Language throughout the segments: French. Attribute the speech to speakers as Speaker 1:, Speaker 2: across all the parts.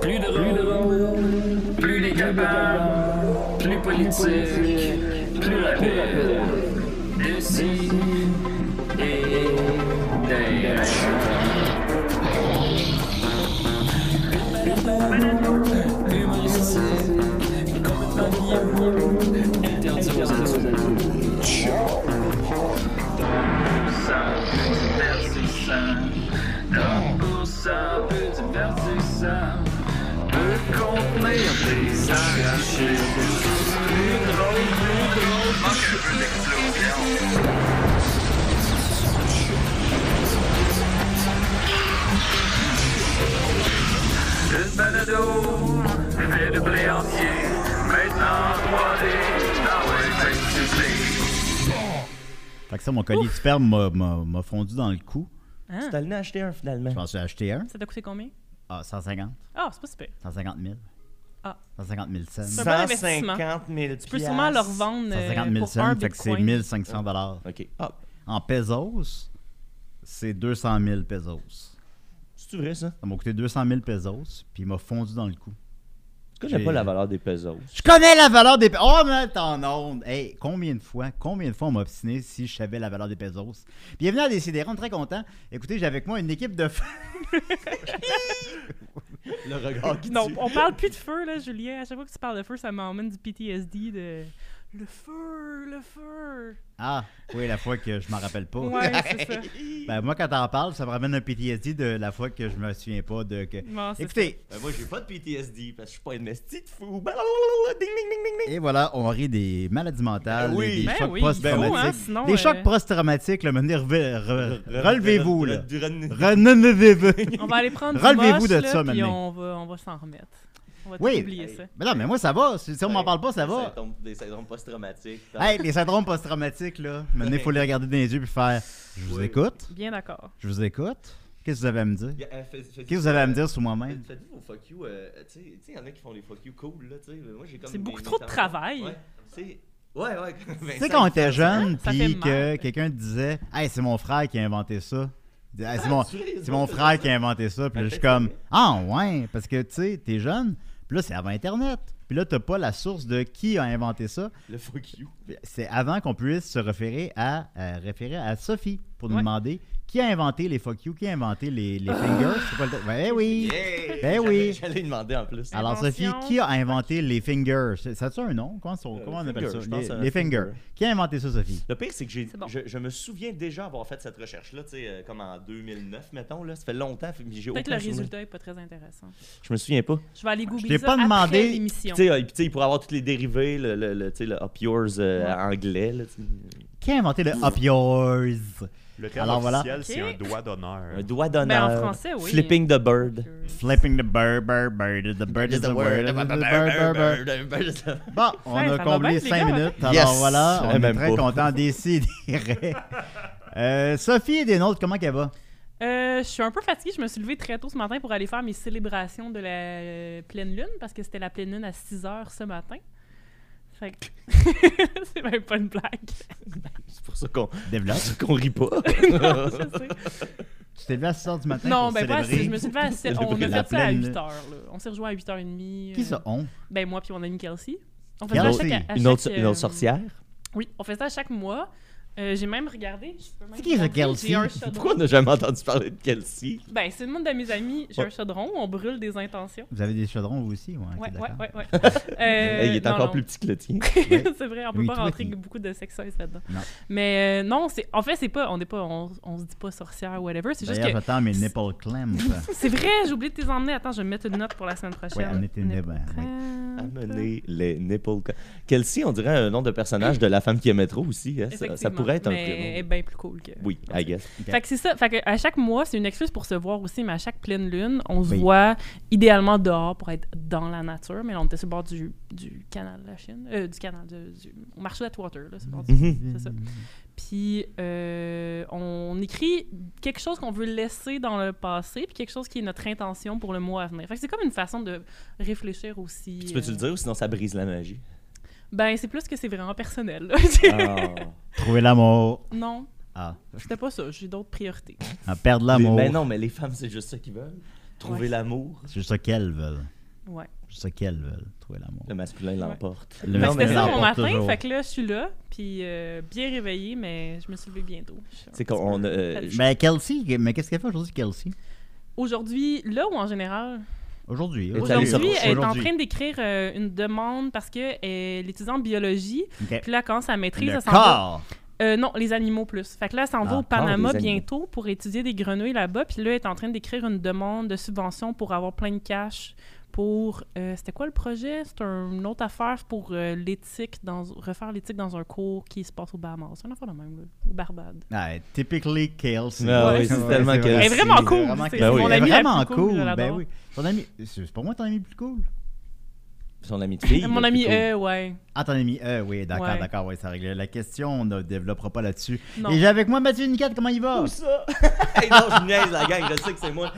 Speaker 1: Plus de rôle, plus les capables, plus politique, plus rapide. D'ici et d'ailleurs. Humoristique, comme un pavillon, interdit aux adultes. Ça peut divertissant, donc pour ça peut divertissant, peut contenir des arrachés. Plus drôle, plus drôle, manque un peu d'explosion. Une balado fait de blé entier, maintenant 3D dans le texte
Speaker 2: Fait que ça, mon collier de sperme m'a- m'a m'a fondu dans le cou.
Speaker 3: Tu
Speaker 4: Ah,
Speaker 3: t'en as acheté un finalement.
Speaker 2: Je m'en suis acheté un.
Speaker 4: ça t'a coûté combien?
Speaker 2: Ah, 150.
Speaker 4: Ah, c'est pas super.
Speaker 2: 150 000.
Speaker 4: Ah.
Speaker 2: 150 000 cents.
Speaker 4: C'est un bon investissement.
Speaker 3: 150 000
Speaker 4: Tu peux sûrement le revendre euh,
Speaker 2: 150 000
Speaker 4: pour un
Speaker 2: cents, fait que c'est
Speaker 4: bitcoin.
Speaker 2: 1500 dollars.
Speaker 3: OK. Ah,
Speaker 2: En pesos, c'est 200 000 pesos.
Speaker 3: c'est vrai ça? En
Speaker 2: Ça m'a coûté 200 000 pesos, puis il m'a fondu dans le cou.
Speaker 3: tout cas, j'aime
Speaker 2: J'ai-
Speaker 3: pas la valeur des pesos.
Speaker 2: Je connais la valeur des pesos. Oh, mais t'en ondes. Hey, combien de fois, combien de fois on m'a obstiné si je savais la valeur des pesos? Bienvenue à Décidérons, très content. Écoutez, j'ai avec moi une équipe de fans.
Speaker 3: Le regard qui
Speaker 4: Non, on parle plus de feu, là, Julien. À chaque fois que tu parles de feu, ça m'emmène du PTSD de. Le feu, le feu.
Speaker 2: Ah, oui, la fois que je m'en rappelle pas.
Speaker 4: Ouais, c'est ça.
Speaker 2: Ben, moi, quand t'en parles, ça me ramène un PTSD de la fois que je me souviens pas de. Que...
Speaker 4: Bon, c'est
Speaker 2: Écoutez,
Speaker 3: Ben moi, j'ai pas de PTSD parce que je suis pas investi de fou. Blablabla, Ding, ding, ding, ding, ding.
Speaker 2: et voilà, on rit des maladies mentales,
Speaker 3: Ben oui.
Speaker 2: des, des
Speaker 4: Ben
Speaker 2: chocs
Speaker 4: oui,
Speaker 2: post-traumatiques.
Speaker 4: faut, hein, sinon,
Speaker 2: des
Speaker 4: euh,
Speaker 2: chocs post-traumatiques, là, maintenant, reve- Euh, re- relevez-vous, là.
Speaker 3: Du- du- du-
Speaker 2: Renouvelez-vous.
Speaker 4: On va aller prendre
Speaker 2: Relevez-vous
Speaker 4: Relevez-vous
Speaker 2: de
Speaker 4: de
Speaker 2: ça,
Speaker 4: Puis
Speaker 2: maintenant.
Speaker 4: on va, on va s'en remettre. On va tout
Speaker 2: Oui.
Speaker 4: oublier ça.
Speaker 2: Mais non, mais moi, ça va. Si si on m'en parle pas, Ben, ça
Speaker 3: Des
Speaker 2: va.
Speaker 3: symptômes- Des syndromes post-traumatiques.
Speaker 2: Hey, les syndromes post-traumatiques, là, maintenant, il faut les regarder dans les yeux puis faire Je vous écoute,
Speaker 4: Bien d'accord.
Speaker 2: je vous écoute. Qu'est-ce que vous avez à me dire
Speaker 3: Yeah, euh, fais- fais-
Speaker 2: Qu'est-ce que vous avez à me dire sur moi-même
Speaker 3: Faites- Faites-vous vos fuck you, euh, tu sais, tu sais, y en a qui font des fuck you cool, là, tu sais. Moi, j'ai comme.
Speaker 4: C'est
Speaker 3: mes-
Speaker 4: beaucoup
Speaker 3: mes
Speaker 4: trop de
Speaker 3: symptômes.
Speaker 4: travail.
Speaker 3: Ouais, c'est. Ouais, ouais.
Speaker 2: Tu sais, quand on était jeune,
Speaker 4: Ça fait
Speaker 2: puis que
Speaker 4: mal.
Speaker 2: quelqu'un disait Hey, c'est mon frère qui a inventé ça. Il dit, Hey, c'est mon,
Speaker 3: sérieux,
Speaker 2: c'est mon
Speaker 3: ça?
Speaker 2: frère qui a inventé ça. Puis là, je suis comme Ah, ouais, parce que tu sais, t'es jeune, puis là, c'est avant Internet. Puis là, t'as pas la source de qui a inventé ça.
Speaker 3: Le fuck you.
Speaker 2: Puis C'est avant qu'on puisse se référer à, à- référer à Sophie pour nous
Speaker 4: Ouais.
Speaker 2: demander qui a inventé les fuck you, qui a inventé les, les fingers. C'est quoi le terme? Ben oui. Ben
Speaker 3: Hey! J'allais-
Speaker 2: oui. Ah,
Speaker 3: J'allais demander en plus.
Speaker 2: Alors, Sophie,
Speaker 4: Invention.
Speaker 2: qui a inventé les fingers C'est- Ça a un nom Comment, ça- comment on
Speaker 3: les
Speaker 2: appelle
Speaker 3: fingers, je
Speaker 2: ça
Speaker 3: pense
Speaker 2: Les,
Speaker 3: à un
Speaker 2: les fingers.
Speaker 3: finger.
Speaker 2: Qui a inventé ça, Sophie
Speaker 3: Le pire, c'est que j'ai,
Speaker 4: C'est bon.
Speaker 3: je, je me souviens déjà avoir fait cette recherche-là, tu sais, euh, comme en 2009, mettons, là. Ça fait longtemps, mais j'ai
Speaker 4: Peut-être
Speaker 3: aucun
Speaker 4: le
Speaker 3: souvenir.
Speaker 4: résultat n'est pas très intéressant.
Speaker 3: Je me souviens pas.
Speaker 4: Je vais aller
Speaker 2: Je
Speaker 4: googler
Speaker 2: t'ai
Speaker 4: ça
Speaker 2: pas demandé-
Speaker 4: après
Speaker 3: Puis,
Speaker 4: l'émission.
Speaker 3: tu sais, euh, puis, tu sais, il pourrait avoir tous les dérivés, le, le, le, tu sais, le up yours euh,
Speaker 4: Ouais.
Speaker 3: anglais, là, tu sais.
Speaker 2: Qui a inventé le up yours
Speaker 5: Le terme
Speaker 2: Alors, voilà.
Speaker 5: officiel, c'est
Speaker 4: Ok.
Speaker 5: un doigt d'honneur.
Speaker 3: Un doigt
Speaker 4: Ben,
Speaker 3: d'honneur.
Speaker 4: en français, oui.
Speaker 3: Flipping the bird.
Speaker 2: Flipping the bird, bird, bird, the bird is the word, the bird, bird, bird. Bon, on
Speaker 4: Ouais,
Speaker 2: a
Speaker 4: ça va
Speaker 2: comblé
Speaker 4: bien, les
Speaker 2: 5
Speaker 4: gars.
Speaker 2: minutes. Alors
Speaker 3: Yes.
Speaker 2: voilà,
Speaker 3: Eh,
Speaker 2: on est
Speaker 3: même
Speaker 2: très
Speaker 3: pas.
Speaker 2: content d'ici. euh, Sophie et des nôtres, comment qu'elle va
Speaker 4: Euh, je suis un peu fatiguée. Je me suis levée très tôt ce matin pour aller faire mes célébrations de la euh, pleine lune parce que c'était la pleine lune à 6 heures ce matin. Fait que- c'est même pas une blague.
Speaker 3: C'est pour ça qu'on
Speaker 2: Développe.
Speaker 3: c'est qu'on rit pas.
Speaker 4: Non, je sais.
Speaker 2: Tu t'es levé à 6 h du matin
Speaker 4: non,
Speaker 2: pour
Speaker 4: ben pas à
Speaker 2: célébrer.
Speaker 4: six- Je me suis levée à 7 On
Speaker 2: Célébrer
Speaker 4: a
Speaker 2: la
Speaker 4: fait ça à
Speaker 2: pleine
Speaker 4: 8
Speaker 2: lune.
Speaker 4: heures. là. On s'est rejoint à 8h30.
Speaker 2: Qui ça, on
Speaker 4: Ben moi puis mon ami Kelsey. On
Speaker 2: Kelsey.
Speaker 4: ça à chaque- à
Speaker 3: une,
Speaker 4: chaque,
Speaker 3: autre, une
Speaker 4: euh,
Speaker 3: autre sorcière.
Speaker 4: Oui, on fait ça à chaque mois. Euh, j'ai même regardé. je peux même
Speaker 2: C'est qui, ça,
Speaker 4: regarder,
Speaker 2: Kelsey?
Speaker 4: j'ai un chaudron.
Speaker 3: Pourquoi on n'a jamais entendu parler de Kelsey?
Speaker 4: Ben, c'est le monde de mes amis. J'ai
Speaker 3: Ouais.
Speaker 4: un chaudron, on brûle des intentions.
Speaker 2: Vous avez des chaudrons, vous aussi Ouais,
Speaker 4: Ouais,
Speaker 2: ok,
Speaker 4: ouais,
Speaker 2: d'accord.
Speaker 4: ouais, ouais. Euh,
Speaker 3: Hey, il est
Speaker 4: non,
Speaker 3: encore
Speaker 4: non.
Speaker 3: plus petit que le tien.
Speaker 4: c'est vrai, on peut
Speaker 2: Oui,
Speaker 4: pas
Speaker 2: toi,
Speaker 4: rentrer
Speaker 2: t'es-
Speaker 4: beaucoup de sexuels là-dedans.
Speaker 2: Non.
Speaker 4: Mais euh, non, c'est en fait c'est pas on n'est pas on, on se dit pas sorcière ou whatever, c'est juste
Speaker 2: D'ailleurs,
Speaker 4: que
Speaker 2: j'attends mes nipple clamps.
Speaker 4: c'est vrai, j'ai oublié de t'es emmener. Attends, je vais mettre une note pour la semaine
Speaker 2: ouais,
Speaker 4: prochaine.
Speaker 2: on était
Speaker 4: Une-
Speaker 2: nipple. ouais.
Speaker 3: Amener les nipples. co- Kelsey, on dirait un nom de personnage de La femme qui aimait trop aussi. hein. Ça, ça
Speaker 4: Effectivement,
Speaker 3: pourrait être un
Speaker 4: mais
Speaker 3: prénom.
Speaker 4: est bien plus cool que
Speaker 3: Oui, I guess.
Speaker 4: Fait que c'est ça. Fait que à chaque mois, c'est une excuse pour se voir aussi, mais à chaque pleine lune, on se
Speaker 2: Oui.
Speaker 4: voit idéalement dehors pour être dans la nature. Mais là, on était sur le bord du, du canal de la Chine. Euh, du canal, de- du, au marché de Atwater, là, sur le bord du-
Speaker 3: Mhm. Mm-hmm.
Speaker 4: c'est ça. Puis euh, on écrit quelque chose qu'on veut laisser dans le passé, puis quelque chose qui est notre intention pour le mois à venir. Fait que c'est comme une façon de réfléchir aussi.
Speaker 3: Tu peux-tu
Speaker 4: euh,
Speaker 3: le dire ou sinon ça brise la magie?
Speaker 4: Ben, c'est plus que c'est vraiment personnel. là.
Speaker 2: Trouver l'amour.
Speaker 4: non,
Speaker 2: Ah,
Speaker 4: c'était pas ça. J'ai d'autres priorités.
Speaker 2: ah, perdre
Speaker 3: Mais
Speaker 2: l'amour.
Speaker 3: ben non, mais les femmes, c'est juste ça qu'ils veulent. Trouver
Speaker 4: Ouais.
Speaker 3: l'amour.
Speaker 2: C'est juste ça qu'elles veulent.
Speaker 4: Ouais.
Speaker 2: C'est ça qu'elles veulent, trouver l'amour.
Speaker 3: Le masculin l'emporte.
Speaker 2: Le
Speaker 4: Fait que
Speaker 2: Non, mais
Speaker 4: C'était ça
Speaker 2: on
Speaker 4: mon
Speaker 2: l'emporte
Speaker 4: matin,
Speaker 2: toujours.
Speaker 4: fait que là, je suis là, puis euh, bien réveillée, mais je me suis levée bientôt. Je suis un
Speaker 3: C'est
Speaker 4: petit
Speaker 3: qu'on-
Speaker 4: peu
Speaker 3: euh,
Speaker 4: fatiguée.
Speaker 2: Mais Ben, Kelsey, mais qu'est-ce qu'elle fait aujourd'hui, Kelsey
Speaker 4: Aujourd'hui, là ou en général?
Speaker 2: Aujourd'hui.
Speaker 3: Elle est allée
Speaker 4: Aujourd'hui,
Speaker 3: sortir.
Speaker 4: elle est en train d'écrire euh, une demande parce que euh, elle étudie en biologie.
Speaker 2: Ok.
Speaker 4: Puis là, quand sa maîtrise,
Speaker 2: Le
Speaker 4: elle s'en va.
Speaker 2: corps.
Speaker 4: Euh, non, les animaux plus. Fait que là, elle s'en va
Speaker 3: Ah,
Speaker 4: au
Speaker 3: encore
Speaker 4: Panama
Speaker 3: des animaux.
Speaker 4: bientôt pour étudier des grenouilles là-bas. Puis là, elle est en train d'écrire une demande de subvention pour avoir plein de cash pour. euh, C'était quoi le projet C'est un- une autre affaire pour euh, l'éthique, dans refaire l'éthique dans un cours qui se passe au Bahamas. C'est un affaire de même, là, au Barbade.
Speaker 2: Ouais, typically Kelsey.
Speaker 3: Ah
Speaker 4: oui, c'est
Speaker 3: tellement
Speaker 2: vrai.
Speaker 3: Ben Kelsey.
Speaker 4: Elle est vraiment cool.
Speaker 2: Vraiment
Speaker 4: C'est-
Speaker 2: Kelsey.
Speaker 3: c'est mon
Speaker 2: Elle est
Speaker 4: amie la
Speaker 2: vraiment
Speaker 4: plus cool, je
Speaker 2: cool.
Speaker 4: l'adore.
Speaker 2: Ben oui. Ton ami, c'est pour moi ton ami le plus cool.
Speaker 3: Son ami de fille.
Speaker 4: Mon
Speaker 3: là,
Speaker 4: ami,
Speaker 3: plutôt.
Speaker 4: euh, ouais.
Speaker 2: Ah, ton ami, euh, oui, d'accord,
Speaker 4: Ouais.
Speaker 2: d'accord, oui, ça règle la question, on ne développera pas là-dessus.
Speaker 4: Non.
Speaker 2: Et j'ai avec moi Mathieu Nicat, comment il va?
Speaker 3: Où ça? hey, non, je niaise la gang, je sais que c'est moi.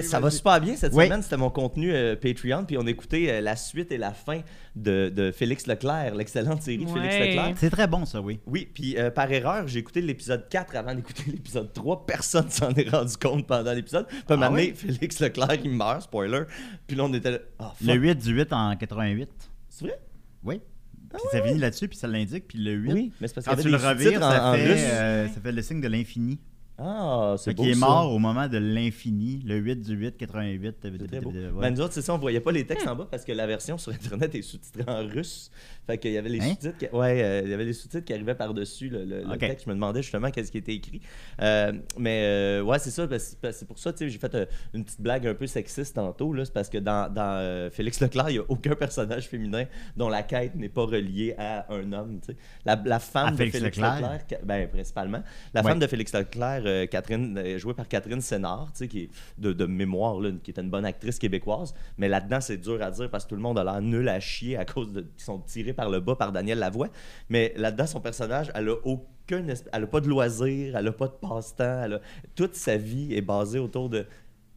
Speaker 3: ça va super bien cette
Speaker 2: Oui.
Speaker 3: semaine, c'était mon contenu euh, Patreon, puis on écoutait euh, la suite et la fin de, de Félix Leclerc, l'excellente série de Félix
Speaker 4: Ouais.
Speaker 3: Leclerc.
Speaker 2: C'est très bon, ça, oui.
Speaker 3: Oui, puis euh, par erreur, j'ai écouté l'épisode 4 avant d'écouter l'épisode 3. Personne s'en est rendu compte pendant l'épisode. Puis à un
Speaker 2: Ah
Speaker 3: moment donné,
Speaker 2: oui?
Speaker 3: Félix Leclerc, il meurt, spoiler. Puis là, on était là. Ah, fuck.
Speaker 2: Le 8 du 8 en 88.
Speaker 3: C'est vrai? Ben
Speaker 2: Oui. Puis ça finit là-dessus, puis ça l'indique, puis le 8.
Speaker 3: Oui, mais c'est parce qu'il
Speaker 2: Quand
Speaker 3: y
Speaker 2: Ah, tu
Speaker 3: avait
Speaker 2: le
Speaker 3: des
Speaker 2: revires,
Speaker 3: sous-titres en,
Speaker 2: ça,
Speaker 3: en
Speaker 2: fait,
Speaker 3: russe.
Speaker 2: euh, ça fait le signe de l'infini.
Speaker 3: Ah, c'est
Speaker 2: Fait
Speaker 3: beau.
Speaker 2: qu'il est
Speaker 3: ça.
Speaker 2: mort au moment de l'infini, le 8 du 8, 88.
Speaker 3: C'est très beau.
Speaker 2: ouais.
Speaker 3: Ben, nous autres, c'est ça, on voyait pas les textes en bas parce que la version sur Internet est sous-titrée en russe. Fait qu'il y avait les
Speaker 2: Hein?
Speaker 3: sous-titres qui... Ouais, euh, il y avait les sous-titres qui arrivaient par-dessus le, le- le
Speaker 2: Ok.
Speaker 3: texte. Je me demandais justement qu'est-ce qui était écrit. Euh, mais euh, ouais, c'est ça. parce- parce- C'est pour ça, tu sais, j'ai fait euh, une petite blague un peu sexiste tantôt. là. C'est parce que dans, dans, euh, Félix Leclerc, il n'y a aucun personnage féminin dont la quête n'est pas reliée à un homme. tu sais. La, la femme
Speaker 2: À
Speaker 3: de
Speaker 2: Félix
Speaker 3: Félix,
Speaker 2: Leclerc?
Speaker 3: Leclerc, Ca- ben, principalement. La
Speaker 2: Ouais.
Speaker 3: femme de Félix Leclerc, euh, Catherine, euh, jouée par Catherine Sénard, tu sais, qui est de, de mémoire, là, qui était une bonne actrice québécoise. Mais là-dedans, c'est dur à dire parce que tout le monde a l'air nul à chier à cause de. qu'ils sont tirés par le bas par Daniel Lavoie. Mais là-dedans, son personnage, elle a aucun. esp- Elle a pas de loisirs, elle a pas de passe-temps. elle a- Toute sa vie est basée autour de.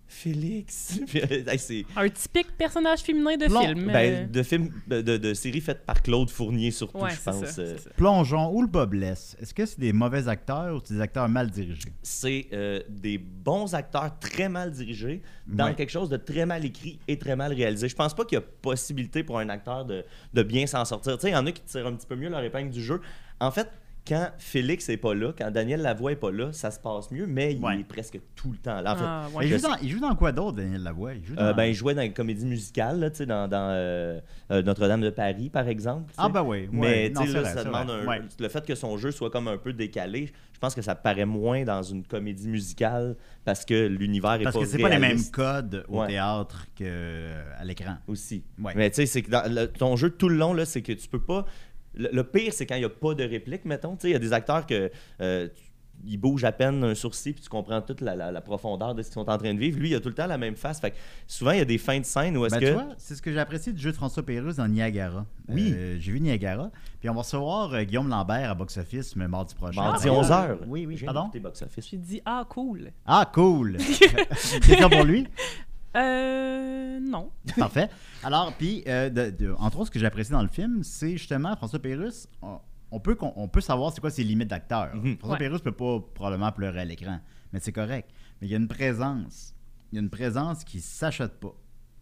Speaker 3: Félix. Puis, euh, hey, c'est-
Speaker 4: Un typique personnage féminin de
Speaker 2: Blond.
Speaker 4: film. euh,
Speaker 3: ben, de film, de, de, de série faite par Claude Fournier surtout,
Speaker 4: ouais,
Speaker 3: je
Speaker 4: c'est ça,
Speaker 3: pense. euh,
Speaker 4: c'est ça.
Speaker 2: Plongeons, où le bas blesse? Est-ce que c'est des mauvais acteurs ou c'est des acteurs mal dirigés?
Speaker 3: c'est euh, des bons acteurs très mal dirigés dans
Speaker 2: Ouais.
Speaker 3: quelque chose de très mal écrit et très mal réalisé. Je pense pas qu'il y a possibilité pour un acteur de, de bien s'en sortir. Tu sais, il y en a qui tirent un petit peu mieux leur épingle du jeu. En fait, quand Félix est pas là, quand Daniel Lavoie est pas là, ça se passe mieux, mais il
Speaker 2: Ouais.
Speaker 3: est presque tout le temps là. En fait,
Speaker 4: Ah, ouais.
Speaker 2: Mais il,
Speaker 3: je
Speaker 2: joue dans, il joue dans quoi d'autre, Daniel Lavoie? Il joue dans...
Speaker 3: euh, ben, il jouait dans les comédies musicales, là, tu sais, dans, dans, euh, euh, Notre-Dame de Paris, par exemple. tu sais.
Speaker 2: ah, ben oui.
Speaker 3: Mais tu sais, là,
Speaker 2: vrai,
Speaker 3: ça
Speaker 2: c'est
Speaker 3: demande
Speaker 2: vrai.
Speaker 3: un-
Speaker 2: Ouais.
Speaker 3: le fait que son jeu soit comme un peu décalé, je pense que ça paraît moins dans une comédie musicale parce que l'univers est
Speaker 2: Parce
Speaker 3: pas
Speaker 2: que c'est pas les mêmes
Speaker 3: réaliste
Speaker 2: codes au
Speaker 3: Ouais.
Speaker 2: théâtre qu'à l'écran.
Speaker 3: aussi.
Speaker 2: Ouais.
Speaker 3: Mais tu sais, c'est que dans le- ton jeu tout le long, là, c'est que tu peux pas. Le, le pire, c'est quand il n'y a pas de réplique, mettons. Tu sais, il y a des acteurs que. euh, tu- ils bougent à peine un sourcil, puis tu comprends toute la, la- la profondeur de ce qu'ils sont en train de vivre. Lui, il a tout le temps la même face. Fait que souvent, il y a des fins de scène où est-ce
Speaker 2: Ben,
Speaker 3: que.
Speaker 2: tu vois, c'est ce que j'ai apprécié du jeu de François Pérusse dans Niagara.
Speaker 3: Oui.
Speaker 2: Euh, j'ai vu Niagara. Puis on va recevoir euh, Guillaume Lambert à Box Office mais mardi prochain.
Speaker 3: Mardi
Speaker 2: Euh,
Speaker 3: 11h.
Speaker 2: Oui, oui, pardon.
Speaker 4: J'ai dit, ah, cool.
Speaker 2: Ah, cool! c'est ça pour lui?
Speaker 4: Euh, non.
Speaker 2: Parfait. Alors, puis, euh, de- de- entre autres, ce que j'ai apprécié dans le film, c'est justement François Pérusse. On, on peut, qu'on- on peut savoir c'est quoi ses limites d'acteur.
Speaker 3: Mhm.
Speaker 2: François
Speaker 4: Ouais.
Speaker 2: Pérusse peut pas probablement pleurer à l'écran, mais c'est correct. Mais il y a une présence. Il y a une présence qui s'achète pas.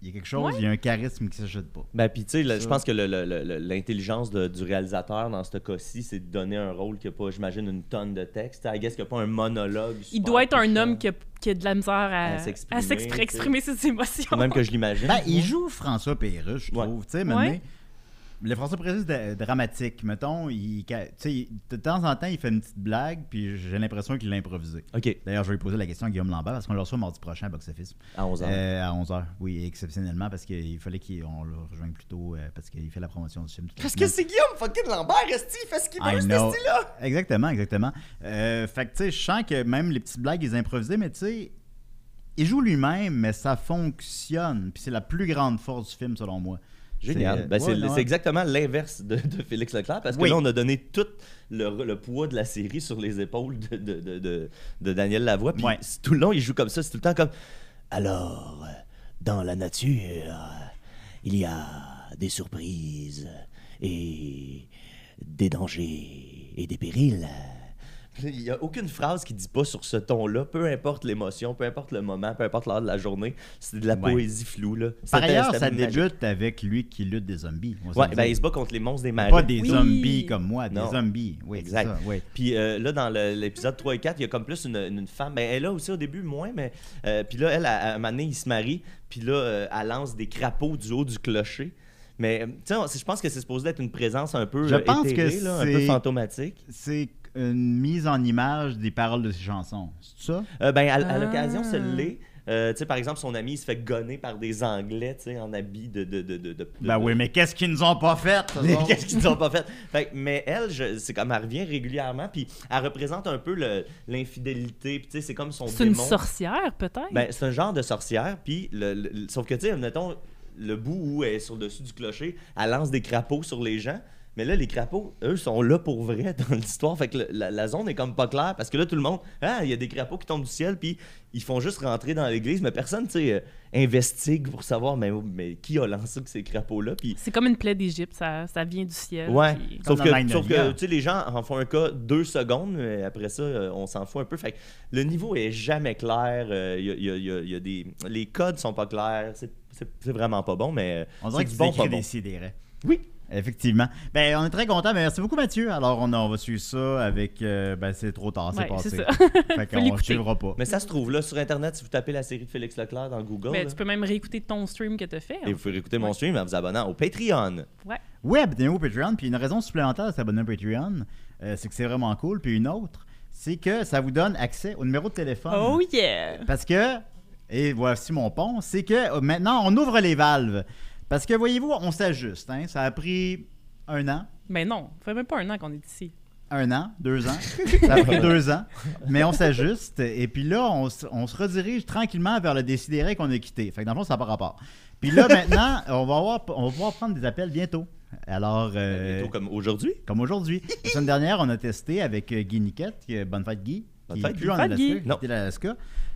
Speaker 2: Il y a quelque chose,
Speaker 4: Ouais.
Speaker 2: il y a un charisme qui s'achète pas.
Speaker 3: Ben, puis, tu sais, le-
Speaker 2: Ça.
Speaker 3: je pense que le- le- le- le- l'intelligence de- du réalisateur dans ce cas-ci, c'est de donner un rôle qui n'a pas, j'imagine, une tonne de texte. I guess qu'il n'y a pas un monologue.
Speaker 4: Il
Speaker 3: super
Speaker 4: doit être un
Speaker 3: puissant.
Speaker 4: homme qui a, qui a de la misère à,
Speaker 3: À s'exprimer,
Speaker 4: à s'exprimer,
Speaker 3: tu sais.
Speaker 4: exprimer ses émotions.
Speaker 3: Ou Même que je l'imagine.
Speaker 2: Ben, il joue François Pérusse, je
Speaker 3: Ouais.
Speaker 2: trouve. Tu sais,
Speaker 4: Ouais.
Speaker 2: maintenant, Le François Pérusse est dramatique. Mettons, il, ca- tu sais, de temps en temps, il fait une petite blague, puis j'ai l'impression qu'il l'a improvisé.
Speaker 3: OK,
Speaker 2: D'ailleurs, je vais lui poser la question à Guillaume Lambert parce qu'on le reçoit mardi prochain à Box Office.
Speaker 3: à 11h.
Speaker 2: Euh, à 11h, oui, exceptionnellement, parce qu'il fallait qu'on le rejoigne plus tôt, euh, parce qu'il fait la promotion du film. toute la semaine.
Speaker 3: c'est Guillaume fucking Lambert, est il fait ce qu'il
Speaker 2: I
Speaker 3: ce
Speaker 2: know.
Speaker 3: style-là?
Speaker 2: Exactement, exactement. Euh, fait que, tu sais, je sens que même les petites blagues, ils improvisées, mais tu sais, il joue lui-même, mais ça fonctionne. Puis c'est la plus grande force du film, selon moi. euh,
Speaker 3: Génial. Ben, C'est
Speaker 2: ouais, ouais.
Speaker 3: c'est exactement l'inverse de, de Félix Leclerc parce que
Speaker 2: Oui.
Speaker 3: là, on a donné tout le, le poids de la série sur les épaules de, de, de- de- de Daniel Lavoie. Puis
Speaker 2: Ouais.
Speaker 3: c'est- tout le long, il joue comme ça. C'est tout le temps comme Alors, dans la nature, il y a des surprises et des dangers et des périls. Il n'y a aucune phrase qui dit pas sur ce ton-là, peu importe l'émotion, peu importe le moment, peu importe l'heure de la journée, c'est de la
Speaker 2: Ouais.
Speaker 3: poésie floue. Là.
Speaker 2: Par
Speaker 3: C'était-
Speaker 2: ailleurs,
Speaker 3: c'était
Speaker 2: ça
Speaker 3: magique.
Speaker 2: débute avec lui qui lutte des zombies. on va se
Speaker 3: Ouais,
Speaker 2: le
Speaker 3: ben,
Speaker 2: dire.
Speaker 3: il se bat contre les monstres des marais.
Speaker 2: pas des
Speaker 4: Oui.
Speaker 2: zombies comme moi, des
Speaker 3: Non.
Speaker 2: zombies. Oui, c'est
Speaker 3: Exact.
Speaker 2: ça, oui.
Speaker 3: Puis euh, là, dans le- l'épisode 3 et 4, il y a comme plus une, une femme. Ben, elle est là aussi au début, moins, mais. euh, puis là, elle, à, à un moment donné, il se marie. Puis là, euh, elle lance des crapauds du haut du clocher. Mais euh, tu sais, on- je pense que c'est supposé être une présence un peu
Speaker 2: Je
Speaker 3: euh,
Speaker 2: pense que
Speaker 3: éthérée, là, un peu
Speaker 2: c'est-
Speaker 3: fantomatique.
Speaker 2: C'est une mise en image des paroles de ses chansons. C'est ça?
Speaker 3: Euh, ben, à, à
Speaker 4: Ah.
Speaker 3: l'occasion, ça l'est. Euh, tu sais, par exemple, son ami, il se fait gonner par des Anglais, tu sais, en habit de. de, de, de, de-
Speaker 2: Ben
Speaker 3: de-
Speaker 2: oui, mais qu'est-ce qu'ils nous ont pas fait? eux
Speaker 3: Mais
Speaker 2: autres?
Speaker 3: Qu'est-ce qu'ils n'ont pas fait? Fait que- Mais elle, je- c'est comme elle revient régulièrement, puis elle représente un peu le- l'infidélité, puis tu sais, c'est comme son
Speaker 4: C'est une
Speaker 3: démon.
Speaker 4: sorcière, peut-être?
Speaker 3: Ben, c'est un genre de sorcière, puis le, le- le- sauf que tu sais, mettons le bout où elle est sur le dessus du clocher, elle lance des crapauds sur les gens. Mais là, les crapauds, eux, sont là pour vrai dans l'histoire. Fait que le- la, la zone est comme pas claire parce que là, tout le monde, ah, il y a des crapauds qui tombent du ciel, puis ils font juste rentrer dans l'église, mais personne, tu sais, euh, investigue pour savoir, mais, mais qui a lancé ces crapauds-là, puis
Speaker 4: C'est comme une plaie d'Égypte, ça, ça vient du ciel.
Speaker 3: Ouais.
Speaker 4: puis-
Speaker 2: Comme
Speaker 3: Sauf
Speaker 2: dans
Speaker 3: que,
Speaker 2: Magnolia.
Speaker 3: sauf que, tu sais, les gens en font un cas deux secondes, mais après ça, euh, on s'en fout un peu. Fait que le niveau est jamais clair. euh, y a- y a- y a- y a des... Les codes sont pas clairs. C'est, c'est- c'est vraiment pas bon, mais. euh,
Speaker 2: On dirait
Speaker 3: c'est
Speaker 2: que
Speaker 3: du
Speaker 2: tu
Speaker 3: bon,
Speaker 2: écris
Speaker 3: pas bon.
Speaker 2: des sidérés.
Speaker 3: Oui.
Speaker 2: Effectivement. Ben, on est très content. merci beaucoup, Mathieu. Alors, on, on va suivre ça avec. euh, ben, c'est trop tard, c'est
Speaker 4: Ouais,
Speaker 2: passé.
Speaker 4: c'est ça.
Speaker 2: Fait
Speaker 4: Faut
Speaker 2: qu'on ne
Speaker 4: l'écouter.
Speaker 2: suivra pas.
Speaker 3: Mais ça se trouve, là, sur Internet, si vous tapez la série de Félix Leclerc dans Google,
Speaker 4: Mais
Speaker 3: là,
Speaker 4: Ben, tu peux même réécouter ton stream que t'as fait. hein.
Speaker 3: et vous pouvez écouter mon stream en vous abonnant au Patreon.
Speaker 4: Ouais.
Speaker 2: Oui, abonnez-vous au Patreon. Puis une raison supplémentaire de s'abonner au Patreon, euh, c'est que c'est vraiment cool. Puis une autre, c'est que ça vous donne accès au numéro de téléphone.
Speaker 4: Oh yeah!
Speaker 2: Parce que, et voici mon pont, c'est que euh, maintenant, on ouvre les valves. Parce que, voyez-vous, on s'ajuste. hein. Ça a pris un an,
Speaker 4: Mais Ben non, ça fait même pas un an qu'on est ici.
Speaker 2: un an, deux ans. Ça a pris deux ans. Mais on s'ajuste. Et puis là, on, s- on se redirige tranquillement vers le décidéré qu'on a quitté. Fait que dans le fond, ça n'a pas rapport. Puis là, maintenant, on va, avoir, on va pouvoir prendre des appels bientôt. Alors, euh,
Speaker 3: Bientôt comme aujourd'hui.
Speaker 2: comme aujourd'hui. La semaine dernière, on a testé avec euh, Guy Niquette, qui est Bonne fête Guy,
Speaker 3: Bonne
Speaker 2: qui
Speaker 3: fête,
Speaker 2: est
Speaker 3: Guy.
Speaker 2: plus en
Speaker 4: Bonne fête,
Speaker 2: Alaska,
Speaker 4: Guy.
Speaker 2: qui
Speaker 3: Non.
Speaker 2: était à l'Alaska.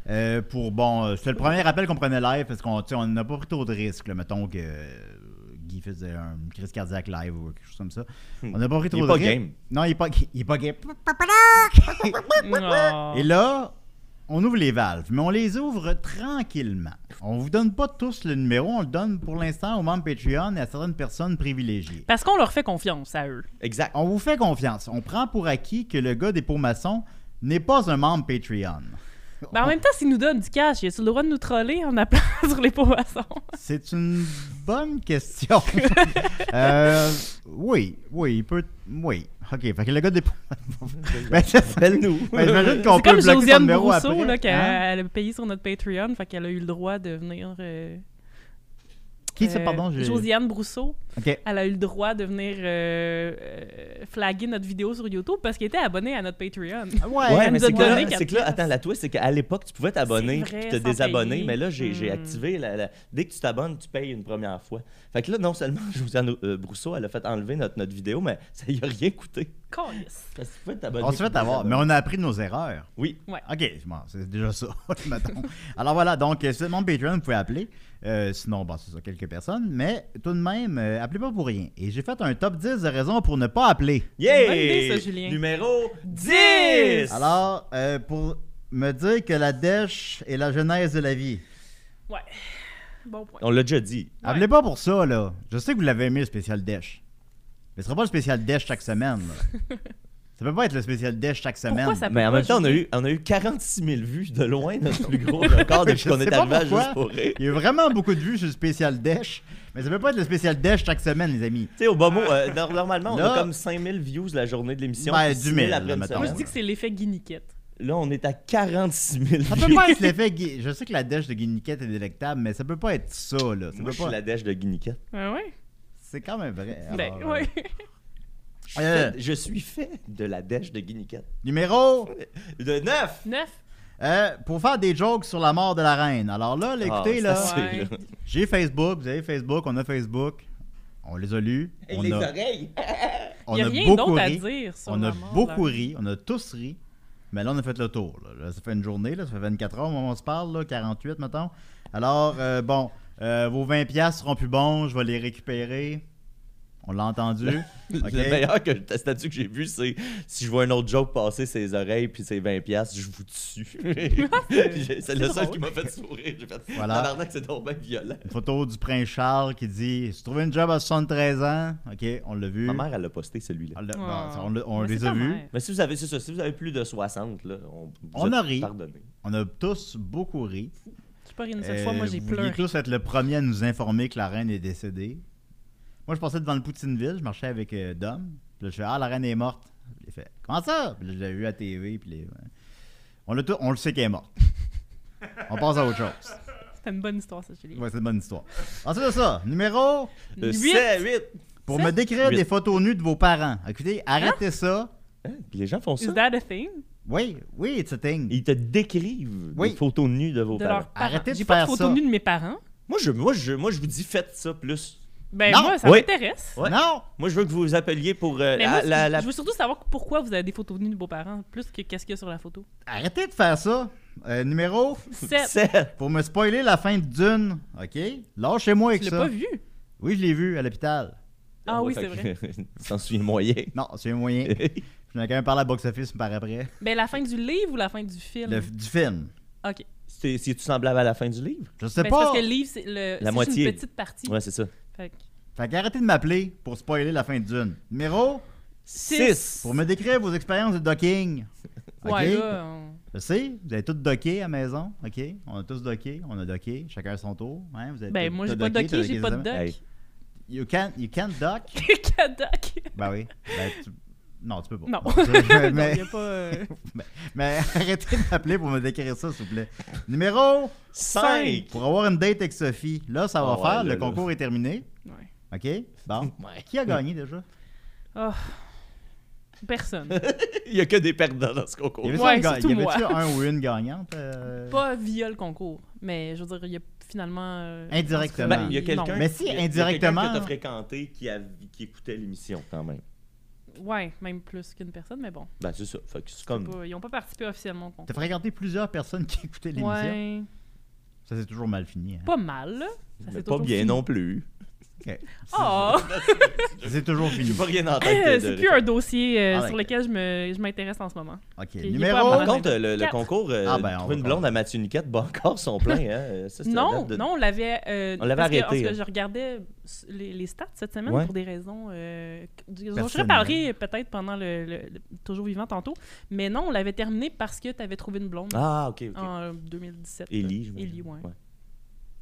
Speaker 2: euh, pour bon, euh, c'était le premier appel qu'on prenait live parce qu'on tu sais, on n'a pas pris trop de risques. là. Mettons que euh, Guy faisait un- une crise cardiaque live ou quelque chose comme ça. On n'a pas pris
Speaker 3: Hmm.
Speaker 2: trop
Speaker 3: Il est
Speaker 2: de
Speaker 3: pas
Speaker 2: risques.
Speaker 3: game. Ah.
Speaker 2: Non, il est pas, il est pas game.
Speaker 4: Oh.
Speaker 2: Et là, on ouvre les valves, mais on les ouvre tranquillement. On vous donne pas tous le numéro, on le donne pour l'instant aux membres Patreon et à certaines personnes privilégiées.
Speaker 4: Parce qu'on leur fait confiance à eux.
Speaker 3: Exact.
Speaker 2: On vous fait confiance. On prend pour acquis que le gars des pots maçons n'est pas un membre Patreon.
Speaker 4: Ben, en même temps, s'ils nous donnent du cash, ils ont le droit de nous troller en appelant sur les poissons.
Speaker 2: C'est une bonne question. Euh, oui, oui, il peut. Oui. OK, fait que le gars des pots ben, ça-
Speaker 3: Appelle-nous.
Speaker 2: ben, j'imagine qu'on
Speaker 4: C'est
Speaker 2: peut
Speaker 4: comme
Speaker 2: bloquer son
Speaker 4: Josiane
Speaker 2: numéro
Speaker 4: Brousseau,
Speaker 2: après,
Speaker 4: là, qu'elle
Speaker 2: hein?
Speaker 4: elle a payé sur notre Patreon, fait qu'elle a eu le droit de venir. euh,
Speaker 2: Qui c'est,
Speaker 4: euh,
Speaker 2: pardon? j'ai-
Speaker 4: Josiane Brousseau,
Speaker 2: OK.
Speaker 4: elle a eu le droit de venir euh, euh, flaguer notre vidéo sur YouTube parce qu'elle était abonnée à notre Patreon.
Speaker 2: Ouais,
Speaker 3: Ouais,
Speaker 4: Elle
Speaker 3: mais
Speaker 4: nous a
Speaker 3: c'est que, là,
Speaker 4: donné quatre
Speaker 3: c'est que là,
Speaker 4: pièces.
Speaker 3: attends, la twist, c'est qu'à l'époque, tu pouvais t'abonner,
Speaker 4: C'est vrai,
Speaker 3: puis te
Speaker 4: sans
Speaker 3: désabonner,
Speaker 4: payer.
Speaker 3: mais là, j'ai j'ai
Speaker 4: Hmm.
Speaker 3: activé, la, la- dès que tu t'abonnes, tu payes une première fois. Fait que là, non seulement Josiane euh, Brousseau, elle a fait enlever notre, notre vidéo, mais ça y a rien coûté.
Speaker 4: Calisse.
Speaker 3: Parce que tu pouvais t'abonner.
Speaker 2: On se fait
Speaker 3: puis
Speaker 2: avoir, mais
Speaker 3: désabonner.
Speaker 2: on a appris nos erreurs.
Speaker 3: Oui,
Speaker 2: OK, bon, c'est déjà ça, mettons. Alors voilà, donc, euh, c'est mon Patreon, vous pouvez appeler. Euh, sinon, bon, c'est ça, quelques personnes. Mais tout de même, euh, appelez pas pour rien. Et j'ai fait un top 10 de raisons pour ne pas appeler.
Speaker 3: yeah!
Speaker 4: Bonne idée, ça, Julien.
Speaker 3: Numéro 10!
Speaker 2: Alors, euh, pour me dire que la dèche est la genèse de la vie.
Speaker 4: Ouais. Bon point.
Speaker 3: On l'a déjà dit.
Speaker 4: Ouais.
Speaker 2: Appelez pas pour ça, là. Je sais que vous l'avez aimé, le spécial dèche. Mais ce sera pas le spécial dèche chaque semaine, là. ça peut pas être le spécial dèche chaque semaine.
Speaker 4: Pourquoi ça peut
Speaker 3: Mais en
Speaker 4: pas,
Speaker 3: même temps, on a,
Speaker 4: Julien?
Speaker 3: eu, on a eu 46 000 vues de loin, notre plus gros record depuis
Speaker 2: Je
Speaker 3: qu'on
Speaker 2: sais
Speaker 3: est
Speaker 2: pas
Speaker 3: arrivé à
Speaker 2: pourquoi.
Speaker 3: juste pour rire.
Speaker 2: Il y a eu vraiment beaucoup de vues sur le spécial dèche. Mais ça peut pas être le spécial dèche chaque semaine, les amis.
Speaker 3: Tu sais, au bas mot, euh, nor- normalement, on
Speaker 2: Là-
Speaker 3: a comme 5000 views la journée de l'émission.
Speaker 2: Ben,
Speaker 3: puis
Speaker 2: du
Speaker 3: 6 000
Speaker 2: mille,
Speaker 3: après une
Speaker 2: mettons.
Speaker 3: semaine.
Speaker 4: Moi, je dis que c'est l'effet guiniquette.
Speaker 3: Là, on est à 46 000
Speaker 2: Ça peut pas être l'effet. Gui- Je sais que la dèche de Guiniquette est délectable, mais ça peut pas être ça, là. Ça
Speaker 3: Moi,
Speaker 2: peut
Speaker 3: je suis
Speaker 2: pas...
Speaker 3: la dèche de Guiniquette.
Speaker 4: Ah ouais?
Speaker 2: C'est quand même vrai.
Speaker 4: Ben,
Speaker 2: Alors, euh,
Speaker 4: ouais.
Speaker 3: Je, suis
Speaker 2: Euh.
Speaker 3: fait- je suis fait de la dèche de Guiniquette.
Speaker 2: Numéro
Speaker 3: De 9!
Speaker 4: Neuf.
Speaker 2: euh, pour faire des jokes sur la mort de la reine. Alors
Speaker 4: Ah,
Speaker 2: là, là, écoutez, là,
Speaker 4: c'est- Ouais.
Speaker 2: j'ai Facebook, vous avez Facebook, on a Facebook. On les a lus. On
Speaker 3: les
Speaker 2: a,
Speaker 3: oreilles!
Speaker 2: on
Speaker 4: Il y a
Speaker 2: a
Speaker 4: rien
Speaker 2: beaucoup
Speaker 4: d'autre à
Speaker 2: ri.
Speaker 4: dire sur
Speaker 2: On
Speaker 4: la
Speaker 2: a
Speaker 4: mort,
Speaker 2: beaucoup
Speaker 4: là.
Speaker 2: ri. On a tous ri. Mais là, on a fait le tour. là. Là, ça fait une journée, là, ça fait 24 heures au moment où on se parle, là, 48, mettons. Alors, euh, bon, euh, vos 20$ seront plus bons, je vais les récupérer. On l'a entendu. OK.
Speaker 3: Le meilleur que, le statut que j'ai vu, c'est si je vois un autre joke passer ses oreilles puis ses 20$, piastres, je vous tue. J'ai- c'est le seul
Speaker 4: drôle.
Speaker 3: qui m'a fait sourire. J'ai fait
Speaker 2: Voilà.
Speaker 3: Tabarnak, c'est donc bien violent.
Speaker 2: Une photo du prince Charles qui dit Si tu trouves une job à 73 ans, OK, on l'a vu.
Speaker 3: Ma mère, elle l'a posté celui-là.
Speaker 2: On, l'a-
Speaker 4: Oh.
Speaker 2: bon, on l'a- on
Speaker 4: Mais c'est
Speaker 2: les
Speaker 4: ta
Speaker 2: a vus.
Speaker 4: mère.
Speaker 3: Mais si vous avez, c'est ça, si vous avez plus de 60, là, on, vous
Speaker 2: On
Speaker 3: êtes
Speaker 2: a ri.
Speaker 3: pardonné.
Speaker 2: On a tous beaucoup ri.
Speaker 4: Tu peux rire une seule fois,
Speaker 2: Euh,
Speaker 4: moi j'ai
Speaker 2: vous vouliez
Speaker 4: pleuré.
Speaker 2: tous être le premier à nous informer que la reine est décédée. Moi, je passais devant le Poutineville, je marchais avec euh, Dom. Puis là, je fais Ah, la reine est morte. Puis il fait Comment ça Puis là, je l'ai vu à TV. Puis les- ouais. on, l'a tout- on le sait qu'elle est morte. on passe à autre chose.
Speaker 4: C'était une bonne histoire, ça, Julie.
Speaker 2: Ouais, c'est une bonne histoire. Ensuite de ça, numéro
Speaker 3: Euh,
Speaker 4: Huit.
Speaker 3: 7, 8.
Speaker 2: pour
Speaker 4: Ça?
Speaker 2: me décrire
Speaker 3: Huit.
Speaker 2: des photos nues de vos parents. Écoutez,
Speaker 4: Ah!
Speaker 2: arrêtez ça.
Speaker 3: Hein? Puis les gens font ça.
Speaker 4: Is that a thing?
Speaker 2: Oui, oui, it's a thing.
Speaker 3: Ils te décrivent
Speaker 2: Oui.
Speaker 3: des photos nues de vos
Speaker 4: De
Speaker 3: parents.
Speaker 4: leurs parents.
Speaker 2: ben, Arrêtez de
Speaker 4: J'ai pas
Speaker 2: faire
Speaker 4: de photo
Speaker 2: ça.
Speaker 4: nue de mes parents.
Speaker 3: Moi, je, moi, je, moi, je vous dis, faites ça plus.
Speaker 4: Ben
Speaker 2: Non.
Speaker 4: moi, ça
Speaker 3: Oui.
Speaker 4: m'intéresse.
Speaker 3: Ouais.
Speaker 2: Non
Speaker 3: Moi, je veux que vous vous appeliez pour euh,
Speaker 4: Mais
Speaker 3: la-
Speaker 4: moi,
Speaker 3: la-
Speaker 4: je-
Speaker 3: la
Speaker 4: je veux surtout savoir pourquoi vous avez des photos nues de vos parents, plus que qu'est-ce qu'il y a sur la photo.
Speaker 2: Arrêtez de faire ça. Euh, numéro
Speaker 4: Sept.
Speaker 3: Sept.
Speaker 2: pour me spoiler la fin de Dune. OK Lâchez-moi avec
Speaker 4: Tu l'as
Speaker 2: ça.
Speaker 4: pas vu?
Speaker 2: Oui, je l'ai vu à l'hôpital.
Speaker 4: Ah oui,
Speaker 3: Fait
Speaker 4: c'est
Speaker 3: que-
Speaker 4: vrai.
Speaker 3: Tu t'en souviens moyen.
Speaker 2: Non, c'est un moyen. J'en ai quand même parlé à box-office par après.
Speaker 4: Ben la fin du livre ou la fin du film? Ben,
Speaker 2: Le- du film.
Speaker 4: Ok.
Speaker 3: C'est- C'est-tu semblable à la fin du livre?
Speaker 2: Je sais
Speaker 4: Ben, c'est
Speaker 2: pas.
Speaker 4: parce que le livre, c'est le- c'est juste
Speaker 3: moitié.
Speaker 4: une petite partie.
Speaker 3: Ouais, c'est ça.
Speaker 4: Fait que-
Speaker 2: Fait qu'arrêtez de m'appeler pour spoiler la fin de Dune. Numéro,
Speaker 4: Six.
Speaker 2: pour me décrire vos expériences de docking. OK?
Speaker 4: Ouais, là, on-
Speaker 2: Je sais, vous avez tous docké à la maison. OK? On a tous docké, on a docké, chacun à son tour. Hein? Vous avez
Speaker 4: Ben
Speaker 2: tous-
Speaker 4: moi,
Speaker 2: t'as
Speaker 4: j'ai pas de
Speaker 2: t'as
Speaker 4: docké, j'ai pas de
Speaker 2: les amis.
Speaker 4: doc.
Speaker 3: Hey.
Speaker 2: You can't, you can't dock.
Speaker 4: Que doc?
Speaker 2: ben oui. Ben, tu- Non, tu peux pas.
Speaker 4: Non.
Speaker 2: Mais-
Speaker 4: Non,
Speaker 2: mais,
Speaker 4: y a pas, euh,
Speaker 2: mais arrêtez de m'appeler pour me décrire ça, s'il vous plaît. Numéro
Speaker 3: Cinq.
Speaker 2: Pour avoir une date avec Sophie. Là, ça va
Speaker 3: Ah ouais,
Speaker 2: faire.
Speaker 3: là,
Speaker 2: le
Speaker 3: là.
Speaker 2: concours est terminé.
Speaker 4: ouais.
Speaker 2: OK? Bon. Qui a gagné déjà?
Speaker 4: Oh. Personne.
Speaker 3: Il n'y a que des perdants dans ce
Speaker 2: Il
Speaker 3: concours.
Speaker 2: y avait-tu
Speaker 4: Ouais,
Speaker 2: un, ga-
Speaker 4: surtout
Speaker 2: y avait-tu
Speaker 4: moi.
Speaker 2: un ou une gagnante? euh?
Speaker 4: pas via le concours, mais je veux dire, il y a finalement. euh,
Speaker 2: Indirectement.
Speaker 4: en tout
Speaker 3: Ben,
Speaker 4: cas,
Speaker 3: il y a quelqu'un
Speaker 4: non.
Speaker 2: Mais si,
Speaker 3: il y a- il y a
Speaker 2: indirectement-
Speaker 3: quelqu'un que t'as fréquenté qui, a- qui écoutait l'émission quand même.
Speaker 4: Ouais, même plus qu'une personne, mais bon.
Speaker 3: Ben, c'est ça. Fait que c'est
Speaker 4: c'est
Speaker 3: comme.
Speaker 4: pas- ils n'ont pas participé officiellement au concours.
Speaker 2: T'as fréquenté plusieurs personnes qui écoutaient l'émission.
Speaker 4: Ouais,
Speaker 2: Ça, c'est toujours mal fini. hein.
Speaker 4: pas mal, là. Ça,
Speaker 3: mais
Speaker 4: c'est
Speaker 3: pas
Speaker 4: toujours
Speaker 3: bien
Speaker 4: fini.
Speaker 3: non plus.
Speaker 2: OK.
Speaker 4: Oh!
Speaker 2: Ça, C'est toujours fini.
Speaker 3: J'ai pas rien en tête. Ah, de-
Speaker 4: Euh, c'est
Speaker 3: de-
Speaker 4: plus un dossier euh,
Speaker 2: Ah, ouais.
Speaker 4: sur lequel je me- je m'intéresse en ce moment.
Speaker 2: OK.
Speaker 4: est
Speaker 2: Numéro...
Speaker 4: pas à
Speaker 3: Par
Speaker 4: Ah,
Speaker 3: contre, le, le
Speaker 4: quatre.
Speaker 3: concours, euh,
Speaker 2: Ah, ben, on
Speaker 3: trouver une
Speaker 2: va-
Speaker 3: blonde à Mathieu Niquette, bon, encore son plein. Hein. Euh, Ça, c'est la
Speaker 4: Non,
Speaker 3: date de-
Speaker 4: non, on l'avait. euh,
Speaker 3: On l'avait
Speaker 4: parce que-
Speaker 3: arrêté,
Speaker 4: parce Que,
Speaker 3: hein.
Speaker 4: je regardais s- les, les stats cette semaine
Speaker 3: Ouais.
Speaker 4: pour des raisons. euh, que- dont je
Speaker 2: Personnelles.
Speaker 4: reparlerai peut-être pendant le, le- le Toujours vivant tantôt. Mais non, on l'avait terminé parce que tu avais trouvé une blonde
Speaker 3: Ah, ok, ok.
Speaker 4: en 2017.
Speaker 3: Élie, je
Speaker 4: Élie, ouais.
Speaker 3: Ouais,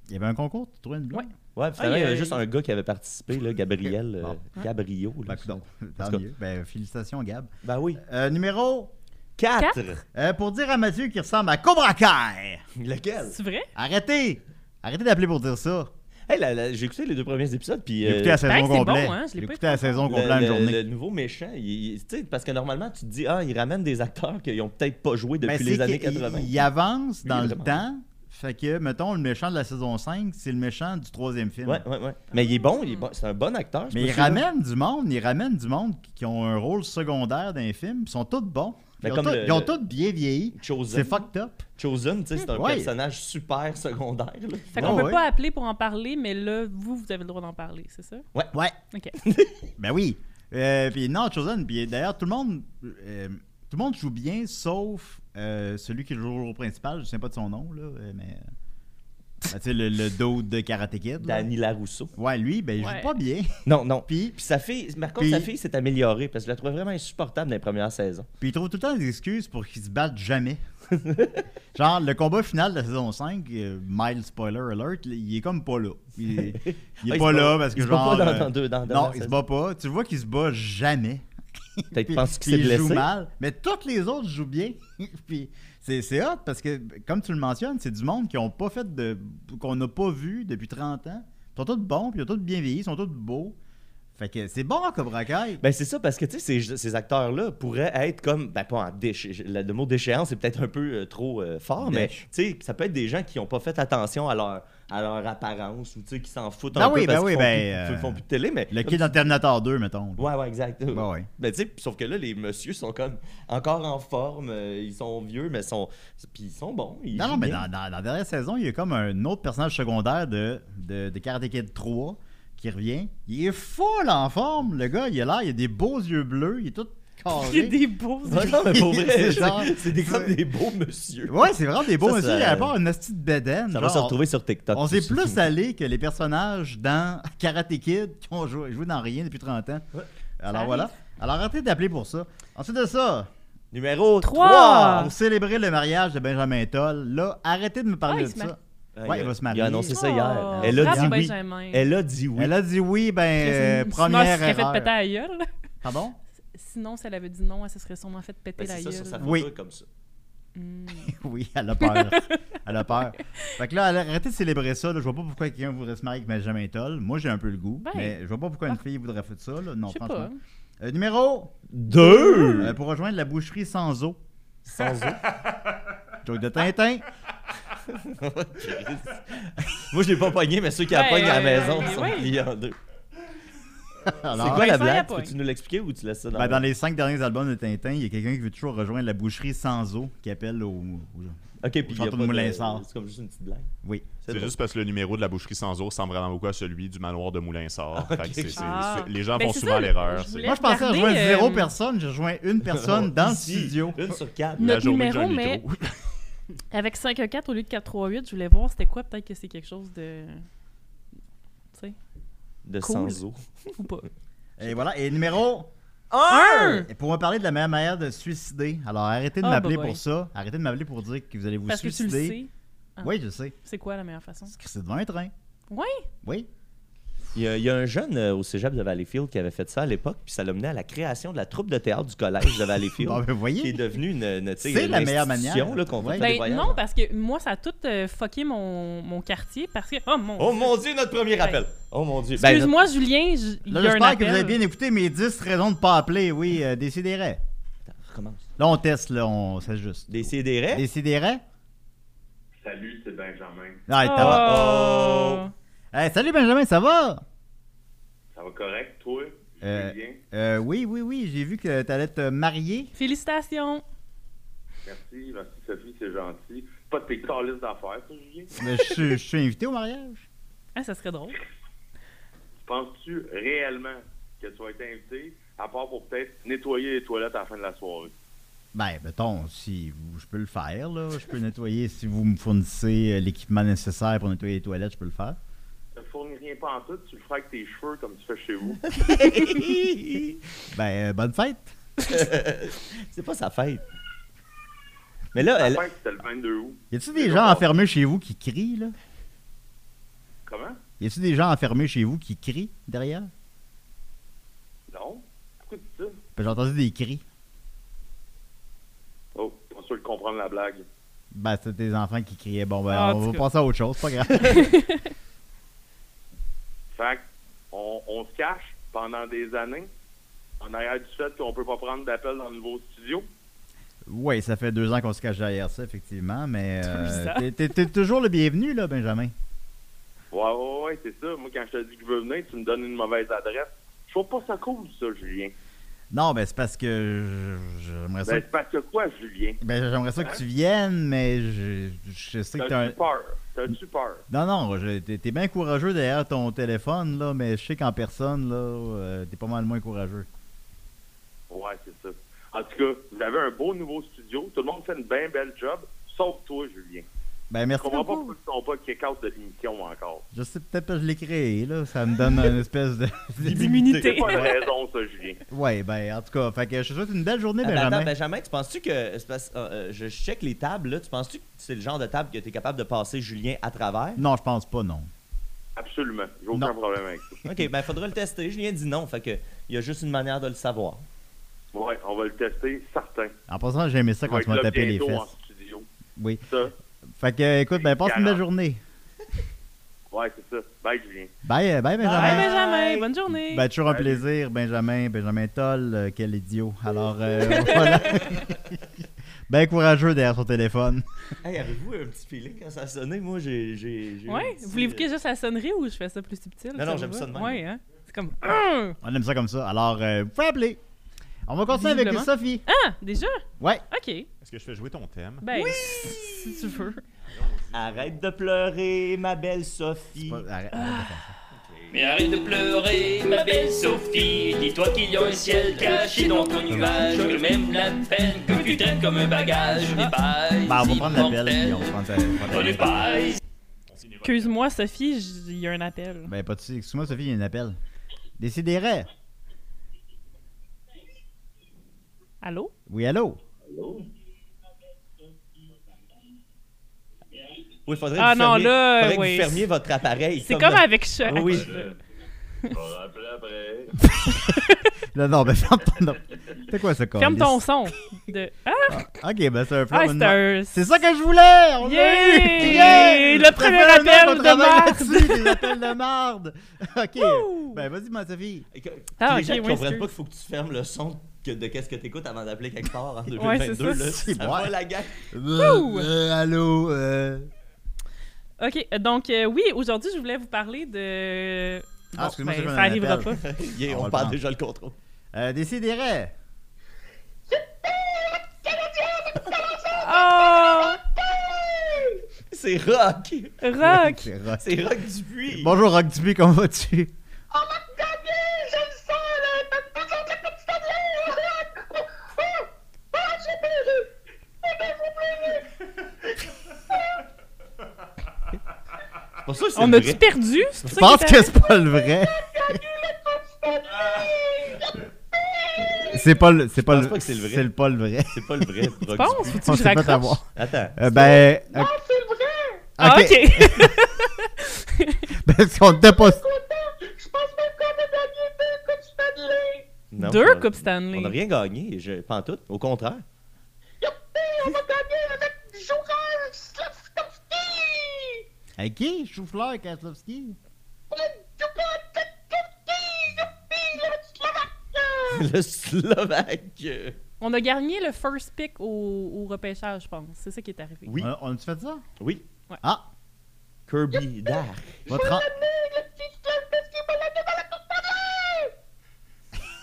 Speaker 2: Il y avait un concours, tu trouvais une blague?
Speaker 4: Ouais.
Speaker 3: Ouais, puis finalement,
Speaker 4: Ah, il y
Speaker 3: il y
Speaker 4: a-
Speaker 3: avait juste un gars qui avait participé, là, Gabriel.
Speaker 2: Bon.
Speaker 3: euh, Gabriel.
Speaker 2: Ben,
Speaker 3: là.
Speaker 2: coudonc.
Speaker 3: En
Speaker 2: Tant
Speaker 3: tout cas.
Speaker 2: mieux. Ben, félicitations, Gab.
Speaker 3: Ben oui.
Speaker 2: Euh, numéro...
Speaker 3: 4.
Speaker 2: euh, pour dire à Mathieu qu'il ressemble à Cobra Kai.
Speaker 3: Lequel?
Speaker 4: C'est vrai?
Speaker 2: Arrêtez! Arrêtez d'appeler pour dire ça.
Speaker 3: Hey, la- la- j'ai écouté les deux premiers épisodes, puis...
Speaker 2: J'ai
Speaker 3: euh,
Speaker 2: écouté la
Speaker 4: pareil,
Speaker 2: saison
Speaker 4: c'est
Speaker 2: complète.
Speaker 4: bon, hein, je l'ai
Speaker 2: J'ai
Speaker 4: pas
Speaker 2: écouté la saison
Speaker 3: le-
Speaker 2: complète en
Speaker 3: le,
Speaker 2: une journée.
Speaker 3: le nouveau méchant, il- il- tu sais, parce que normalement, tu te dis, ah, ils ramènent des acteurs qui n'ont peut-être pas joué
Speaker 2: Ben,
Speaker 3: depuis
Speaker 2: c'est
Speaker 3: les années
Speaker 2: qu'il-
Speaker 3: 80.
Speaker 2: Il, il avance
Speaker 3: Lui,
Speaker 2: dans le
Speaker 3: vraiment.
Speaker 2: temps. Fait que, mettons, le méchant de la saison 5, c'est le méchant du troisième film.
Speaker 3: Ouais, ouais, ouais. Mais il est bon, il est bon, c'est un bon acteur.
Speaker 2: Mais il
Speaker 3: je me souviens.
Speaker 2: ramène du monde, il ramène du monde qui, qui ont un rôle secondaire dans les films, ils sont tous bons. Ils,
Speaker 3: Ben,
Speaker 2: ont,
Speaker 3: comme
Speaker 2: tous-
Speaker 3: le-
Speaker 2: ils ont
Speaker 3: le-
Speaker 2: tous bien vieilli. C'est
Speaker 3: Chosen.
Speaker 2: fucked up.
Speaker 3: Chosen, tu sais, c'est un
Speaker 2: Ouais.
Speaker 3: personnage super secondaire. là.
Speaker 4: Fait
Speaker 2: Ouais,
Speaker 4: qu'on peut
Speaker 2: ouais.
Speaker 4: pas appeler pour en parler, mais là, vous, vous avez le droit d'en parler, c'est ça?
Speaker 2: Ouais.
Speaker 4: OK.
Speaker 2: Ben oui. Euh, puis non, Chosen, puis d'ailleurs, tout le monde euh, tout le monde joue bien, sauf euh, celui qui joue le rôle principal, je sais pas de son nom, là, euh, mais... Ben, tu sais, le, le dude de Karate Kid. là.
Speaker 3: Danny Larousseau.
Speaker 2: Ouais, lui, ben, il
Speaker 4: Ouais.
Speaker 2: joue pas bien.
Speaker 3: Non, non. Puis,
Speaker 2: puis,
Speaker 3: sa fille, par contre,
Speaker 2: Puis-
Speaker 3: sa fille s'est améliorée parce que je la trouvais vraiment insupportable dans les premières saisons.
Speaker 2: Puis il trouve tout le temps des excuses pour qu'ils se battent jamais. Genre, le combat final de la saison 5, euh, mild spoiler alert, il est comme pas là. Il, il est
Speaker 3: Ah, il
Speaker 2: pas
Speaker 3: se bat-
Speaker 2: là parce
Speaker 3: il
Speaker 2: que
Speaker 3: se bat
Speaker 2: genre.
Speaker 3: pas dans-
Speaker 2: euh,
Speaker 3: dans deux- dans la
Speaker 2: non,
Speaker 3: dernière
Speaker 2: il se bat pas. Tu vois qu'il se bat jamais.
Speaker 3: Peut-être
Speaker 2: Puis-
Speaker 3: pense
Speaker 2: puis
Speaker 3: qu'il s'est
Speaker 2: il
Speaker 3: blessé.
Speaker 2: joue mal. Mais toutes les autres jouent bien. puis c'est, c'est hot parce que, comme tu le mentionnes, c'est du monde qui ont pas fait de. qu'on n'a pas vu depuis 30 ans. Ils sont tous bons, puis ils ont tous bien vieilli, ils sont tous beaux. Fait que c'est bon, Cobra Kai.
Speaker 3: Ben c'est ça parce que tu sais ces, ces acteurs là pourraient être comme ben pas en déche- le, le mot déchéance c'est peut-être un peu euh, trop euh, fort mais tu
Speaker 2: Dèche.
Speaker 3: sais ça peut être des gens qui n'ont pas fait attention à leur à leur apparence ou tu sais qui s'en foutent
Speaker 2: Ben
Speaker 3: un
Speaker 2: oui,
Speaker 3: peu parce
Speaker 2: ben
Speaker 3: qu'ils
Speaker 2: oui,
Speaker 3: font,
Speaker 2: ben,
Speaker 3: plus,
Speaker 2: euh,
Speaker 3: font plus de télé mais
Speaker 2: Le kid dans Terminator 2, mettons.
Speaker 3: ouais ouais exact
Speaker 2: Ben ouais.
Speaker 3: Ben, tu sais, pis sauf que là les messieurs sont comme encore en forme euh, ils sont vieux mais sont puis ils sont bons ils
Speaker 2: Non, non,
Speaker 3: jouent
Speaker 2: mais dans,
Speaker 3: bien.
Speaker 2: dans- dans la dernière saison, il y a comme un autre personnage secondaire de, de, de Karate Kid 3 qui qui revient. Il est full en forme, le gars. Il a l'air, il a des beaux yeux bleus, il est tout carré.
Speaker 4: Il y a des beaux.
Speaker 3: Ouais, non, mais pour
Speaker 2: C'est
Speaker 3: vrai,
Speaker 2: genre-
Speaker 3: c'est- c'est des, comme
Speaker 2: c'est-
Speaker 3: des beaux monsieur.
Speaker 2: Ouais, c'est vraiment des beaux
Speaker 3: Ça,
Speaker 2: monsieur.
Speaker 3: ça-
Speaker 2: Il a pas une petite bédaine.
Speaker 3: ça va se
Speaker 2: genre,
Speaker 3: retrouver sur TikTok.
Speaker 2: On s'est
Speaker 3: aussi.
Speaker 2: plus allé que les personnages dans Karate Kid qui ont joué, joué dans rien depuis 30 ans.
Speaker 3: Ouais.
Speaker 2: Alors
Speaker 4: Ça
Speaker 2: voilà. Alors arrêtez d'appeler pour ça. Ensuite de ça,
Speaker 3: Numéro
Speaker 4: Trois.
Speaker 3: 3.
Speaker 4: Ah.
Speaker 2: pour célébrer le mariage de Benjamin Toll, là, arrêtez de me
Speaker 4: Ah,
Speaker 2: parler
Speaker 4: il
Speaker 2: de
Speaker 4: se
Speaker 2: ça.
Speaker 4: marie.
Speaker 2: Ouais, il va se marier.
Speaker 3: Il a annoncé ça hier.
Speaker 4: Oh,
Speaker 3: Elle a
Speaker 4: bravo,
Speaker 3: dit oui.
Speaker 4: Benjamin.
Speaker 3: Elle euh, a dit oui.
Speaker 2: Elle a dit oui, ben, euh,
Speaker 4: Sinon, elle
Speaker 2: première
Speaker 4: serait
Speaker 2: erreur.
Speaker 4: fait péter la gueule.
Speaker 2: Pardon?
Speaker 4: Sinon, si elle avait dit non, elle se serait sûrement fait péter
Speaker 3: Ben, c'est
Speaker 4: la
Speaker 3: ça sur
Speaker 4: gueule.
Speaker 3: sa
Speaker 2: Oui.
Speaker 3: photo, comme ça.
Speaker 4: Mm.
Speaker 2: Oui, elle a peur. elle a peur. Fait que là, elle- arrêtez de célébrer ça. Là. Je vois pas pourquoi quelqu'un voudrait se marier avec Benjamin Toll. Moi, j'ai un peu le goût.
Speaker 4: Ben.
Speaker 2: mais je vois pas pourquoi une fille voudrait faire ça. Là. Non,
Speaker 4: Je sais
Speaker 2: franchement.
Speaker 4: pas. hein.
Speaker 3: hein.
Speaker 2: Euh, numéro
Speaker 3: Deux.
Speaker 2: euh, Pour rejoindre la boucherie sans eau.
Speaker 3: Sans eau.
Speaker 2: Joke de Tintin.
Speaker 3: Moi, je l'ai pas pogné, mais ceux qui la
Speaker 4: Ben,
Speaker 3: pognent à la
Speaker 4: euh,
Speaker 3: maison
Speaker 4: oui.
Speaker 3: sont pliés en deux.
Speaker 2: Alors,
Speaker 3: C'est
Speaker 4: Vincent,
Speaker 3: quoi la
Speaker 4: il la
Speaker 3: blague?
Speaker 4: pogne.
Speaker 3: Peux-tu nous l'expliquer ou tu laisses ça dans
Speaker 2: ben, dans les cinq derniers albums de Tintin, il y a quelqu'un qui veut toujours rejoindre la boucherie sans eau qui appelle au. au-
Speaker 3: OK, puis il y a
Speaker 2: Chantons
Speaker 3: pas
Speaker 2: de Moulin
Speaker 3: de...
Speaker 2: Sarr.
Speaker 3: C'est comme juste une petite blague.
Speaker 2: Oui.
Speaker 5: C'est
Speaker 3: drôle.
Speaker 5: juste parce que le numéro de la boucherie sans eau ressemble vraiment beaucoup à celui du manoir de Moulin-Sort. Fait que c'est- c'est-
Speaker 4: Ah.
Speaker 5: c'est- Les gens
Speaker 4: Ben,
Speaker 5: font
Speaker 4: c'est
Speaker 5: souvent
Speaker 4: ça,
Speaker 5: l'erreur.
Speaker 4: je
Speaker 5: c'est-
Speaker 4: voulais-
Speaker 2: Moi, je pensais
Speaker 4: Regardez,
Speaker 2: rejoindre zéro
Speaker 4: euh,
Speaker 2: personne. J'ai rejoint une personne dans le
Speaker 3: Ici,
Speaker 2: studio.
Speaker 3: Une sur quatre.
Speaker 5: La
Speaker 4: Notre
Speaker 5: journée que j'ai un
Speaker 4: numéro, mais-
Speaker 5: micro.
Speaker 4: Avec 5 à 4 au lieu de 4-3-8, je voulais voir c'était quoi. Peut-être que c'est quelque chose de. Tu sais,
Speaker 3: De
Speaker 4: Cool.
Speaker 3: sans eau.
Speaker 4: ou pas.
Speaker 2: Et voilà. Et numéro
Speaker 4: Un!
Speaker 2: Et pour me parler de la meilleure manière de se suicider, alors arrêtez de
Speaker 4: Ah,
Speaker 2: m'appeler
Speaker 4: bah
Speaker 2: pour
Speaker 4: oui.
Speaker 2: ça. Arrêtez de m'appeler pour dire que vous allez vous
Speaker 4: Parce que tu le
Speaker 2: suicider.
Speaker 4: sais. Ah.
Speaker 2: Oui, je sais.
Speaker 4: C'est quoi la meilleure façon?
Speaker 2: C'est que c'est devant un train.
Speaker 4: Oui!
Speaker 2: Oui.
Speaker 3: Il y, a, il y a un jeune euh, au cégep de Valleyfield qui avait fait ça à l'époque, puis ça l'a mené à la création de la troupe de théâtre du collège de Valleyfield,
Speaker 2: Bon, ben,
Speaker 3: qui est
Speaker 2: voyez.
Speaker 3: devenue une, une, tu sais,
Speaker 2: C'est
Speaker 3: une
Speaker 2: la meilleure
Speaker 3: institution,
Speaker 2: manière.
Speaker 3: là, qu'on fait
Speaker 2: Ouais.
Speaker 3: tous les
Speaker 4: Ben
Speaker 3: voyages.
Speaker 4: non, parce que moi, ça a tout euh, fucké mon, mon quartier parce que. Oh mon.
Speaker 3: Oh mon Dieu, notre premier appel! Oh mon Dieu! Ben,
Speaker 4: Excuse-moi, Julien, j- il y
Speaker 2: Là,
Speaker 4: a un
Speaker 2: j'espère que
Speaker 4: appel.
Speaker 2: vous avez bien écouté mes 10 raisons de pas appeler. Oui, euh, décidérez.
Speaker 3: notre- Attends, recommence.
Speaker 2: Là, on teste, là, on s'ajuste.
Speaker 3: Ben, Des CDR?
Speaker 2: Décidérez.
Speaker 1: Salut, c'est Benjamin.
Speaker 2: Ah, t'as-
Speaker 4: Oh.
Speaker 2: Hey, salut Benjamin, ça va?
Speaker 1: Ça va correct, toi?
Speaker 2: Euh,
Speaker 1: Julien?
Speaker 2: euh, oui, oui, oui, j'ai vu que t'allais te marier.
Speaker 4: Félicitations!
Speaker 1: Merci, merci Sophie, c'est gentil. Pas de tes calices d'affaires, ça, Julien?
Speaker 2: Mais Ben, je, suis- je suis invité au mariage.
Speaker 4: Ah, ça serait drôle.
Speaker 1: Penses-tu réellement que tu vas être invité, à part pour peut-être nettoyer les toilettes à la fin de la soirée?
Speaker 2: Ben, mettons, si vous- je peux le faire, là. Je peux nettoyer si vous me fournissez euh, l'équipement nécessaire pour nettoyer les toilettes, je peux le faire.
Speaker 1: Tu ne fournis rien pas en tout, tu le feras avec tes cheveux comme tu fais chez vous.
Speaker 2: Ben, euh, bonne fête.
Speaker 3: C'est pas sa fête. Mais là, elle...
Speaker 1: J'espère que c'était le 22 août.
Speaker 2: Y a-tu des gens enfermés chez vous qui crient, là?
Speaker 1: Comment?
Speaker 2: Y a-tu des gens enfermés chez vous qui crient derrière?
Speaker 1: Non? Pourquoi tu dis ça?
Speaker 2: Ben, J'ai entendu des cris.
Speaker 1: Oh, pas sûr de comprendre la blague.
Speaker 2: Ben, c'était des enfants qui criaient. Bon, ben,
Speaker 4: Ah, en
Speaker 2: on
Speaker 4: tout
Speaker 2: va
Speaker 4: cas.
Speaker 2: passer à autre chose, pas grave.
Speaker 1: Fait que, on, on se cache pendant des années en arrière du fait qu'on peut pas prendre d'appel dans le nouveau studio.
Speaker 2: oui, ça fait deux ans qu'on se cache derrière ça, effectivement, mais euh,
Speaker 4: Deux ans.
Speaker 2: t'es- t'es t'es toujours le bienvenu, là, Benjamin.
Speaker 1: Ouais, ouais, ouais, c'est ça. Moi, quand je te dis que je veux venir, tu me donnes une mauvaise adresse. Je trouve pas ça cool, ça, Julien.
Speaker 2: Non, ben, c'est parce que je- j'aimerais ça.
Speaker 1: Ben, c'est parce que quoi, Julien?
Speaker 2: Ben, j'aimerais ça que tu viennes, mais je, je sais que t'es un.
Speaker 4: Ben,
Speaker 1: T'as-tu peur? T'as-tu peur?
Speaker 2: Non, non, je- t'es t'es bien courageux derrière ton téléphone, là, mais je sais qu'en personne, là, euh, t'es pas mal moins courageux.
Speaker 1: Ouais, c'est ça. En tout cas, vous avez un beau nouveau studio. Tout le monde fait une bien belle job, sauf toi, Julien.
Speaker 2: Ben,
Speaker 1: Je
Speaker 2: merci
Speaker 1: comprends pas
Speaker 2: beaucoup.
Speaker 1: pourquoi ils sont pas kick-out de l'émission encore.
Speaker 2: Je sais peut-être parce que je l'ai créé, là. Ça me donne une espèce de.
Speaker 1: C'est
Speaker 4: D'immunité.
Speaker 1: pas une raison, ça, Julien.
Speaker 2: ouais, ben, en tout cas, fait que je te souhaite une belle journée,
Speaker 3: Ah, ben, attends,
Speaker 2: Benjamin.
Speaker 3: Benjamin, tu penses-tu que. c'est parce- ah, euh, je check les tables, là. Tu penses-tu que c'est le genre de table que tu es capable de passer Julien à travers?
Speaker 2: Non, je pense pas, non.
Speaker 1: Absolument. J'ai aucun
Speaker 2: Non.
Speaker 1: problème avec ça.
Speaker 3: Ok, ben faudra le tester. Julien dit non, fait que il y a juste une manière de le savoir.
Speaker 1: Ouais, on va le tester, certain.
Speaker 2: En passant, j'ai aimé ça
Speaker 1: Ça
Speaker 2: quand
Speaker 1: va
Speaker 2: tu
Speaker 1: être
Speaker 2: m'as
Speaker 1: là
Speaker 2: tapé les
Speaker 1: bientôt hein. en
Speaker 2: fesses.
Speaker 1: studio.
Speaker 2: Oui.
Speaker 1: Ça,
Speaker 2: Fait que, euh, écoute, ben, passe une belle journée.
Speaker 1: Garanti. ouais, c'est ça. Bye, Julien.
Speaker 2: Bye, euh, bye, Benjamin.
Speaker 4: Bye,
Speaker 3: Bye.
Speaker 4: Benjamin! Bonne journée!
Speaker 2: Ben, toujours un
Speaker 1: Salut.
Speaker 2: plaisir, Benjamin. Benjamin Toll, euh, quel idiot. Alors, euh, voilà. ben courageux derrière son téléphone.
Speaker 3: Hey, avez-vous un petit feeling quand ça a sonné? Moi, j'ai. j'ai, j'ai eu un
Speaker 4: ouais,
Speaker 3: petit,
Speaker 4: voulez-vous que
Speaker 3: euh,
Speaker 4: juste la sonnerie ou je fais ça plus subtil?
Speaker 3: Non, non,
Speaker 4: vous
Speaker 3: j'aime
Speaker 4: va?
Speaker 3: ça de même.
Speaker 4: Ouais, hein? C'est comme. Hum!
Speaker 2: On aime ça comme ça. Alors, euh, vous pouvez appeler. On va continuer avec
Speaker 4: Visiblement.
Speaker 2: Sophie.
Speaker 4: Ah, déjà?
Speaker 2: Ouais.
Speaker 4: Ok.
Speaker 5: Est-ce que je fais jouer ton thème?
Speaker 4: Ben, si tu veux.
Speaker 3: Arrête de pleurer, ma belle Sophie.
Speaker 2: Pas- arrête, arrête de faire ça.
Speaker 6: Mais arrête de pleurer, ma belle Sophie. Dis-toi qu'il y a un ciel caché dans ton nuage. Que même la peine que tu traînes comme un bagage n'est pas.
Speaker 2: Bah, on va prendre la belle,
Speaker 6: immortelle.
Speaker 2: puis on va prendre sa-
Speaker 6: On n'est pas.
Speaker 4: Excuse-moi, Sophie, j- il y a un appel.
Speaker 2: Ben, pas de soucis. Excuse-moi, Sophie, il y a un appel. Décidérez.
Speaker 4: Allô?
Speaker 2: Oui, allô?
Speaker 3: Oui, faudrait
Speaker 4: Ah
Speaker 3: que vous
Speaker 4: non,
Speaker 3: fermiez-
Speaker 4: là,
Speaker 3: faudrait que
Speaker 4: oui.
Speaker 3: vous fermiez votre appareil.
Speaker 4: C'est comme avec Euh, Choc.
Speaker 3: Oui.
Speaker 2: Non, non, ben, ferme ton... non. C'est quoi ce con?
Speaker 4: Ferme ton son. De... Ah,
Speaker 2: OK, ben, c'est un
Speaker 4: ah,
Speaker 2: flop.
Speaker 4: c'est un...
Speaker 2: C'est ça que je voulais! On l'a
Speaker 4: Yeah!
Speaker 2: eu!
Speaker 4: Le
Speaker 2: Ça
Speaker 4: premier
Speaker 2: fait un an
Speaker 4: appel
Speaker 2: qu'on
Speaker 4: de
Speaker 2: travaille
Speaker 4: marde.
Speaker 2: là-dessus, Des appels de marde! OK.
Speaker 4: Ouh!
Speaker 2: Ben, vas-y, ma Sophie.
Speaker 3: Et que-
Speaker 4: Ah,
Speaker 3: les
Speaker 4: ok,
Speaker 3: gens qui
Speaker 4: oui,
Speaker 3: comprennent
Speaker 4: excuse.
Speaker 3: pas qu'il faut que tu fermes le son que- de qu'est-ce que t'écoutes avant d'appeler quelque part hein, en
Speaker 4: Ouais, c'est
Speaker 3: 2022.
Speaker 4: ça.
Speaker 3: là,
Speaker 2: C'est
Speaker 3: ça
Speaker 2: vrai.
Speaker 3: va, la gang.
Speaker 4: Ouh!
Speaker 2: Euh, allô? euh,
Speaker 4: OK, euh, donc euh, oui, aujourd'hui, je voulais vous parler de... ben,
Speaker 2: Ah, excuse-moi, j'ai eu un
Speaker 4: ça arrivera
Speaker 2: appel.
Speaker 4: pas.
Speaker 2: On
Speaker 3: Yeah,
Speaker 2: va
Speaker 3: on
Speaker 2: le
Speaker 3: perd
Speaker 2: prendre.
Speaker 3: déjà le contrôle.
Speaker 2: Euh, Décidérez.
Speaker 4: Oh!
Speaker 3: C'est rock.
Speaker 4: Rock!
Speaker 2: C'est rock.
Speaker 3: C'est rock du puits.
Speaker 2: Bonjour, Rock Dupuis, comment vas-tu?
Speaker 3: C'est pour ça que c'est
Speaker 4: On
Speaker 3: vrai.
Speaker 4: a-tu perdu? C'est
Speaker 2: Je
Speaker 4: ça qui
Speaker 2: pense
Speaker 4: est
Speaker 2: que
Speaker 4: arrivé?
Speaker 2: c'est pas le vrai. C'est pas le. C'est pas
Speaker 3: pense
Speaker 2: le.
Speaker 3: pas que c'est le vrai.
Speaker 2: C'est pas le vrai.
Speaker 3: C'est pas le vrai rock du
Speaker 4: Je pense,
Speaker 3: puits.
Speaker 4: faut-tu que je
Speaker 2: s'est fait
Speaker 4: raccroche?
Speaker 2: avoir.
Speaker 3: Attends.
Speaker 2: Euh, ben. Non, c'est le
Speaker 4: Ah,
Speaker 2: vrai! Ok.
Speaker 4: OK!
Speaker 2: Parce qu'on t'a pas.
Speaker 3: Non,
Speaker 4: Deux
Speaker 3: on a-
Speaker 4: Coupes Stanley.
Speaker 3: On n'a rien gagné, je... pas en tout. Au contraire.
Speaker 2: À qui? Choufleur, Kaslovski?
Speaker 3: le Slovaque. euh,
Speaker 4: On a gagné le first pick au, au repêchage, je pense. C'est ça qui est arrivé.
Speaker 3: Oui.
Speaker 2: On a- On a-tu fait ça?
Speaker 3: Oui.
Speaker 2: Ah!
Speaker 3: Kirby Dark.
Speaker 2: Votre. en-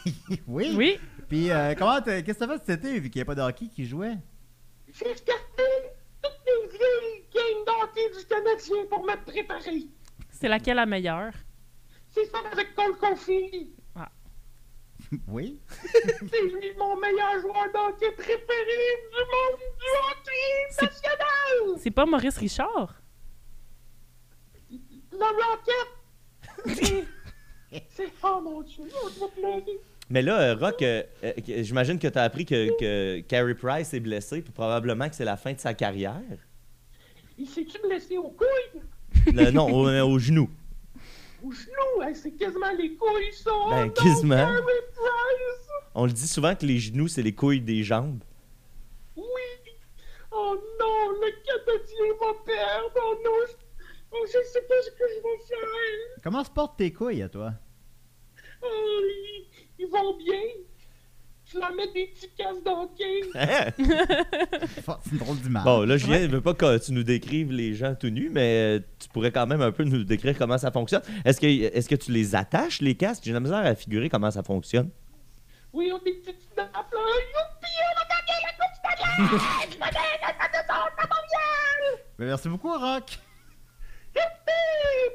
Speaker 2: oui?
Speaker 4: Oui.
Speaker 2: Puis, euh, comment. t'as- Qu'est-ce que t'as fait cet été, vu qu'il n'y a pas de hockey qui jouait?
Speaker 7: J'ai regardé toutes les vieilles games d'hockey du Canadien pour me préparer.
Speaker 4: C'est laquelle la meilleure?
Speaker 7: C'est ça avec Cole Caulfield.
Speaker 2: Oui?
Speaker 7: C'est lui mon meilleur joueur d'hockey préféré du monde du hockey
Speaker 4: C'est-
Speaker 7: national.
Speaker 4: C'est pas Maurice Richard?
Speaker 7: La Rocket. C'est- C'est... Oh mon Dieu, oh, je vais pleurer.
Speaker 3: Mais là, euh, Rock, euh, euh, que- j'imagine que tu as appris que, que Carey Price est blessé, puis probablement que c'est la fin de sa carrière.
Speaker 7: Il s'est-tu blessé aux couilles?
Speaker 3: Le- non, au, euh, au genou.
Speaker 7: Aux genoux? Hey, c'est quasiment les couilles, ça. Oh
Speaker 3: Ben,
Speaker 7: non,
Speaker 3: quasiment.
Speaker 7: Carey Price.
Speaker 3: On le dit souvent que les genoux, c'est les couilles des jambes.
Speaker 7: Oui! Oh non, le Canadien va perdre! Oh non! je- Oh, je sais pas ce que je vais faire!
Speaker 2: Comment se portent tes couilles à toi?
Speaker 7: Oh, ils, ils vont bien! Je leur mets des petits casques d'hockey!
Speaker 3: Hein?
Speaker 2: Fuck, C'est une drôle d'image.
Speaker 3: Bon, là, je viens, je veux pas que tu nous décrives les gens tout nus, mais euh, tu pourrais quand même un peu nous décrire comment ça fonctionne. Est-ce que, est que tu les attaches, les casques? J'ai de la misère à figurer comment ça fonctionne.
Speaker 7: Oui, on est petites nappes là! Youpi! On va gagner la Coupe Stanley! Je vais gagner la Coupe de Monde à Montréal!
Speaker 2: Ben, merci beaucoup, Rock!
Speaker 7: Youpi!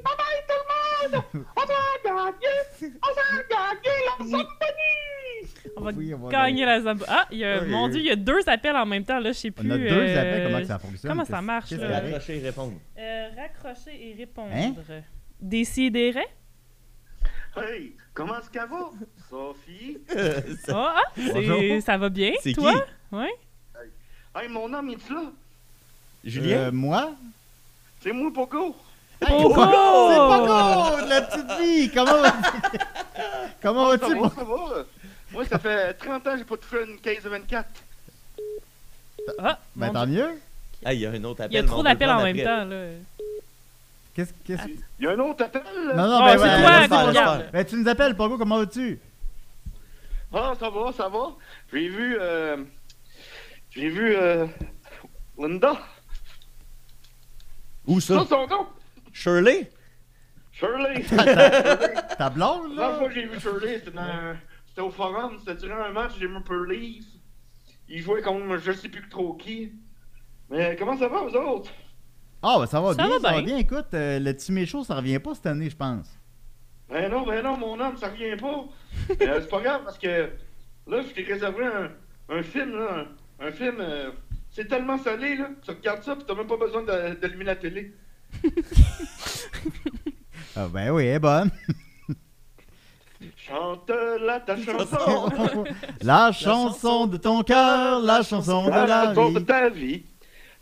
Speaker 7: Bye bye tout le monde! On va gagner! On va gagner la Zambanie!
Speaker 4: On va
Speaker 2: Oui, on va
Speaker 4: gagner la Zamba. Ah, il y a,
Speaker 2: Oui,
Speaker 4: mon
Speaker 2: oui.
Speaker 4: Dieu, il y a deux appels en même temps. Là, je sais
Speaker 2: On
Speaker 4: plus.
Speaker 2: a deux
Speaker 4: euh,
Speaker 2: appels, comment que ça fonctionne?
Speaker 4: comment ça marche,
Speaker 2: Qu'est-ce
Speaker 4: là?
Speaker 2: qu'il arrive?
Speaker 3: Accrocher et répondre.
Speaker 4: euh, raccrocher et répondre.
Speaker 2: Hein?
Speaker 4: Décidérez.
Speaker 8: Hey, comment est-ce qu'elle va? Sophie?
Speaker 3: Euh,
Speaker 4: Oh,
Speaker 3: ça-
Speaker 4: ah, c'est-
Speaker 2: Bonjour.
Speaker 4: ça va bien,
Speaker 3: c'est qui?
Speaker 4: toi? Ouais.
Speaker 8: Hey, mon homme, est là?
Speaker 3: Julien?
Speaker 2: Euh, moi?
Speaker 8: C'est moi, Pogo.
Speaker 4: Pogo!
Speaker 2: Pogo! Oh!
Speaker 4: Oh!
Speaker 2: C'est Pogo de la petite vie! Comment vas-tu? Comment
Speaker 8: Ça
Speaker 2: vas-tu?
Speaker 8: va,
Speaker 2: Pogo?
Speaker 8: ça va? Moi, ça fait 30 ans que j'ai pas touché une 15 de 24.
Speaker 4: Ah,
Speaker 2: Ben
Speaker 4: mon
Speaker 2: tant mieux!
Speaker 3: Ah, il y a un autre appel.
Speaker 4: Il y a
Speaker 3: mais on
Speaker 4: trop
Speaker 3: va le
Speaker 4: d'appels en
Speaker 3: prendre
Speaker 4: même
Speaker 3: après.
Speaker 4: temps. Là.
Speaker 2: Qu'est-ce que.
Speaker 8: Il y a un autre appel?
Speaker 2: Non,
Speaker 4: Oh,
Speaker 2: non, ben,
Speaker 4: c'est
Speaker 2: ben,
Speaker 4: toi,
Speaker 2: laisse faire,
Speaker 4: qu'on
Speaker 2: laisse faire.
Speaker 4: regarde.
Speaker 2: Ben, tu nous appelles, Pogo, comment vas-tu?
Speaker 8: Ah, ça va, ça va. J'ai vu. Euh... J'ai vu. Euh... Linda.
Speaker 3: Où
Speaker 8: Ça,
Speaker 3: ça?
Speaker 4: Oh.
Speaker 8: son nom.
Speaker 3: Shirley?
Speaker 8: Shirley.
Speaker 2: Ta blonde,
Speaker 8: La
Speaker 2: là?
Speaker 8: fois que j'ai vu Shirley, c'était dans- c'était au forum, c'était durant un match des Maple Leafs. Il jouait contre je sais plus trop qui. Mais comment ça va, vous autres?
Speaker 2: Ah, ben ça va
Speaker 4: Ça
Speaker 2: bien,
Speaker 4: va
Speaker 2: ça va
Speaker 4: bien.
Speaker 2: bien. Écoute, euh, le petit méchot, ça revient pas cette année, je pense.
Speaker 1: Ben non, ben non, mon homme, ça revient pas. Euh, c'est pas grave parce que là, je t'ai réservé un, un film, là. Un, un film. euh, c'est tellement salé, là. Tu regardes ça, pis t'as même pas besoin de- d'allumer la télé.
Speaker 2: Ah, ben oui, elle est bonne.
Speaker 1: Chante là ta chanson.
Speaker 2: Oh. la chanson de ton cœur, la chanson de
Speaker 1: Ah,
Speaker 2: la
Speaker 1: la chanson de
Speaker 2: vie.
Speaker 1: ta vie.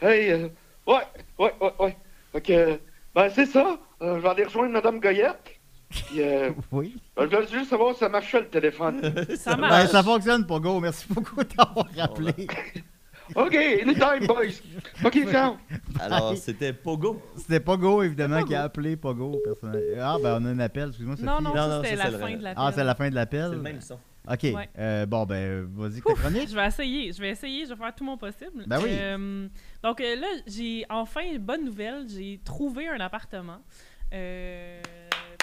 Speaker 1: Hey, euh, ouais, ouais, ouais, ouais. Fait que, euh, ben c'est ça. Euh, je vais aller rejoindre Madame Goyette. Puis, euh,
Speaker 2: Oui.
Speaker 1: je voulais juste savoir si ça marchait le téléphone.
Speaker 4: Ça marche.
Speaker 2: Ben, ça fonctionne, Pogo. Merci beaucoup d'avoir rappelé.
Speaker 1: OK, anytime, boys. OK, ciao.
Speaker 3: Alors, c'était Pogo.
Speaker 2: C'était Pogo, évidemment, qui a appelé Pogo. personnel- Ah, ben, on a un appel. Excuse-moi, Sophie.
Speaker 4: Non, non,
Speaker 3: Non,
Speaker 4: ça,
Speaker 3: non,
Speaker 4: c'était
Speaker 3: ça,
Speaker 4: la
Speaker 3: c'est le
Speaker 4: fin
Speaker 3: rêve.
Speaker 4: de la
Speaker 2: Ah, c'est la fin de
Speaker 3: C'est
Speaker 2: l'appel.
Speaker 3: le même son.
Speaker 2: OK.
Speaker 4: Ouais.
Speaker 2: euh, bon, ben, vas-y, ta
Speaker 4: Ouf.
Speaker 2: chronique.
Speaker 4: Je vais essayer, je vais essayer, je vais faire tout mon possible.
Speaker 2: Ben oui.
Speaker 4: Euh, donc euh, là, j'ai enfin une bonne nouvelle, j'ai trouvé un appartement. Euh,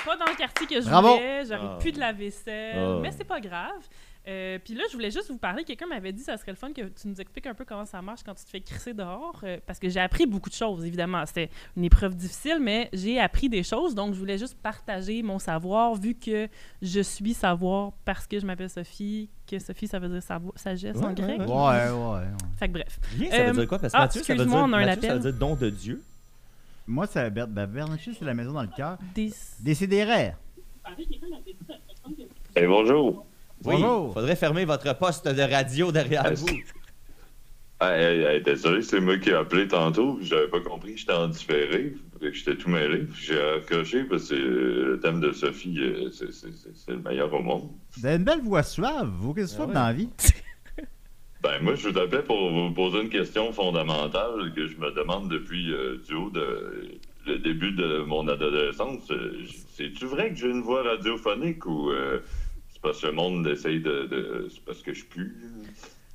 Speaker 4: pas dans le quartier que je
Speaker 2: Bravo.
Speaker 4: voulais, j'aurais
Speaker 3: Ah.
Speaker 4: plus de la vaisselle,
Speaker 3: Ah.
Speaker 4: mais c'est pas grave. Euh, Puis là, je voulais juste vous parler. Quelqu'un m'avait dit ça serait le fun que tu nous expliques un peu comment ça marche quand tu te fais crisser dehors. euh, parce que j'ai appris beaucoup de choses, évidemment. C'était une épreuve difficile, mais j'ai appris des choses. Donc, je voulais juste partager mon savoir, vu que je suis savoir parce que je m'appelle Sophie, que Sophie, ça veut dire savo- sagesse en
Speaker 3: Ouais,
Speaker 4: grec.
Speaker 2: Ouais, ouais, ouais.
Speaker 4: Fait que bref.
Speaker 3: Rien, ça veut
Speaker 4: Euh,
Speaker 3: dire quoi? Parce que
Speaker 4: ah,
Speaker 3: Mathieu, ça veut dire,
Speaker 4: excuse-moi, on a un
Speaker 3: Mathieu, ça veut
Speaker 4: appel.
Speaker 3: dire don de Dieu.
Speaker 2: Moi, c'est Bert. Ben, Bernatchez, c'est la maison dans le cœur.
Speaker 4: Des...
Speaker 2: Décidérez.
Speaker 9: Eh, bonjour.
Speaker 3: Oui,
Speaker 2: Bonjour.
Speaker 3: faudrait fermer votre poste de radio derrière
Speaker 9: Ah,
Speaker 3: vous.
Speaker 9: c'est- Ah, hey, hey, désolé, c'est moi qui ai appelé tantôt. puis J'avais pas compris que j'étais en différé. fait que J'étais tout mêlé. puis J'ai accroché parce que euh, le thème de Sophie, euh, c'est- c'est c'est- c'est le meilleur au monde.
Speaker 2: Vous avez une belle voix suave, vous. Qu'est-ce que
Speaker 3: Ah
Speaker 2: vous faites
Speaker 3: ouais.
Speaker 2: dans la vie?
Speaker 9: Ben, moi, je vous appelais pour vous poser une question fondamentale que je me demande depuis euh, du haut de le début de mon adolescence. Euh, j- C'est-tu vrai que j'ai une voix radiophonique ou euh, c'est parce que le monde essaye de. de- c'est parce que je pue? euh,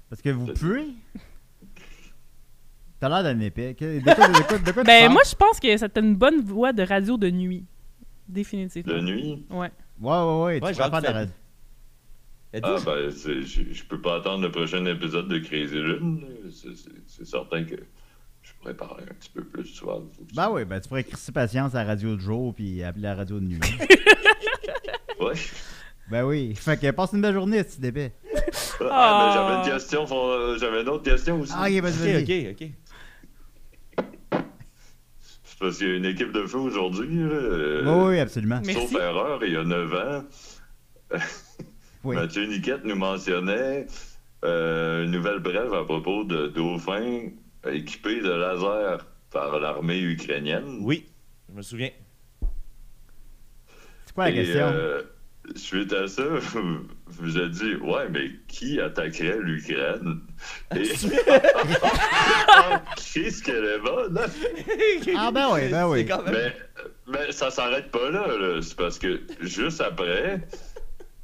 Speaker 2: Parce que vous
Speaker 9: Je-
Speaker 2: puez. T'as l'air d'un épée. De quoi, de quoi- de quoi tu
Speaker 4: Ben,
Speaker 2: parles?
Speaker 4: moi, je pense que c'était une bonne voix de radio de nuit. Définitivement.
Speaker 9: De nuit?
Speaker 4: Ouais.
Speaker 2: Ouais, ouais, ouais. Tu
Speaker 3: Ouais,
Speaker 2: pourrais faire
Speaker 3: genre,
Speaker 2: de la
Speaker 3: tu fais-
Speaker 2: radio.
Speaker 9: Ah,
Speaker 3: Êtes-vous-
Speaker 9: ben, c'est- je je peux pas attendre le prochain épisode de Crazy Lune. là. C'est- c'est- C'est certain que je pourrais parler un petit peu plus souvent.
Speaker 2: Ben oui, ben tu pourrais crisser patience à la radio de jour puis appeler la radio de nuit.
Speaker 9: Ouais.
Speaker 2: ben oui. Fait que passe une belle journée, petit dépais.
Speaker 9: Ah,
Speaker 4: Ah.
Speaker 9: mais j'avais une question. fond- J'avais une autre question aussi.
Speaker 2: Ah, ok, vas-y, vas-y.
Speaker 3: Ok, ok, ok.
Speaker 9: C'est parce qu'il y a une équipe de feu aujourd'hui. là, euh,
Speaker 2: Oui, Ben oui, absolument.
Speaker 4: Mais- Merci.
Speaker 9: Sauf erreur, il y a 9 ans,
Speaker 2: Oui.
Speaker 9: Mathieu Niquette nous mentionnait euh, une nouvelle brève à propos de dauphins équipés de lasers par l'armée ukrainienne.
Speaker 3: Oui, je me souviens.
Speaker 2: C'est quoi la
Speaker 9: Et,
Speaker 2: question?
Speaker 9: euh, suite à ça, vous vous avez dit Ouais, mais qui attaquerait l'Ukraine Et. ah, Qu'est-ce qu'elle est bonne hein?
Speaker 2: Ah, ben oui, ben oui.
Speaker 3: C'est quand même-
Speaker 9: Mais, mais ça s'arrête pas là, là. C'est parce que juste après,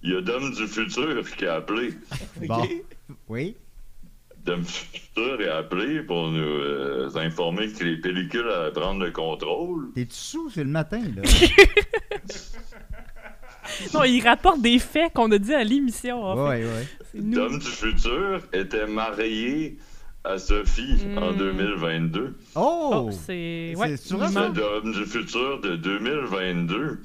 Speaker 9: il y a Dom du futur qui a appelé.
Speaker 2: Bon.
Speaker 3: Ok.
Speaker 2: Oui.
Speaker 9: Dom du futur est appelé pour nous euh, informer que les pellicules allaient prendre le contrôle.
Speaker 2: T'es-tu sous? C'est le matin, là.
Speaker 4: Non, il rapporte des faits qu'on a dit à l'émission, en fait.
Speaker 2: ouais, ouais.
Speaker 4: C'est nous.
Speaker 9: Dom du futur était marié à Sophie en
Speaker 4: Hmm.
Speaker 9: 2022.
Speaker 2: Oh!
Speaker 4: Oh, c'est...
Speaker 2: C'est
Speaker 4: Ouais,
Speaker 2: sûr,
Speaker 4: il
Speaker 2: ça?
Speaker 9: Le
Speaker 4: manque.
Speaker 9: Dom du futur de 2022.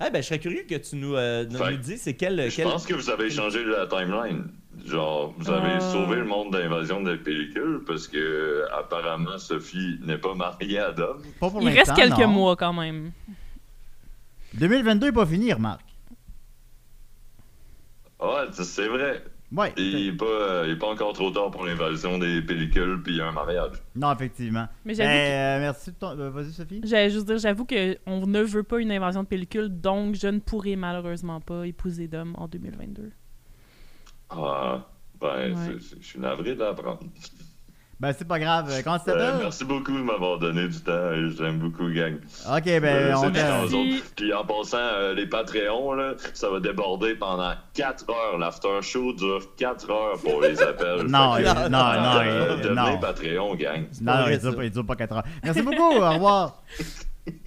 Speaker 3: Ah, ben, je serais curieux que tu nous, euh, nous,
Speaker 9: Fait-
Speaker 3: nous dises c'est quel.
Speaker 9: Je
Speaker 3: quel-
Speaker 9: pense que vous avez changé la timeline. Genre, vous avez
Speaker 4: Ah.
Speaker 9: sauvé le monde d'invasion des pellicules parce que euh, apparemment Sophie n'est pas mariée à Dom.
Speaker 2: Pas pour
Speaker 4: Il
Speaker 2: l'instant,
Speaker 4: reste quelques
Speaker 2: non.
Speaker 4: mois, quand même.
Speaker 2: 2022 est pas fini, remarque.
Speaker 9: Ouais, ça, c'est vrai.
Speaker 2: Ouais.
Speaker 9: Il n'est pas, euh, il est pas encore trop tard pour l'invasion des pellicules puis un mariage.
Speaker 2: Non, effectivement.
Speaker 4: Mais
Speaker 2: Ben,
Speaker 4: j'avoue que-
Speaker 2: euh, merci de ton. euh, Vas-y, Sophie.
Speaker 4: J'allais juste dire, j'avoue qu'on ne veut pas une invasion de pellicule, donc je ne pourrai malheureusement pas épouser d'homme en 2022.
Speaker 9: Ah, ben,
Speaker 4: Ouais.
Speaker 9: c'est- c'est- je suis navré d'apprendre.
Speaker 2: Ben, c'est pas grave. Euh, Comment tu
Speaker 9: Euh,
Speaker 2: t'appelles?
Speaker 9: merci beaucoup de m'avoir donné du temps. et J'aime beaucoup, gang.
Speaker 2: ok, ben,
Speaker 9: Euh,
Speaker 2: on
Speaker 9: c'est bien
Speaker 2: t'a.
Speaker 9: aux autres. Puis en passant, euh, les Patreons, là, ça va déborder pendant 4 heures. L'after show dure 4 heures pour les appels.
Speaker 2: Non,
Speaker 9: Fait
Speaker 2: il-
Speaker 9: que,
Speaker 2: non, non,
Speaker 9: euh,
Speaker 2: il-
Speaker 9: devenez
Speaker 2: non.
Speaker 9: Patreon, gang.
Speaker 2: Non,
Speaker 3: vrai,
Speaker 2: il dure,
Speaker 3: ça.
Speaker 2: pas- il dure pas 4 heures. Merci beaucoup, au revoir.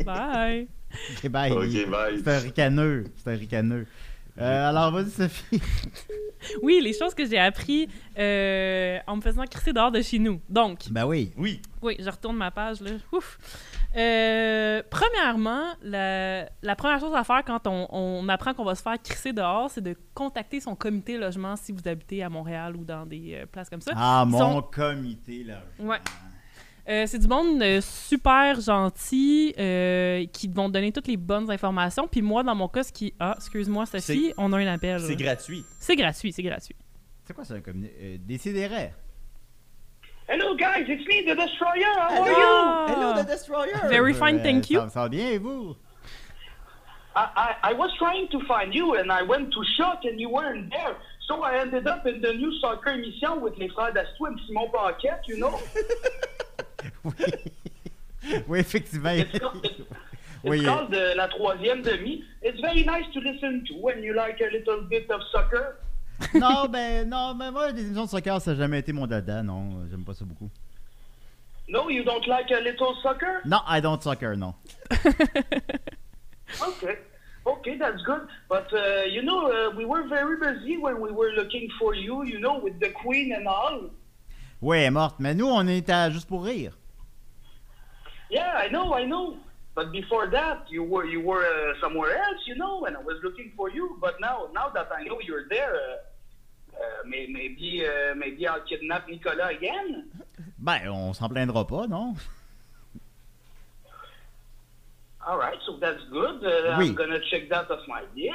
Speaker 4: Bye!
Speaker 2: Ok, bye.
Speaker 9: Ok, bye.
Speaker 2: C'est un ricaneux. C'est un ricaneux. Euh, alors, vas-y, Sophie.
Speaker 4: Oui, les choses que j'ai appris euh, en me faisant crisser dehors de chez nous. Donc,
Speaker 2: ben oui.
Speaker 3: Oui,
Speaker 4: oui, je retourne ma page, là. Ouf! Euh, première premièrement, la, la première chose à faire quand on, on apprend qu'on va se faire crisser dehors, c'est de contacter son comité logement si vous habitez à Montréal ou dans des euh, places comme ça.
Speaker 2: Ah,
Speaker 4: Ils
Speaker 2: mon
Speaker 4: sont-
Speaker 2: comité, là.
Speaker 4: Ouais. Euh, c'est du monde euh, super gentil euh, qui vont te donner toutes les bonnes informations. Puis moi, dans mon cas, ce qui. Ah, excuse-moi, Sophie, on a un appel.
Speaker 3: C'est gratuit.
Speaker 4: C'est gratuit, c'est gratuit.
Speaker 2: C'est quoi, ça, un comité? Euh, Décidérez.
Speaker 10: Hello, guys, it's me, the Destroyer. How are you?
Speaker 4: Ah!
Speaker 3: Destroyer!
Speaker 4: Very fine,
Speaker 2: Euh,
Speaker 4: thank you.
Speaker 2: Ça, ça va bien, et vous?
Speaker 10: I, I, I was trying to find you, and I went to Shock, and you weren't there. So I ended up in the new soccer émission with les frères d'Astou and Simon Paquette, you know?
Speaker 2: Oui, effectivement.
Speaker 10: It's called, it's
Speaker 2: Oui, euh,
Speaker 10: called uh, La Troisième Demi. It's very nice to listen to when you like a little bit of soccer.
Speaker 2: non, ben, non, ben, moi, les émissions de soccer, ça n'a jamais été mon dada, non. J'aime pas ça beaucoup.
Speaker 10: No, you don't like a little soccer?
Speaker 2: Non, I don't soccer, non.
Speaker 10: Okay. Okay, that's good. But, uh, you know, uh, we were very busy when we were looking for you, you know, with the Queen and all.
Speaker 2: Oui, elle est morte, mais nous, on est à juste pour rire.
Speaker 10: Yeah, I know, I know. But before that, you were you were uh, somewhere else, you know, and I was looking for you. But now, now that I know you're there, uh, uh, may, maybe uh, maybe I'll kidnap Nicolas again.
Speaker 2: Ben, on s'en plaindra pas, non?
Speaker 10: All right, so that's good. Uh,
Speaker 2: Oui.
Speaker 10: I'm gonna check that off my list.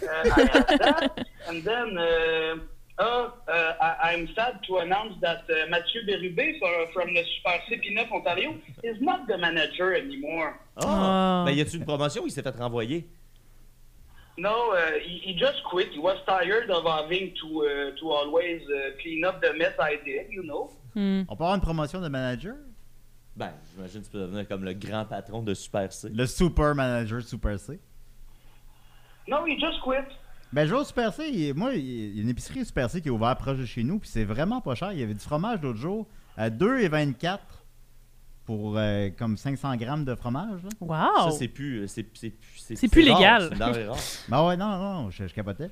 Speaker 10: Uh, I have that, and then. Uh, Oh, uh, I, I'm sad to announce that uh, Mathieu Bérubé for, from the Super CP9 Ontario is not the manager anymore.
Speaker 3: Ah!
Speaker 4: Ah.
Speaker 3: Ben, y a-tu une promotion ou il s'est fait renvoyer?
Speaker 10: No, uh, he, he just quit. He was tired of having to uh, to always uh, clean up the mess I did, you know.
Speaker 4: Hmm.
Speaker 2: On peut avoir une promotion de manager?
Speaker 3: Ben, j'imagine que tu peux devenir comme le grand patron de Super C.
Speaker 2: Le super manager de Super C.
Speaker 10: No, he just quit.
Speaker 2: Ben, je vais au Super C. il- Moi, il y a une épicerie Super C qui est ouverte proche de chez nous, puis c'est vraiment pas cher. Il y avait du fromage l'autre jour à 2,24 pour euh, comme 500 grammes de fromage. Là.
Speaker 4: Wow!
Speaker 3: Ça, c'est plus. euh, C'est c'est- c'est-
Speaker 4: Oh. C'est plus
Speaker 3: rare,
Speaker 4: légal.
Speaker 3: C'est une denrée rare.
Speaker 2: Ben ouais, non, non, je, je capotais.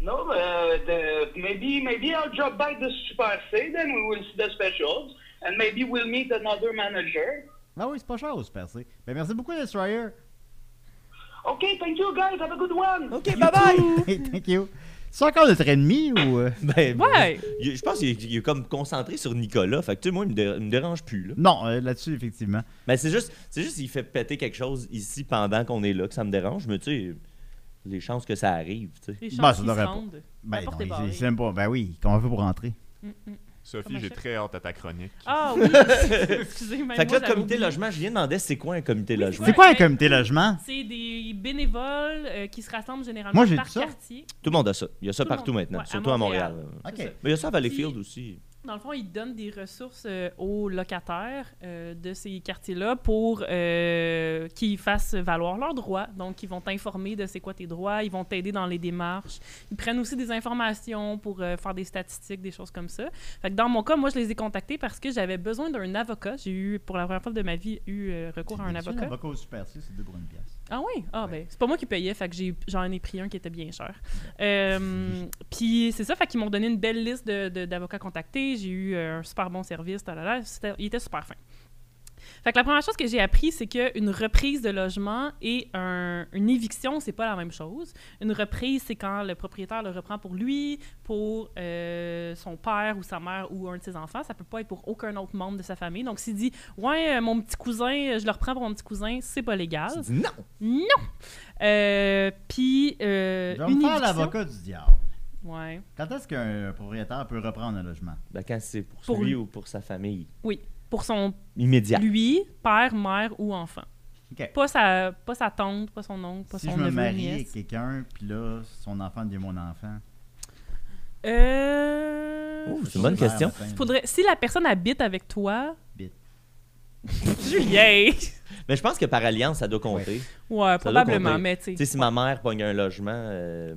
Speaker 10: No, uh, the, maybe maybe I'll drop by the Super C, then we will see the specials, and maybe we'll meet another manager.
Speaker 2: Ben oui, c'est pas cher au Super C. Ben merci beaucoup, Destroyer.
Speaker 10: Okay, thank you guys. Have a good one.
Speaker 3: Ok, bye bye!
Speaker 2: Hey, Thank you. C'est encore notre ennemi ou. euh?
Speaker 3: Ben,
Speaker 4: Ouais.
Speaker 3: il- Je pense qu'il est- il est comme concentré sur Nicolas. Fait que, tu sais, moi, il me, dé- il me dérange plus, là.
Speaker 2: Non, euh, là-dessus, effectivement.
Speaker 3: Mais c'est juste, c'est juste il fait péter quelque chose ici pendant qu'on est là que ça me dérange. Mais tu sais, les chances que ça arrive, tu sais.
Speaker 4: Les
Speaker 2: Bah,
Speaker 4: chances
Speaker 2: ça
Speaker 4: qu'ils
Speaker 2: devrait
Speaker 4: se
Speaker 2: pas.
Speaker 4: rendent. La
Speaker 2: Ben,
Speaker 4: porte
Speaker 2: non,
Speaker 4: est
Speaker 2: il-
Speaker 4: barrée.
Speaker 2: il s'aime pas. Ben oui, comment on fait pour rentrer?
Speaker 4: Mm-mm. Comme
Speaker 5: Sophie,
Speaker 4: un
Speaker 5: j'ai
Speaker 4: chef.
Speaker 5: très hâte à ta chronique.
Speaker 4: Ah oui! Excusez, même
Speaker 3: Fait que
Speaker 4: Ben, moi,
Speaker 3: là, le comité
Speaker 4: j'avais oublié.
Speaker 3: logement, je viens de demander c'est quoi un comité
Speaker 4: Oui, c'est
Speaker 3: logement.
Speaker 2: C'est quoi un
Speaker 4: Ouais, ben-
Speaker 2: comité logement?
Speaker 4: C'est des bénévoles euh, qui se rassemblent généralement
Speaker 2: Moi, j'ai
Speaker 4: par
Speaker 2: dit ça.
Speaker 4: quartier.
Speaker 3: Tout le monde a ça. Il y a ça
Speaker 4: Tout le
Speaker 3: partout
Speaker 4: monde.
Speaker 3: maintenant,
Speaker 4: Ouais, à
Speaker 3: surtout à Montréal.
Speaker 4: Montréal.
Speaker 2: Ok.
Speaker 4: C'est ça.
Speaker 3: Mais il y a ça à Valleyfield aussi.
Speaker 4: Dans le fond, ils donnent des ressources euh, aux locataires euh, de ces quartiers-là pour euh, qu'ils fassent valoir leurs droits. Donc, ils vont t'informer de c'est quoi tes droits, ils vont t'aider dans les démarches. Ils prennent aussi des informations pour euh, faire des statistiques, des choses comme ça. Fait que dans mon cas, moi, je les ai contactés parce que j'avais besoin d'un avocat. J'ai eu, pour la première fois de ma vie, eu euh, recours à un
Speaker 2: Monsieur,
Speaker 4: avocat.
Speaker 2: au Super C, c'est deux pour une pièce.
Speaker 4: Ah oui? Ah ben, c'est pas moi qui payais, fait que j'ai- j'en ai pris un qui était bien cher. Euh, Puis c'est ça, fait qu'ils m'ont donné une belle liste de- de- d'avocats contactés, j'ai eu euh, un super bon service, talala, c'était- il était super fin. Fait que la première chose que j'ai appris, c'est qu'une reprise de logement et un- une éviction, c'est pas la même chose. Une reprise, c'est quand le propriétaire le reprend pour lui, pour euh, son père ou sa mère ou un de ses enfants. Ça peut pas être pour aucun autre membre de sa famille. Donc s'il dit, ouais, euh, mon petit cousin, euh, je le reprends pour mon petit cousin, c'est pas légal.
Speaker 3: Tu dis non!
Speaker 4: Non! Euh, Puis, euh,
Speaker 2: Je vais
Speaker 4: une
Speaker 2: me faire
Speaker 4: éviction-
Speaker 2: l'avocat du diable.
Speaker 4: Ouais.
Speaker 2: Quand est-ce qu'un propriétaire peut reprendre un logement?
Speaker 3: Ben, quand c'est pour,
Speaker 4: Pour
Speaker 3: lui
Speaker 4: lui.
Speaker 3: ou pour sa famille.
Speaker 4: Pour son
Speaker 3: Immédiat.
Speaker 4: lui, père, mère ou enfant.
Speaker 2: OK.
Speaker 4: Pas sa, pas sa tante, pas son oncle, pas
Speaker 2: si
Speaker 4: son
Speaker 2: je me
Speaker 4: neveu,
Speaker 2: marie avec
Speaker 4: nièce.
Speaker 2: quelqu'un, puis là, son enfant devient mon enfant. Oh,
Speaker 4: Euh...
Speaker 3: Ouh, c'est
Speaker 2: Je
Speaker 3: une bonne
Speaker 2: suis
Speaker 3: question.
Speaker 2: mère, enfin.
Speaker 4: Faudrait... Si la personne habite avec toi...
Speaker 2: Bite.
Speaker 4: Julien!
Speaker 3: Mais je pense que par alliance, ça doit compter.
Speaker 4: Ouais,
Speaker 3: Ça doit
Speaker 4: probablement,
Speaker 3: compter.
Speaker 4: mais
Speaker 3: Tu
Speaker 4: tu
Speaker 3: sais,
Speaker 4: sais...
Speaker 3: si ma mère pogne un logement, euh,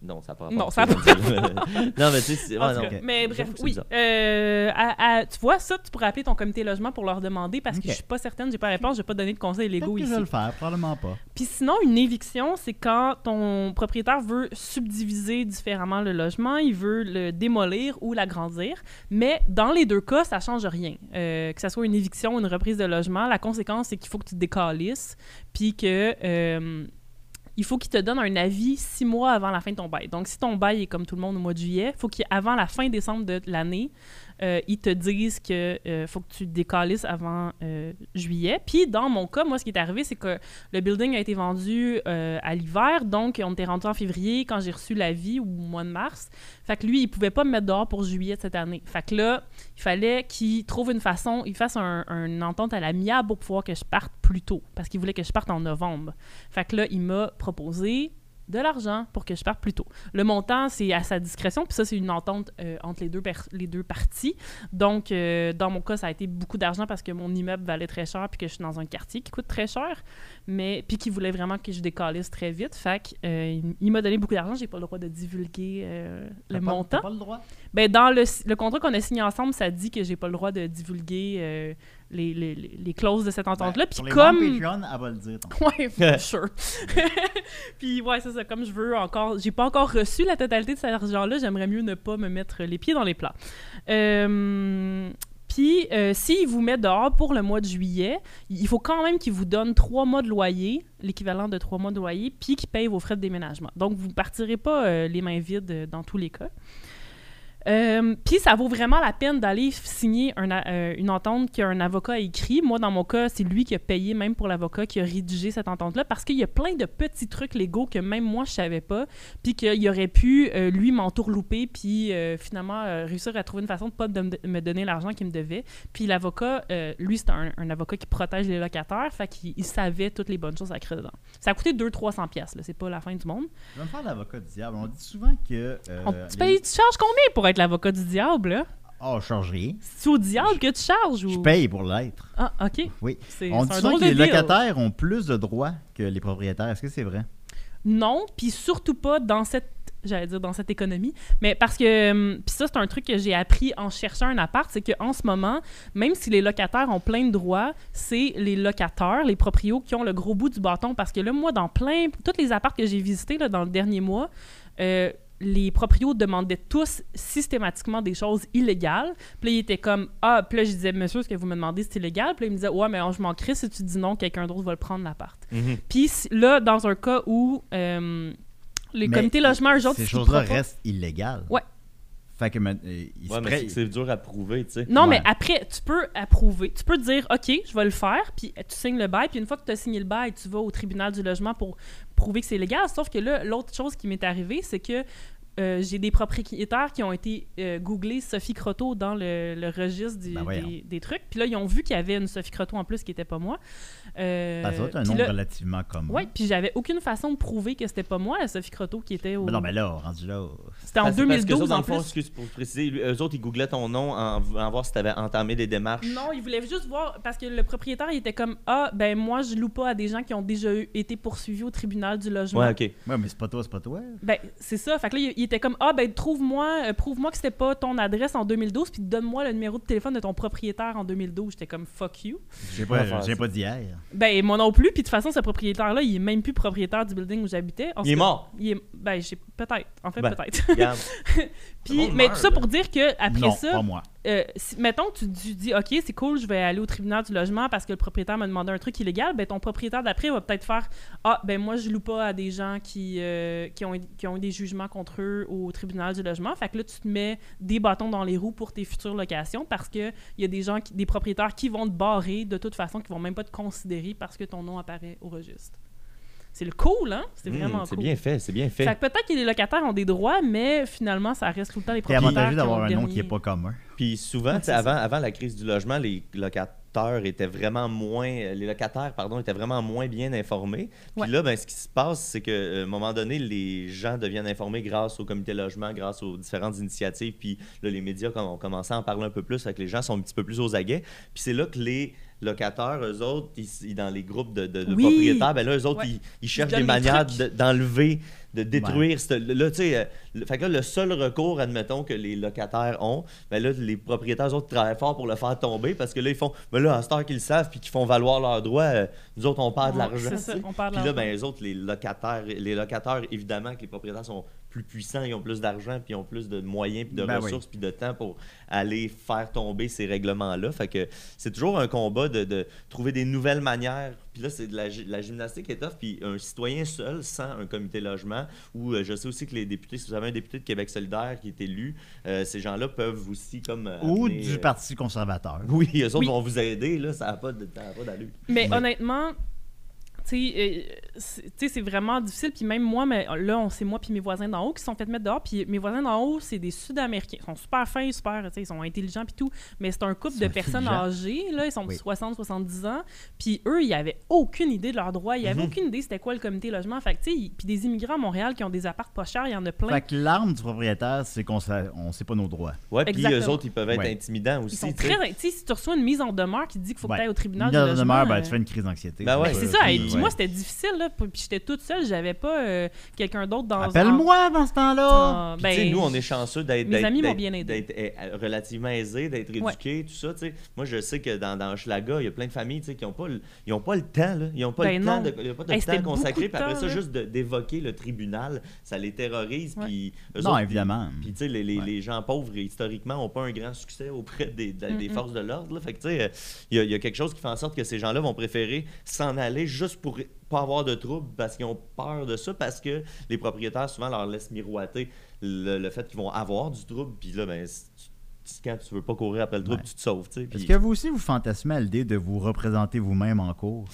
Speaker 3: Non, ça n'a pas rapport.
Speaker 4: Non, ça a pas
Speaker 3: Non, mais tu sais, c'est-
Speaker 4: En
Speaker 3: ouais,
Speaker 4: tout
Speaker 3: non.
Speaker 4: cas, Mais
Speaker 3: J'avoue
Speaker 4: bref,
Speaker 3: que c'est
Speaker 4: oui.
Speaker 3: bizarre.
Speaker 4: Euh, à- à- tu vois, ça, tu pourrais appeler ton comité logement pour leur demander parce
Speaker 2: Ok.
Speaker 4: que je suis pas certaine, j'ai pas la réponse, j'ai pas donné de conseils
Speaker 2: Peut-être
Speaker 4: légaux
Speaker 2: que je
Speaker 4: ici.
Speaker 2: vais le faire, probablement pas.
Speaker 4: Puis sinon, une éviction, c'est quand ton propriétaire veut subdiviser différemment le logement, il veut le démolir ou l'agrandir. Mais dans les deux cas, ça change rien. Euh, que ce soit une éviction ou une reprise de logement, la conséquence, c'est qu'il faut que tu te décalisses, puis que... euh, il faut qu'il te donne un avis six mois avant la fin de ton bail. Donc, si ton bail est comme tout le monde au mois de juillet, faut qu'avant la fin décembre de l'année, euh, ils te disent que euh, faut que tu te décalisses avant euh, juillet. Puis, dans mon cas, moi, ce qui est arrivé, c'est que le building a été vendu euh, à l'hiver, donc on était rendu en février quand j'ai reçu l'avis ou au mois de mars. Fait que lui, il pouvait pas me mettre dehors pour juillet de cette année. Fait que là, il fallait qu'il trouve une façon, il fasse un, un entente à l'amiable pour pouvoir que je parte plus tôt, parce qu'il voulait que je parte en novembre. Fait que là, il m'a proposé de l'argent pour que je parte plus tôt. Le montant, c'est à sa discrétion, puis ça, c'est une entente euh, entre les deux, per- les deux parties. Donc, euh, dans mon cas, ça a été beaucoup d'argent parce que mon immeuble valait très cher, puis que je suis dans un quartier qui coûte très cher, mais puis qui voulait vraiment que je décalisse très vite. Fait que, euh, il- il m'a donné beaucoup d'argent, j'ai pas le droit de divulguer euh, le
Speaker 2: T'as pas-
Speaker 4: montant.
Speaker 2: t'as pas le droit.
Speaker 4: Ben, dans le, le contrat qu'on a signé ensemble, ça dit que j'ai pas le droit de divulguer euh, les, les- les- les clauses de cette entente-là.
Speaker 2: Ben,
Speaker 4: Puis
Speaker 2: pour les membres
Speaker 4: comme.
Speaker 2: Patreon, elle va le dire. donc.
Speaker 4: Ouais, for sure. Puis ouais, c'est ça. Comme je veux encore. J'ai pas encore reçu la totalité de cet argent-là. J'aimerais mieux ne pas me mettre les pieds dans les plats. Euh, Puis, euh, s'ils vous mettent dehors pour le mois de juillet, il faut quand même qu'ils vous donnent trois mois de loyer, l'équivalent de trois mois de loyer, puis qu'ils payent vos frais de déménagement. Donc, vous ne partirez pas euh, les mains vides euh, dans tous les cas. Euh, Puis ça vaut vraiment la peine d'aller f- signer un a- euh, une entente qu'un avocat a écrit. Moi, dans mon cas, c'est lui qui a payé, même pour l'avocat, qui a rédigé cette entente-là, parce qu'il y a plein de petits trucs légaux que même moi, je savais pas, puis qu'il aurait pu, euh, lui, m'entourlouper, puis euh, finalement euh, réussir à trouver une façon de pas de me- me donner l'argent qu'il me devait. Puis l'avocat, euh, lui, c'est un, un avocat qui protège les locataires, fait qu'il il savait toutes les bonnes choses à créer dedans. Ça a coûté 200-300 pièces, c'est pas la fin du monde.
Speaker 2: Je vais me faire l'avocat du diable. On dit souvent que. euh,
Speaker 4: On-
Speaker 2: les-
Speaker 4: tu, payes- tu charges combien pour être l'avocat du diable, là?
Speaker 2: Ah, je change rien.
Speaker 4: C'est au diable que tu charges ou...
Speaker 2: Je paye pour l'être.
Speaker 4: Ah, OK.
Speaker 2: Oui.
Speaker 4: C'est
Speaker 2: On
Speaker 4: c'est
Speaker 2: dit
Speaker 4: un
Speaker 2: souvent
Speaker 4: drôle
Speaker 2: que
Speaker 4: de
Speaker 2: les
Speaker 4: deal.
Speaker 2: locataires ont plus de droits que les propriétaires. Est-ce que c'est vrai?
Speaker 4: Non, puis surtout pas dans cette j'allais dire dans cette économie, mais parce que hum, puis ça c'est un truc que j'ai appris en cherchant un appart, c'est qu'en ce moment, même si les locataires ont plein de droits, c'est les locataires, les proprios qui ont le gros bout du bâton parce que là moi dans plein toutes les apparts que j'ai visités là, dans le dernier mois, euh, les proprios demandaient tous systématiquement des choses illégales. Puis là, ils étaient comme Ah, puis là, je disais, monsieur, ce que vous me demandez, c'est illégal. Puis là, ils me disaient Ouais, mais oh, je m'en crie, si tu dis non, quelqu'un d'autre va le prendre l'appart. Puis si- là, dans un cas où euh, le
Speaker 2: Mais
Speaker 4: comité logement, eux autres,
Speaker 2: Ces
Speaker 4: s'y
Speaker 2: choses-là
Speaker 4: proposent-
Speaker 2: restent illégales.
Speaker 4: Ouais.
Speaker 2: Fait que. mais, euh, ils se
Speaker 3: Ouais, mais
Speaker 2: prêtent-
Speaker 3: c'est- c'est dur à prouver, tu sais.
Speaker 4: Non,
Speaker 2: Ouais.
Speaker 4: mais après, tu peux approuver. Tu peux dire, OK, je vais le faire, puis tu signes le bail, puis une fois que tu as signé le bail, tu vas au tribunal du logement pour prouver que c'est légal. Sauf que là, l'autre chose qui m'est arrivée, c'est que euh, j'ai des propriétaires qui ont été euh, googlés Sophie Croteau dans le, le registre du-
Speaker 2: Ben voyons.
Speaker 4: des, des trucs. Puis là, ils ont vu qu'il y avait une Sophie Croteau en plus qui n'était pas moi. Euh,
Speaker 2: Parce que c'est un
Speaker 4: puis
Speaker 2: nombre
Speaker 4: là-
Speaker 2: relativement commun.
Speaker 4: Ouais, puis j'avais aucune façon de prouver que c'était pas moi, la Sophie Croteau qui était au.
Speaker 2: Mais Ben non, mais là, rendu là.
Speaker 4: C'était en
Speaker 3: Parce- parce qu'eux
Speaker 4: 2012
Speaker 3: autres, dans
Speaker 4: en
Speaker 3: le fond,
Speaker 4: plus.
Speaker 3: excuse pour préciser, lui- eux autres, ils googlaient ton nom en, en voir si t'avais entamé des démarches.
Speaker 4: Non, il voulait juste voir parce que le propriétaire il était comme ah ben moi je loue pas à des gens qui ont déjà eu- été poursuivis au tribunal du logement.
Speaker 3: Ouais, ok.
Speaker 2: Ouais, mais c'est pas toi, c'est pas toi.
Speaker 4: Ben c'est ça. Fait que là il- il était comme ah ben trouve-moi euh, prouve-moi que c'était pas ton adresse en 2012 puis donne-moi le numéro de téléphone de ton propriétaire en 2012. J'étais comme fuck you.
Speaker 2: J'ai
Speaker 3: pas faire
Speaker 2: pas, j'ai
Speaker 3: ça.
Speaker 2: pas d'hier.
Speaker 4: Ben moi non plus puis de toute façon ce propriétaire là il est même plus propriétaire du building où j'habitais. En
Speaker 3: Il est
Speaker 4: tout cas,
Speaker 3: mort.
Speaker 4: Il est ben j'ai peut-être en fait
Speaker 3: Ben,
Speaker 4: peut-être.
Speaker 3: Regarde.
Speaker 4: puis
Speaker 3: monde
Speaker 4: mais tout
Speaker 3: meurt,
Speaker 4: ça
Speaker 3: là.
Speaker 4: pour dire que après
Speaker 2: non,
Speaker 4: ça
Speaker 2: pas moi.
Speaker 4: euh, si- mettons, tu, tu dis, OK, c'est cool, je vais aller au tribunal du logement parce que le propriétaire m'a demandé un truc illégal, ben ton propriétaire d'après va peut-être faire, ah, ben moi, je loue pas à des gens qui, euh, qui, ont, qui ont eu des jugements contre eux au tribunal du logement. Fait que là, tu te mets des bâtons dans les roues pour tes futures locations parce que il y a des gens, qui- des propriétaires qui vont te barrer de toute façon, qui vont même pas te considérer parce que ton nom apparaît au registre. C'est le cool, hein? C'est
Speaker 3: Hmm,
Speaker 4: vraiment
Speaker 3: C'est
Speaker 4: cool.
Speaker 3: bien fait, c'est bien fait.
Speaker 4: Fait que peut-être que les locataires ont des droits, mais finalement, ça reste tout le temps les
Speaker 2: T'es
Speaker 4: propriétaires.
Speaker 2: avantageux
Speaker 4: qui
Speaker 2: d'avoir
Speaker 4: ont
Speaker 2: un
Speaker 4: le
Speaker 2: nom qui est
Speaker 4: dernier-
Speaker 2: pas commun.
Speaker 3: Puis souvent, tu sais, avant, avant la crise du logement, les locataires étaient vraiment moins les locataires pardon étaient vraiment moins bien informés puis
Speaker 4: Ouais.
Speaker 3: là ben, ce qui se passe c'est que euh, à un moment donné les gens deviennent informés grâce au comité logement grâce aux différentes initiatives puis là les médias com- ont commencé à en parler un peu plus fait que les gens sont un petit peu plus aux aguets puis c'est là que les locataires, eux autres, ils, ils- dans les groupes de, de- de
Speaker 4: Oui.
Speaker 3: propriétaires, ben là, eux autres,
Speaker 4: Ouais.
Speaker 3: ils, ils cherchent
Speaker 4: donnent
Speaker 3: des
Speaker 4: des
Speaker 3: manières
Speaker 4: trucs.
Speaker 3: de- d'enlever, de détruire. cette- là, tu sais, euh, le- fait que là, le seul recours, admettons, que les locataires ont, ben là, les propriétaires, eux autres, travaillent fort pour le faire tomber parce que là, ils font, ben là, à cette heure qu'ils le savent puis qu'ils font valoir leurs droits, euh, nous autres, on
Speaker 2: Ah,
Speaker 3: perd de
Speaker 4: Ouais,
Speaker 3: l'argent.
Speaker 4: c'est
Speaker 3: tu
Speaker 4: ça,
Speaker 3: sais.
Speaker 4: on perd de
Speaker 3: Puis là, ben,
Speaker 4: l'argent.
Speaker 3: les autres, les locataires, les locataires, évidemment que les propriétaires sont plus puissants, ils ont plus d'argent, puis ils ont plus de moyens, puis de
Speaker 2: Ben oui.
Speaker 3: ressources, puis de temps pour aller faire tomber ces règlements-là. Fait que c'est toujours un combat de, de trouver des nouvelles manières. Puis là, c'est de la, gy- la gymnastique est tough, puis un citoyen seul, sans un comité logement, ou euh, je sais aussi que les députés, si vous avez un député de Québec solidaire qui est élu, euh, ces gens-là peuvent aussi comme... euh,
Speaker 2: Ou
Speaker 3: amener,
Speaker 2: du
Speaker 3: euh,
Speaker 2: Parti conservateur.
Speaker 3: Oui, eux autres
Speaker 4: Oui.
Speaker 3: vont vous aider, là, ça n'a pas de- ça a pas d'allure.
Speaker 4: Mais
Speaker 2: ben,
Speaker 3: Ouais.
Speaker 4: honnêtement, tu sais, euh, c'est- tu sais, c'est vraiment difficile. Puis même moi, mais là, on- c'est moi puis mes voisins d'en haut qui se sont fait mettre dehors. Puis mes voisins d'en haut, c'est des Sud-Américains. Ils sont super fins, super, tu sais, ils sont intelligents puis tout. Mais c'est un couple
Speaker 2: Ils
Speaker 4: de
Speaker 2: sont
Speaker 4: personnes
Speaker 2: intelligents.
Speaker 4: âgées, là. Ils sont de
Speaker 2: Oui.
Speaker 4: 60, 70 ans. Puis eux, ils avaient aucune idée de leurs droits. Ils
Speaker 2: Mhm.
Speaker 4: avaient aucune idée c'était quoi le comité logement. Fait que, tu sais, ils- puis des immigrants à Montréal qui ont des apparts pas chers, il y en a plein.
Speaker 2: Fait que l'arme du propriétaire, c'est qu'on sait, on sait pas nos droits.
Speaker 3: Ouais, puis eux
Speaker 4: Exactement.
Speaker 3: autres, ils peuvent être
Speaker 2: Ouais.
Speaker 3: intimidants
Speaker 4: ils
Speaker 3: aussi.
Speaker 4: sont
Speaker 3: tu sais.
Speaker 4: très. Tu sais, si tu reçois une mise en demeure qui te dit qu'il faut
Speaker 2: Ouais.
Speaker 4: que tu ailles au tribunal.
Speaker 2: Ben, Une
Speaker 4: du
Speaker 2: garde de demeure,
Speaker 4: logement,
Speaker 2: ben,
Speaker 4: euh,
Speaker 2: tu fais une crise d'anxiété.
Speaker 3: Ben ouais,
Speaker 4: Ben, c'est
Speaker 2: Euh,
Speaker 4: ça.
Speaker 2: puis,
Speaker 4: Et puis
Speaker 2: ouais.
Speaker 4: moi, c'était difficile, là. Puis j'étais toute seule. J'avais pas euh, quelqu'un d'autre dans.
Speaker 2: Appelle-moi dans ce temps-là!
Speaker 4: Ah,
Speaker 3: Puis,
Speaker 4: ben,
Speaker 3: tu sais, nous, on est chanceux d'être
Speaker 4: mes
Speaker 3: d'être-
Speaker 4: amis m'ont
Speaker 3: d'être-
Speaker 4: bien aidé.
Speaker 3: d'être, euh, relativement aisés, d'être
Speaker 4: Ouais.
Speaker 3: éduqués, tout ça. tu sais. Moi, je sais que dans, dans Hochelaga, il y a plein de familles tu sais, qui n'ont pas, le- ils ont pas le temps. Là. Ils n'ont pas
Speaker 4: Ben
Speaker 3: le temps,
Speaker 4: non.
Speaker 3: de, il y a pas de
Speaker 4: Hey,
Speaker 3: temps
Speaker 4: c'était
Speaker 3: consacré.
Speaker 4: beaucoup de
Speaker 3: Puis après
Speaker 4: temps,
Speaker 3: ça,
Speaker 4: là.
Speaker 3: juste de- d'évoquer le tribunal, ça les terrorise.
Speaker 4: Ouais.
Speaker 3: Puis eux
Speaker 2: Non,
Speaker 3: autres,
Speaker 2: évidemment.
Speaker 3: Puis, tu sais, les, les-
Speaker 2: Ouais.
Speaker 3: les gens pauvres, historiquement, n'ont pas un grand succès auprès des, de- des
Speaker 4: Mm-mm.
Speaker 3: forces de l'ordre. là. Fait que, tu sais, euh, il y, a- il y a quelque chose qui fait en sorte que ces gens-là vont préférer s'en aller juste pour pas avoir de troubles parce qu'ils ont peur de ça, parce que les propriétaires, souvent, leur laissent miroiter le, le fait qu'ils vont avoir du trouble. Puis là, ben, si tu- tu- quand tu veux pas courir après le trouble,
Speaker 2: Ouais.
Speaker 3: tu te sauves, tu sais.
Speaker 2: Est-ce
Speaker 3: Puis-
Speaker 2: que vous aussi, vous fantasmez à l'idée de vous représenter vous-même en cours?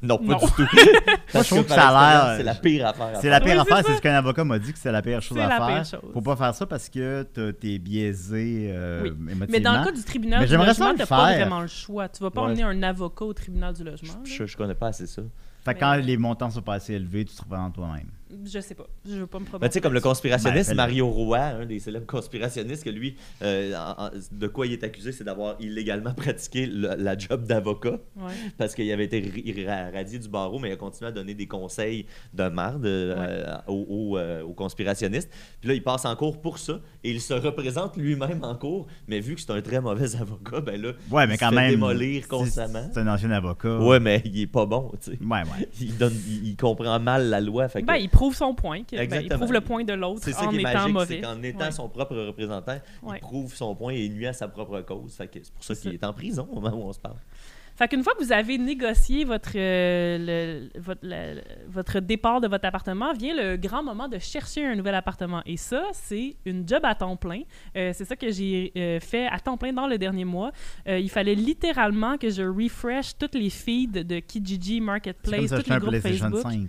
Speaker 3: Non, pas
Speaker 4: Non.
Speaker 3: du tout.
Speaker 2: Moi,
Speaker 3: Parce
Speaker 2: je trouve que
Speaker 3: par
Speaker 2: ça a
Speaker 3: expérience,
Speaker 2: l'air.
Speaker 3: C'est la pire affaire. à
Speaker 2: C'est la
Speaker 4: Oui,
Speaker 2: pire
Speaker 4: c'est
Speaker 2: affaire,
Speaker 4: ça.
Speaker 2: c'est ce qu'un avocat m'a dit que c'est la pire chose
Speaker 4: C'est
Speaker 2: à
Speaker 4: la
Speaker 2: faire.
Speaker 4: pire chose.
Speaker 2: Faut pas faire ça parce que t'as- t'es biaisé euh,
Speaker 4: Oui.
Speaker 2: émotivement.
Speaker 4: Mais dans le cas du tribunal
Speaker 2: Mais
Speaker 4: du
Speaker 2: j'aimerais ça
Speaker 4: logement,
Speaker 2: le
Speaker 4: t'as pas
Speaker 2: faire.
Speaker 4: vraiment le choix. Tu vas pas
Speaker 3: Ouais.
Speaker 4: emmener un avocat au tribunal du logement.
Speaker 3: Je,
Speaker 4: là.
Speaker 3: je connais pas assez ça.
Speaker 2: Fait que quand les montants sont pas assez élevés, tu te reprends toi-même.
Speaker 4: Je sais pas. Je veux pas me
Speaker 3: Ben, tu sais,
Speaker 4: prononcer.
Speaker 3: comme le conspirationniste
Speaker 2: Ben,
Speaker 3: Mario Roy, un des célèbres conspirationnistes, que lui, euh, en- en- de quoi il est accusé, c'est d'avoir illégalement pratiqué le- la job d'avocat.
Speaker 4: Ouais.
Speaker 3: parce qu'il avait été ri- ra- radié du barreau, mais il a continué à donner des conseils de marde euh, aux, aux, euh, aux conspirationnistes. Puis là, il passe en cours pour ça, et il se représente lui-même en cours, mais vu que c'est un très mauvais avocat, ben là,
Speaker 2: Ouais,
Speaker 3: il
Speaker 2: mais
Speaker 3: se
Speaker 2: quand
Speaker 3: fait
Speaker 2: même.
Speaker 3: démolir
Speaker 2: c'est-
Speaker 3: constamment.
Speaker 2: C'est un ancien avocat.
Speaker 3: Ouais, mais il est pas bon, tu sais.
Speaker 2: Ouais, ouais.
Speaker 3: Il, donne, il, il comprend mal la loi. Fait que-
Speaker 4: Ben, il prouve son point. que- ben, il
Speaker 3: Exactement.
Speaker 4: prouve le point de l'autre
Speaker 3: c'est ça
Speaker 4: en
Speaker 3: qui est
Speaker 4: étant
Speaker 3: magique, c'est
Speaker 4: mauvais.
Speaker 3: qu'en étant
Speaker 4: Ouais.
Speaker 3: son propre représentant,
Speaker 4: Ouais.
Speaker 3: il prouve son point et il nuit à sa propre cause. Fait que c'est pour ça
Speaker 4: C'est
Speaker 3: qu'il
Speaker 4: ça.
Speaker 3: est en prison au moment où on se parle.
Speaker 4: Fait qu'une fois que vous avez négocié votre, euh, le- votre, la- votre départ de votre appartement, vient le grand moment de chercher un nouvel appartement. Et ça, c'est une job à temps plein. Euh, c'est ça que j'ai euh, fait à temps plein dans le dernier mois. Euh, il fallait littéralement que je refresh toutes les feeds de Kijiji
Speaker 2: C'est comme
Speaker 4: Marketplace,
Speaker 2: ça,
Speaker 4: tous
Speaker 2: j'étais
Speaker 4: les
Speaker 2: un
Speaker 4: groupes
Speaker 2: PlayStation
Speaker 4: Facebook.
Speaker 2: 5.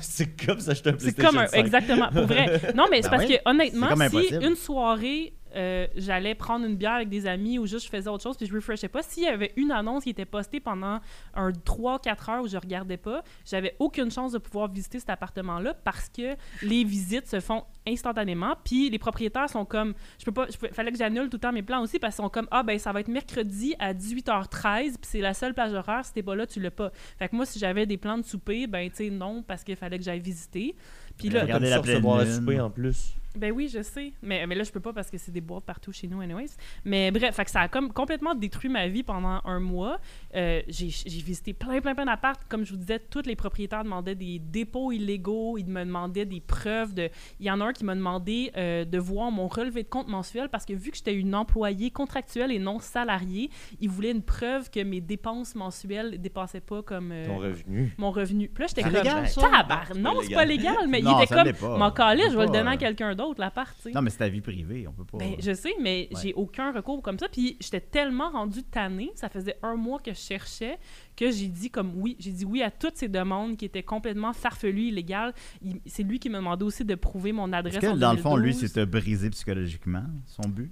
Speaker 3: c'est comme ça, je te
Speaker 4: C'est comme un, exactement, pour vrai. Non, mais c'est
Speaker 2: Ben
Speaker 4: parce
Speaker 2: oui.
Speaker 4: que honnêtement,
Speaker 2: C'est comme
Speaker 4: si
Speaker 2: impossible.
Speaker 4: une soirée, euh, j'allais prendre une bière avec des amis ou juste je faisais autre chose puis je refreshais pas, s'il y avait une annonce qui était postée pendant un 3-4 heures où je regardais pas, j'avais aucune chance de pouvoir visiter cet appartement-là parce que les visites se font instantanément. Puis les propriétaires sont comme, je peux pas, je peux- fallait que j'annule tout le temps mes plans aussi parce qu'ils sont comme, ah ben ça va être mercredi à 18h13 puis c'est la seule plage horaire, si t'es pas là, tu l'as pas. Fait que moi, si j'avais des plans de souper, ben tu sais, non parce qu'il fallait que j'aille visiter. Puis là,
Speaker 2: Regardez la pleine lune.
Speaker 3: en plus.
Speaker 4: ben oui, je sais. Mais, mais là, je peux pas parce que c'est des boîtes partout chez nous, anyways. Mais bref, fait que ça a comme complètement détruit ma vie pendant un mois. Euh, J'ai j'ai visité plein, plein, plein d'appartes. Comme je vous disais, tous les propriétaires demandaient des dépôts illégaux. Ils me demandaient des preuves. De... Il y en a un qui m'a demandé euh, de voir mon relevé de compte mensuel parce que vu que j'étais une employée contractuelle et non salariée, il voulait une preuve que mes dépenses mensuelles dépassaient pas comme... euh,
Speaker 3: Ton revenu.
Speaker 4: mon revenu. Puis là, j'étais
Speaker 2: C'est
Speaker 4: comme,
Speaker 2: légal, ça?
Speaker 4: tabar,
Speaker 3: Non,
Speaker 4: non,
Speaker 3: c'est
Speaker 4: c'est
Speaker 3: pas
Speaker 4: pas légal, mais
Speaker 2: Non,
Speaker 4: il était
Speaker 2: ça l'est pas.
Speaker 4: comme, m'en calais,
Speaker 2: On
Speaker 4: je
Speaker 2: peut
Speaker 4: vais le
Speaker 2: pas,
Speaker 4: donner
Speaker 2: euh,
Speaker 4: à quelqu'un d'autre, la part, tu sais.
Speaker 2: Non, mais c'est ta vie privée, on peut pas.
Speaker 4: Ben, je sais, mais
Speaker 2: Ouais.
Speaker 4: j'ai aucun recours comme ça. Puis j'étais tellement rendue tannée, ça faisait un mois que je cherchais, que j'ai dit comme oui. J'ai dit oui à toutes ces demandes qui étaient complètement farfelues, illégales. Il- C'est lui qui me demandait aussi de prouver mon adresse.
Speaker 2: Est-ce que
Speaker 4: en
Speaker 2: dans le fond, lui,
Speaker 4: 2012.
Speaker 2: c'est te briser psychologiquement, son but?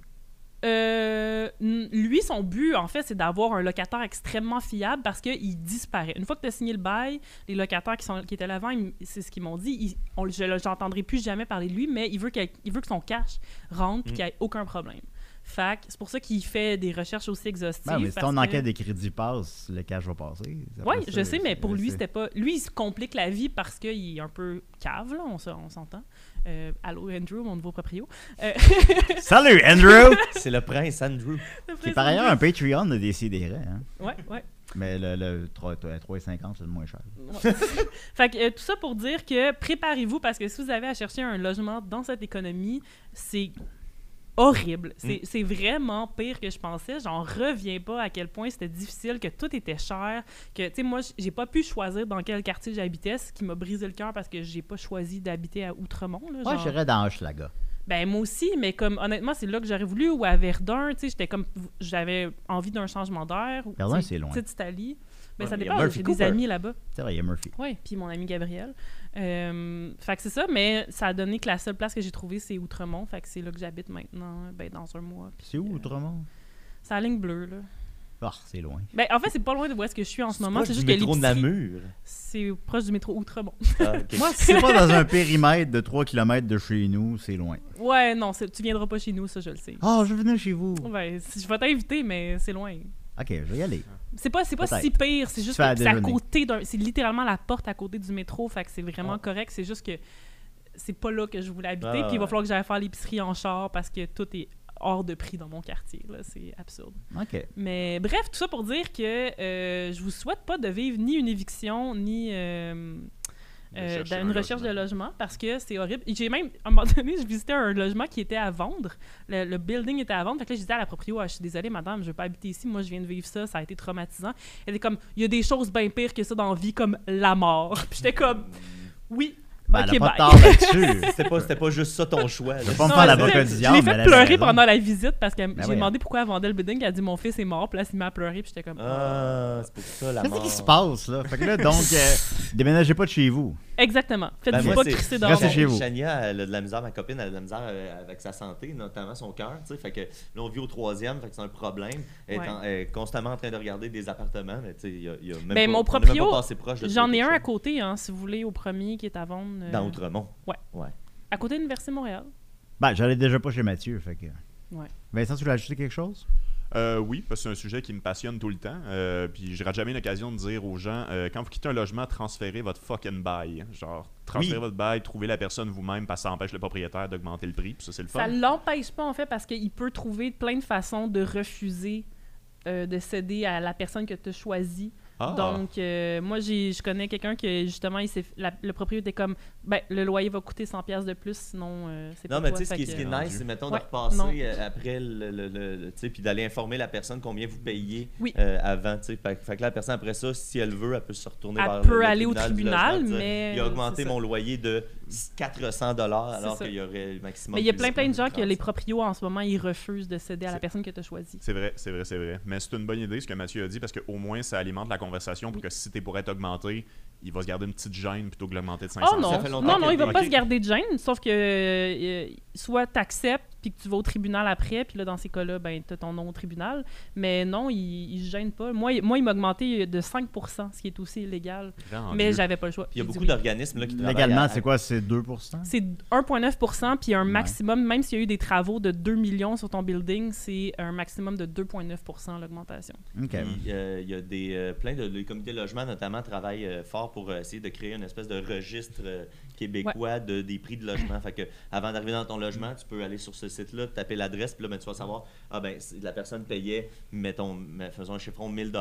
Speaker 4: Euh, n- lui, son but, en fait, c'est d'avoir un locataire extrêmement fiable parce qu'il disparaît. Une fois que tu as signé le bail, les locataires qui, sont, qui étaient là avant, ils m- c'est ce qu'ils m'ont dit, ils- on- je n'entendrai plus jamais parler de lui, mais il veut, qu'il- il veut que son cash rentre et qu'il n'y ait aucun problème. Fac, c'est pour ça qu'il fait des recherches aussi exhaustives.
Speaker 2: Ben, mais si
Speaker 4: parce
Speaker 2: ton
Speaker 4: que-
Speaker 2: enquête des crédits passe, le cash va passer.
Speaker 4: Oui,
Speaker 2: Après
Speaker 4: je
Speaker 2: ça, euh,
Speaker 4: sais, mais pour lui,
Speaker 2: c'est-
Speaker 4: c'était pas. Lui, il se complique la vie parce qu'il est un peu cave, là, on, se- on s'entend. Euh, allô, Andrew, mon nouveau proprio. Euh,
Speaker 2: Salut, Andrew!
Speaker 3: C'est le prince Andrew.
Speaker 2: Qui est par ailleurs un Patreon de Décideret. Hein.
Speaker 4: Ouais, ouais.
Speaker 2: Mais le, le 3 3,50, c'est le moins cher.
Speaker 4: Fait que euh, tout ça pour dire que préparez-vous parce que si vous avez à chercher un logement dans cette économie, c'est
Speaker 3: Mm.
Speaker 4: horrible. C'est c'est vraiment pire que je pensais. J'en reviens pas à quel point c'était difficile, que tout était cher, que, tu sais, moi, j- j'ai pas pu choisir dans quel quartier j'habitais, ce qui m'a brisé le cœur parce que j'ai pas choisi d'habiter à Outremont. Là,
Speaker 2: Moi,
Speaker 4: genre.
Speaker 2: j'irais dans Hochelaga.
Speaker 4: Ben moi aussi, mais comme honnêtement, c'est là que j'aurais voulu ou à Verdun, tu sais, j'étais comme j'avais envie d'un changement d'air. ou,
Speaker 2: Verdun,
Speaker 4: tu sais,
Speaker 2: c'est loin.
Speaker 4: Petite Italie. Ben
Speaker 3: Ouais,
Speaker 4: ça
Speaker 3: mais il y a
Speaker 4: dépend,
Speaker 3: Murphy
Speaker 4: j'ai des
Speaker 3: Cooper.
Speaker 4: amis là-bas.
Speaker 2: C'est vrai, il y a Murphy.
Speaker 4: Oui, puis mon ami Gabriel. Euh, fait que c'est ça, mais ça a donné que la seule place que j'ai trouvée, c'est Outremont. Fait que c'est là que j'habite maintenant, ben dans un mois. puis,
Speaker 2: C'est où,
Speaker 4: euh,
Speaker 2: Outremont?
Speaker 4: C'est la ligne bleue, là.
Speaker 2: Ah, c'est loin.
Speaker 4: Ben en fait, c'est pas loin de où est-ce que je suis en ce moment.
Speaker 3: proche
Speaker 4: C'est
Speaker 3: du
Speaker 4: juste que
Speaker 3: métro de
Speaker 4: l'épicerie-
Speaker 3: Namur.
Speaker 4: C'est proche du métro Outremont.
Speaker 3: Ah, ok.
Speaker 2: Moi, si c'est pas dans un périmètre de 3 km de chez nous, c'est loin.
Speaker 4: Ouais, non, c'est- tu viendras pas chez nous, ça, je le sais.
Speaker 2: Ah, je venais chez vous.
Speaker 4: Ben, si- je vais t'inviter, mais c'est loin.
Speaker 2: Ok, je vais y aller.
Speaker 4: C'est pas, c'est pas
Speaker 2: Peut-être.
Speaker 4: si pire, c'est juste
Speaker 2: fais à
Speaker 4: que c'est à
Speaker 2: déjeuner.
Speaker 4: côté d'un. C'est littéralement la porte à côté du métro, fait que c'est vraiment correct. C'est juste que c'est pas là que je voulais habiter.
Speaker 3: Ah,
Speaker 4: puis il va
Speaker 3: ouais.
Speaker 4: falloir que j'aille faire l'épicerie en char parce que tout est hors de prix dans mon quartier. là. C'est absurde.
Speaker 2: Ok.
Speaker 4: Mais bref, tout ça pour dire que euh, je vous souhaite pas de vivre ni une éviction, ni. euh,
Speaker 5: De
Speaker 4: euh,
Speaker 5: chercher
Speaker 4: dans
Speaker 5: un
Speaker 4: une recherche
Speaker 5: logement.
Speaker 4: de logement parce que c'est horrible. Et J'ai même, à un moment donné, je visitais un logement qui était à vendre. Le, le building était à vendre. Fait que là, je disais à la proprio, Ah, je suis désolée, madame, je veux pas habiter ici. Moi, je viens de vivre ça. Ça a été traumatisant. Elle était comme, il y a des choses bien pires que ça dans la vie, comme la mort. Puis j'étais comme, oui.
Speaker 2: Ben,
Speaker 4: Ok,
Speaker 2: elle a pas
Speaker 4: bye.
Speaker 2: tard là-dessus.
Speaker 3: C'était pas, c'était pas juste ça ton choix. là.
Speaker 2: Je vais pas me
Speaker 4: Non,
Speaker 2: faire
Speaker 4: c'est-
Speaker 2: l'avocat du
Speaker 4: Je
Speaker 2: diable.
Speaker 4: l'ai
Speaker 2: mais
Speaker 4: fait
Speaker 2: elle avait
Speaker 4: pleurer
Speaker 2: raison.
Speaker 4: pendant la visite parce que j'ai
Speaker 2: voyons.
Speaker 4: demandé pourquoi elle vendait le building. Elle a dit, mon fils est mort. Puis là, elle s'est mise à pleurer. Puis j'étais comme,
Speaker 3: Ah, c'est pour ça la
Speaker 2: Qu'est-ce
Speaker 3: mort.
Speaker 2: qui se passe, là? Fait que là, donc, euh, déménagez pas de chez vous.
Speaker 4: exactement.
Speaker 3: Ben,
Speaker 4: Faites-vous
Speaker 3: moi,
Speaker 4: pas
Speaker 3: c'est-
Speaker 4: crisser dehors.
Speaker 2: Restez
Speaker 4: non
Speaker 2: chez vous.
Speaker 3: Chania, elle a de la misère, ma copine, elle a de la misère euh, avec sa santé, notamment son cœur. tu sais. Fait que là, on vit au troisième, fait que c'est un problème. Elle
Speaker 4: Ouais.
Speaker 3: est, en- elle est constamment en train de regarder des appartements, mais tu sais, il y a, il y a même
Speaker 4: Ben, mon
Speaker 3: pas, on est même
Speaker 4: proprio,
Speaker 3: pas passé proche de
Speaker 4: J'en
Speaker 3: trouver
Speaker 4: ai un
Speaker 3: quelque
Speaker 4: à côté, hein, si vous voulez, au premier qui est à vendre. euh,
Speaker 3: chose. Dans Outremont.
Speaker 4: Ouais.
Speaker 3: Ouais.
Speaker 4: À côté de l'Université de Montréal.
Speaker 2: Ben, j'allais déjà pas chez Mathieu, fait que...
Speaker 4: Ouais.
Speaker 2: Vincent, tu voulais ajouter quelque chose?
Speaker 5: Euh, oui, parce que c'est un sujet qui me passionne tout le temps. Euh, puis je rate jamais l'occasion de dire aux gens euh, quand vous quittez un logement, transférez votre fucking bail. hein. Genre, transférez
Speaker 3: Oui.
Speaker 5: votre bail, trouvez la personne vous-même, parce que ça empêche le propriétaire d'augmenter le prix. Puis ça, c'est le fun.
Speaker 4: Ça l'empêche pas, en fait, parce qu'il peut trouver plein de façons de refuser euh, de céder à la personne que tu as choisie.
Speaker 5: Ah,
Speaker 4: Donc, euh, moi, j'ai- je connais quelqu'un que, justement, il s'est f- la- le propriétaire était comme ben, le loyer va coûter 100$ piastres de plus, sinon, euh, c'est
Speaker 3: Non,
Speaker 4: pas
Speaker 3: mais
Speaker 4: toi.
Speaker 3: tu sais, ce
Speaker 4: Fait
Speaker 3: qui est, ce
Speaker 4: que-
Speaker 3: qui est
Speaker 5: Rendu.
Speaker 3: nice, c'est mettons
Speaker 4: Ouais,
Speaker 3: de repasser
Speaker 4: non.
Speaker 3: euh, après, le, le- le- le- tu sais, puis d'aller informer la personne combien vous payez
Speaker 4: Oui.
Speaker 3: euh, avant. tu sais. Fait, que- fait que la personne, après ça, si elle veut, elle peut se retourner
Speaker 4: Elle
Speaker 3: vers
Speaker 4: peut
Speaker 3: le, le
Speaker 4: aller au
Speaker 3: tribunal du
Speaker 4: tribunal,
Speaker 3: logement, dire,
Speaker 4: mais,
Speaker 3: Il a
Speaker 4: euh,
Speaker 3: augmenté
Speaker 4: c'est ça.
Speaker 3: mon loyer de 400 alors
Speaker 4: C'est ça.
Speaker 3: qu'il y aurait le maximum.
Speaker 4: Mais il y a
Speaker 3: de
Speaker 4: plein, plein de gens que
Speaker 3: 30.
Speaker 4: les proprios, en ce moment, ils refusent de céder à la personne que tu as choisie.
Speaker 5: C'est vrai, c'est vrai, c'est vrai. Mais c'est une bonne idée ce que Mathieu a dit parce qu'au moins ça alimente la conversation pour que si t'es pour être augmenté, il va se garder une petite gêne plutôt que l'augmenter de 500.
Speaker 4: Oh
Speaker 3: Ça
Speaker 4: non,
Speaker 3: fait longtemps
Speaker 4: non, non,
Speaker 3: qu'elle
Speaker 4: il va
Speaker 3: dit,
Speaker 4: pas
Speaker 5: ok.
Speaker 4: se garder de gêne, sauf que euh, soit t'acceptes puis que tu vas au tribunal après, puis là dans ces cas-là, ben t'as ton nom au tribunal, mais non, il, il se gêne pas. Moi, il- moi, il m'a augmenté de 5%, ce qui est aussi illégal,
Speaker 5: Grand
Speaker 4: mais
Speaker 5: Dieu.
Speaker 4: j'avais pas le choix.
Speaker 3: Puis il y a
Speaker 4: J'ai dit
Speaker 3: beaucoup
Speaker 4: oui.
Speaker 3: d'organismes là, qui travaillent.
Speaker 2: Légalement,
Speaker 3: à-
Speaker 2: c'est quoi? C'est 2
Speaker 4: C'est 1,9 puis un
Speaker 2: Ouais.
Speaker 4: maximum, même s'il y a eu des travaux de 2 millions sur ton building, c'est un maximum de 2,9 l'augmentation.
Speaker 2: OK.
Speaker 3: Puis, euh, il y a des, euh, plein de les comités de logement, notamment, travaillent euh, fort pour euh, essayer de créer une espèce de registre euh, québécois de, des prix de logement. Fait que avant d'arriver dans ton logement, tu peux aller sur ce site-là, taper l'adresse, puis là, ben, tu vas savoir, ah ben, si la personne payait, mettons, mais- faisons un chiffron, 1000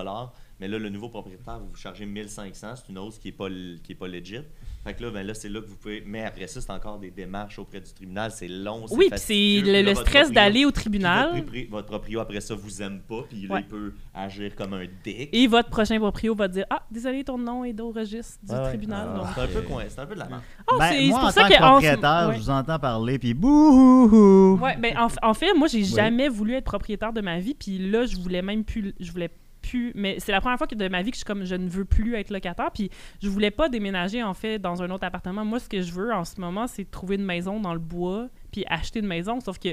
Speaker 3: mais là, le nouveau propriétaire va vous charger 1500, c'est une hausse qui n'est pas, l- qui est pas legit. Fait que là, ben, là c'est là que vous pouvez. Mais après ça, c'est encore des démarches auprès du tribunal, c'est long.
Speaker 4: Oui, puis c'est
Speaker 3: fastidieux.
Speaker 4: le,
Speaker 3: Là,
Speaker 4: le
Speaker 3: votre
Speaker 4: stress
Speaker 3: propriétaire-
Speaker 4: d'aller au
Speaker 3: puis
Speaker 4: tribunal.
Speaker 3: Votre, propri- votre proprio, après ça, vous aime pas, puis là,
Speaker 4: Ouais.
Speaker 3: il peut agir comme un dick.
Speaker 4: Et votre prochain proprio va dire Ah, désolé, ton nom est au registre du
Speaker 3: Ouais, ouais.
Speaker 4: tribunal.
Speaker 3: Ah,
Speaker 4: donc.
Speaker 3: C'est un peu coin- c'est un peu de la merde.
Speaker 4: Ah,
Speaker 2: Ben,
Speaker 4: c'est c'est
Speaker 2: moi, en
Speaker 4: pour ça
Speaker 2: tant
Speaker 4: que
Speaker 2: que
Speaker 4: en ce-
Speaker 2: propriétaire,
Speaker 4: ouais.
Speaker 2: je vous entends parler, puis bouhouhou!
Speaker 4: Ouais, ben en, f- en fait, moi j'ai jamais voulu être propriétaire de ma vie, puis là je voulais même plus, je voulais plus, mais c'est la première fois que de ma vie que je suis comme je ne veux plus être locataire, puis je voulais pas déménager en fait dans un autre appartement. Moi ce que je veux en ce moment, c'est trouver une maison dans le bois, puis acheter une maison, sauf que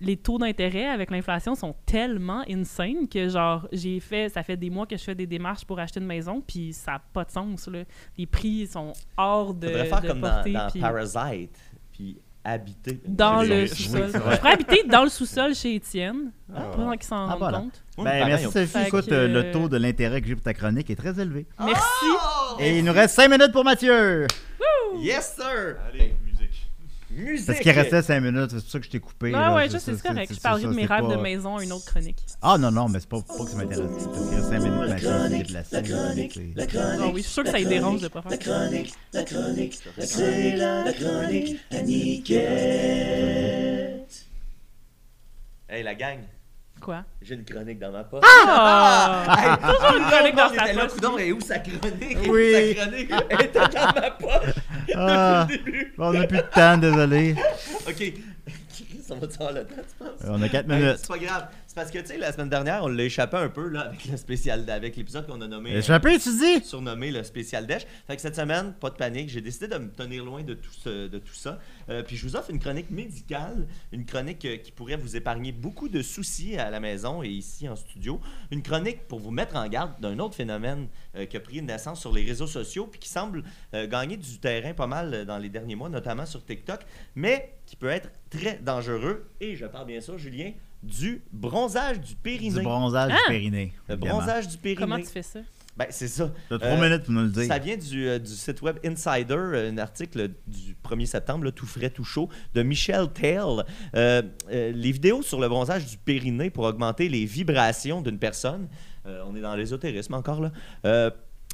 Speaker 4: les taux d'intérêt avec l'inflation sont tellement insane que genre j'ai fait ça fait des mois que je fais des démarches pour acheter une maison puis ça n'a pas de sens là. les prix sont hors de,
Speaker 3: Faudrait faire
Speaker 4: de
Speaker 3: comme dans,
Speaker 4: portée
Speaker 3: dans
Speaker 4: puis-
Speaker 3: Parasite, puis habiter.
Speaker 4: Dans
Speaker 5: Chez les
Speaker 4: le
Speaker 5: riches, oui,
Speaker 4: sous-sol.
Speaker 5: c'est
Speaker 4: Je pourrais habiter dans le sous-sol chez Étienne. Pour qu'ils s'en
Speaker 2: Ah,
Speaker 4: rendent
Speaker 2: voilà.
Speaker 4: compte.
Speaker 2: Ben,
Speaker 3: Ouais, pareil,
Speaker 2: merci
Speaker 3: on-
Speaker 2: Sophie.
Speaker 4: Fait
Speaker 2: Écoute,
Speaker 4: que- Ah,
Speaker 2: euh, le taux de l'intérêt que j'ai pour ta chronique est très élevé.
Speaker 4: Merci.
Speaker 3: Ah!
Speaker 2: Et il nous reste 5 minutes pour Mathieu.
Speaker 3: Yes, sir!
Speaker 5: Allez, musique.
Speaker 3: Musique!
Speaker 2: Parce qu'il restait 5 minutes, c'est pour ça que je t'ai coupé.
Speaker 4: Ah
Speaker 2: là.
Speaker 4: ouais, je sais,
Speaker 2: ça,
Speaker 4: c'est correct.
Speaker 2: c'est
Speaker 4: Je parlerai
Speaker 2: ça,
Speaker 4: de mes
Speaker 2: c'est
Speaker 4: rêves de
Speaker 2: pas-
Speaker 4: maison, une autre chronique.
Speaker 2: Ah non, non, mais c'est pas pas que ça m'intéresse. C'est Parce qu'il reste 5 minutes, ma chronique est déplacée. C'est-
Speaker 4: Ah oui, je suis sûr que ça les dérange de pas faire ça.
Speaker 3: Hey, la gang,
Speaker 4: Quoi?
Speaker 3: j'ai une chronique dans ma poche.
Speaker 4: Ah!
Speaker 3: Hey,
Speaker 4: Toujours une chronique dans
Speaker 3: était
Speaker 4: ta
Speaker 3: là,
Speaker 4: poche.
Speaker 3: coudonc, et où sa chronique? Et où
Speaker 2: Oui.
Speaker 3: sa chronique? Elle était dans ma poche!
Speaker 2: Ah,
Speaker 3: Depuis le début.
Speaker 2: on n'a plus de temps, désolé.
Speaker 3: Ok. Chris, on va te avoir le temps, tu penses?
Speaker 2: Euh, On a 4
Speaker 3: Hey,
Speaker 2: minutes.
Speaker 3: c'est pas grave. C'est parce que, tu sais, la semaine dernière, on l'a échappé un peu, là, avec le spécial, avec l'épisode qu'on a nommé.
Speaker 2: Échappé, tu dis?
Speaker 3: surnommé le spécial Dash. Fait que cette semaine, pas de panique, j'ai décidé de me tenir loin de tout, ce- de tout ça. Euh, puis je vous offre une chronique médicale, une chronique euh, qui pourrait vous épargner beaucoup de soucis à la maison et ici en studio. Une chronique pour vous mettre en garde d'un autre phénomène euh, qui a pris naissance sur les réseaux sociaux puis qui semble euh, gagner du terrain pas mal euh, dans les derniers mois, notamment sur TikTok, mais qui peut être très dangereux. Et je parle bien sûr, Julien, du bronzage du
Speaker 2: Du
Speaker 3: périnée.
Speaker 2: bronzage
Speaker 4: Hein?
Speaker 2: du périnée.
Speaker 3: le
Speaker 2: évidemment.
Speaker 3: bronzage du périnée.
Speaker 4: Comment tu fais ça?
Speaker 3: Ben, c'est ça.
Speaker 2: T'as 3
Speaker 3: Euh,
Speaker 2: minutes pour nous le dire.
Speaker 3: Ça vient du, euh, du site web Insider, euh, un article du 1er septembre, là, tout frais, tout chaud, de Michel Tell. Euh, euh, les vidéos sur le bronzage du périnée pour augmenter les vibrations d'une personne. Euh, on est dans l'ésotérisme encore là. Euh,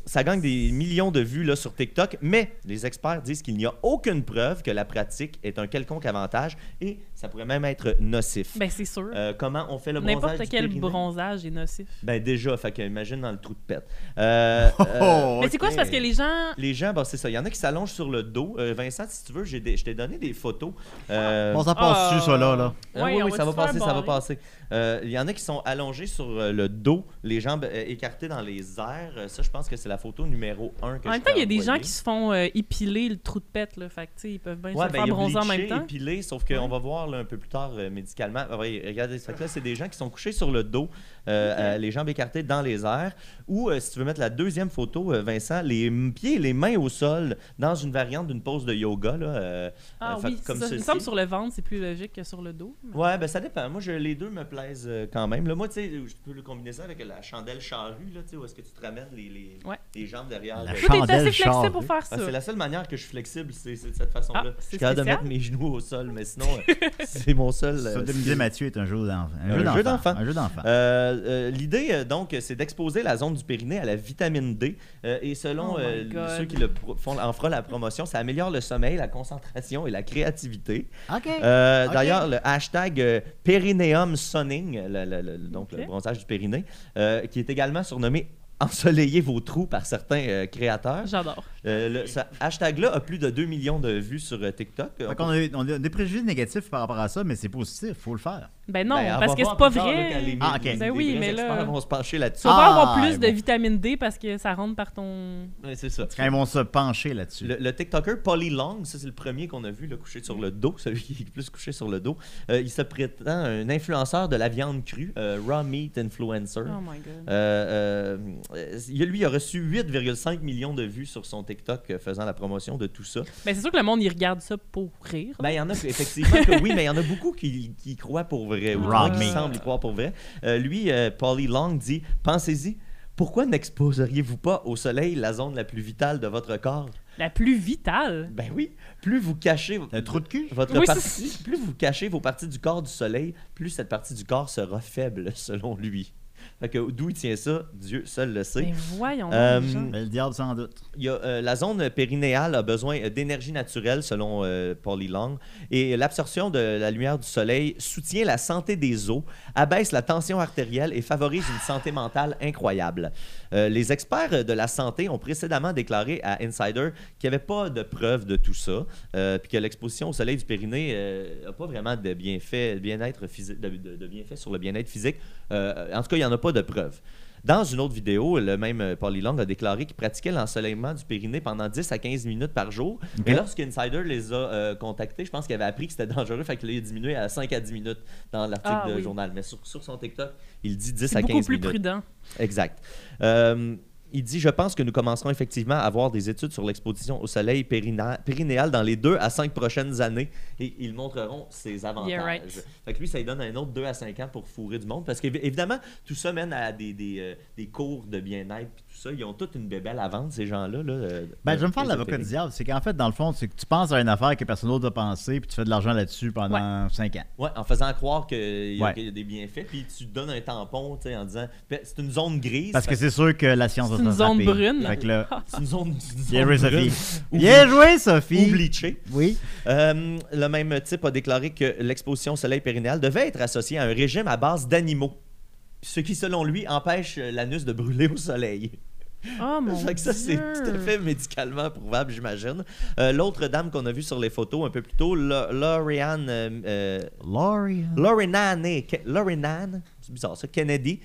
Speaker 3: ça gagne des millions de vues là, sur TikTok, mais les experts disent qu'il n'y a aucune preuve que la pratique est un quelconque avantage et ça pourrait même être nocif.
Speaker 4: Ben, c'est sûr.
Speaker 3: Euh, comment on fait le bronzage
Speaker 4: N'importe
Speaker 3: du
Speaker 4: quel
Speaker 3: périnée?
Speaker 4: bronzage est nocif.
Speaker 3: Ben déjà, fait que imagine dans le trou de pète. Euh, euh,
Speaker 2: Oh,
Speaker 4: Mais c'est quoi? C'est parce que les gens.
Speaker 3: les gens, bon, c'est ça. Il y en a qui s'allongent sur le dos. Euh, Vincent, si tu veux, j'ai des- je t'ai donné des photos. Euh,
Speaker 2: Bon, ça passe
Speaker 4: Ah.
Speaker 2: dessus, ça, là. là.
Speaker 3: ah
Speaker 4: Ouais,
Speaker 3: oui,
Speaker 4: on
Speaker 3: oui, ça va
Speaker 4: va-tu faire
Speaker 3: passer, ça va
Speaker 4: barrer?
Speaker 3: passer. Euh, Il y en a qui sont allongés sur euh, le dos, les jambes euh, écartées dans les airs. Euh, ça, je pense que c'est la photo numéro 1 que
Speaker 4: En
Speaker 3: je
Speaker 4: même temps,
Speaker 3: t'ai
Speaker 4: il y a des gens
Speaker 3: envoyée.
Speaker 4: qui se font euh, épiler le trou de pète, là. Fait que, tu sais, ils peuvent bien
Speaker 3: Ouais,
Speaker 4: se
Speaker 3: ben,
Speaker 4: faire
Speaker 3: il y a
Speaker 4: bronzer en même
Speaker 3: bleaché,
Speaker 4: temps.
Speaker 3: épilé, sauf qu'on va voir là, un peu plus tard euh, médicalement. Ah ouais, regardez, ça fait que là, c'est des gens qui sont couchés sur le dos, euh, euh, les jambes écartées dans les airs. Ou euh, si tu veux mettre la deuxième photo, euh, Vincent, les m- pieds et les mains au sol dans une variante d'une pose de yoga. Là, euh,
Speaker 4: Ah
Speaker 3: euh, fait
Speaker 4: oui,
Speaker 3: que comme
Speaker 4: ça. Il me
Speaker 3: ceci.
Speaker 4: semble sur le ventre, c'est plus logique que sur le dos. mais-
Speaker 3: Ouais, ben ça dépend. Moi, je, les deux me plaisent euh, quand même. Là, moi, tu sais, je peux le combiner ça avec la chandelle charrue, là, tu sais, où est-ce que tu te ramènes les, les,
Speaker 4: Ouais.
Speaker 3: les jambes derrière.
Speaker 2: La
Speaker 3: le-
Speaker 2: ch-
Speaker 4: Toi, t'es assez
Speaker 2: Chandelle
Speaker 4: flexible
Speaker 2: charrue.
Speaker 4: pour faire ça.
Speaker 3: Ah, c'est la seule manière que je suis flexible, c'est c'est de cette façon-là.
Speaker 4: Ah,
Speaker 3: je
Speaker 4: c'est
Speaker 3: suis capable de
Speaker 4: spécial.
Speaker 3: mettre mes genoux au sol, mais sinon, euh, c'est mon seul.
Speaker 2: Ça,
Speaker 3: euh,
Speaker 2: de me
Speaker 3: skill.
Speaker 2: dire, Mathieu est un jeu d'enfant.
Speaker 3: Un jeu d'enfant.
Speaker 2: Un jeu d'enfant.
Speaker 3: Euh, euh, L'idée, euh, donc, c'est d'exposer la zone du périnée à la vitamine D. euh, et selon
Speaker 4: Oh my
Speaker 3: euh,
Speaker 4: God.
Speaker 3: ceux qui le pro- font, en fera la promotion, ça améliore le sommeil, la concentration et la créativité.
Speaker 2: OK.
Speaker 3: Euh,
Speaker 2: Ok.
Speaker 3: D'ailleurs, le hashtag euh, Perineum Sunning, le- le- le- donc le
Speaker 4: Ok.
Speaker 3: bronzage du périnée, euh, qui est également surnommé Ensoleillez vos trous par certains euh, créateurs.
Speaker 4: J'adore.
Speaker 3: Euh, le- ce hashtag-là a plus de 2 millions de vues sur euh, TikTok.
Speaker 2: Fait qu'on a, on a des préjugés négatifs par rapport à ça, mais c'est positif, faut le faire.
Speaker 4: Ben non,
Speaker 3: Ben, on
Speaker 4: parce
Speaker 3: va
Speaker 4: que
Speaker 3: voir
Speaker 4: c'est pas
Speaker 3: plus tard, là, quand
Speaker 4: vrai.
Speaker 3: les-
Speaker 2: Ah, ok.
Speaker 3: les-
Speaker 4: Ben
Speaker 3: les
Speaker 4: oui,
Speaker 3: vrais
Speaker 4: mais là-
Speaker 3: experts vont se pencher là-dessus.
Speaker 4: Tu vas pas avoir
Speaker 2: Ah,
Speaker 4: plus de
Speaker 2: bon.
Speaker 4: vitamine D parce que ça rentre par ton.
Speaker 3: Ouais, c'est ça.
Speaker 2: Quand ils vont se pencher là-dessus.
Speaker 3: Le, le TikToker Polly Long, ça c'est le premier qu'on a vu là, couché sur le dos, celui qui est le plus couché sur le dos. Euh, il se prétend un influenceur de la viande crue, euh, Raw Meat Influencer.
Speaker 4: Oh my god.
Speaker 3: Euh, euh, il- lui, il a reçu 8,5 millions de vues sur son TikTok euh, faisant la promotion de tout ça.
Speaker 4: Ben c'est sûr que le monde, il regarde ça pour rire.
Speaker 3: Ben, il y en a que- effectivement que oui, mais il y en a beaucoup qui, qui y croient pour vrai, ou
Speaker 2: Rock
Speaker 3: qui
Speaker 2: me.
Speaker 3: semblent y croire pour vrai. Euh, lui, euh, Paulie Long dit Pensez-y, pourquoi n'exposeriez-vous pas au soleil la zone la plus vitale de votre corps
Speaker 4: La plus vitale.
Speaker 3: Ben oui, plus vous cachez.
Speaker 2: Un trou de cul?
Speaker 3: Votre
Speaker 4: Oui,
Speaker 3: partie- plus vous cachez vos parties du corps du soleil, plus cette partie du corps sera faible, selon lui. Fait que d'où il tient ça, Dieu seul le sait.
Speaker 4: Ben voyons.
Speaker 3: Euh,
Speaker 4: les gens.
Speaker 2: Mais Ben, le diable, sans doute.
Speaker 3: Il y a, euh, la zone périnéale a besoin euh, d'énergie naturelle, selon euh, Paulie Long, et l'absorption de la lumière du soleil soutient la santé des os, abaisse la tension artérielle et favorise une santé mentale incroyable. Euh, les experts de la santé ont précédemment déclaré à Insider qu'il n'y avait pas de preuve de tout ça, euh, puis que l'exposition au soleil du périnée n'a pas vraiment de bienfaits bien-être physi- de, de- de bienfaits sur le bien-être physique. Euh, en tout cas, il n'y en a pas de preuve. Dans une autre vidéo, le même euh, Paulie Long a déclaré qu'il pratiquait l'ensoleillement du périnée pendant 10 à 15 minutes par jour. Mais lorsque Insider les a euh, contactés, je pense qu'il avait appris que c'était dangereux, fait qu'il l'a diminué à 5 à 10 minutes dans l'article
Speaker 4: Ah
Speaker 3: de
Speaker 4: oui.
Speaker 3: journal. Mais sur, sur son TikTok, il dit 10
Speaker 4: C'est
Speaker 3: à
Speaker 4: beaucoup
Speaker 3: 15
Speaker 4: plus
Speaker 3: minutes.
Speaker 4: prudent.
Speaker 3: Exact. Euh, Il dit Je pense que nous commencerons effectivement à avoir des études sur l'exposition au soleil périna- périnéal dans les deux à cinq prochaines années et ils montreront ses avantages.
Speaker 4: Yeah, right.
Speaker 3: Fait que lui, ça lui donne un autre 2 à 5 ans pour fourrer du monde parce qu'évidemment, tout ça mène à des, des, euh, des cours de bien-être puis tout ça. Ils ont toute une bébelle à vendre, ces gens-là. Là, euh,
Speaker 2: Ben, je vais me faire
Speaker 3: les
Speaker 2: l'avocat
Speaker 3: opérer.
Speaker 2: du diable. C'est qu'en fait, dans le fond, c'est que tu penses à une affaire que personne d'autre a pensé, puis tu fais de l'argent là-dessus pendant 5 ans.
Speaker 3: Ouais, en faisant croire qu'il y, a-
Speaker 2: Ouais.
Speaker 3: qu'il y a des bienfaits, puis tu donnes un tampon tu sais, en disant Ben, c'est une zone grise.
Speaker 2: Parce que
Speaker 3: fait
Speaker 2: c'est sûr que la science va
Speaker 4: C'est
Speaker 2: se
Speaker 4: une zone
Speaker 2: rattraper.
Speaker 4: brune. Ah.
Speaker 2: Fait que là,
Speaker 3: c'est une zone, une
Speaker 2: bien
Speaker 3: zone
Speaker 2: joué,
Speaker 3: brune
Speaker 2: Sophie.
Speaker 3: ou
Speaker 2: Bien joué, Sophie.
Speaker 3: ou bleachée.
Speaker 2: Oui.
Speaker 3: Euh, le même type a déclaré que l'exposition au soleil périnéal devait être associée à un régime à base d'animaux. Ce qui, selon lui, empêche euh, l'anus de brûler au soleil.
Speaker 4: Oh mon
Speaker 3: Fait que ça, c'est
Speaker 4: Dieu.
Speaker 3: tout à fait médicalement prouvable, j'imagine. Euh, L'autre dame qu'on a vue sur les photos un peu plus tôt, Lo- Lauriane euh, euh,
Speaker 2: Laurie.
Speaker 3: Lorinane, Ke- Lorinane, c'est bizarre ça, Kennedy,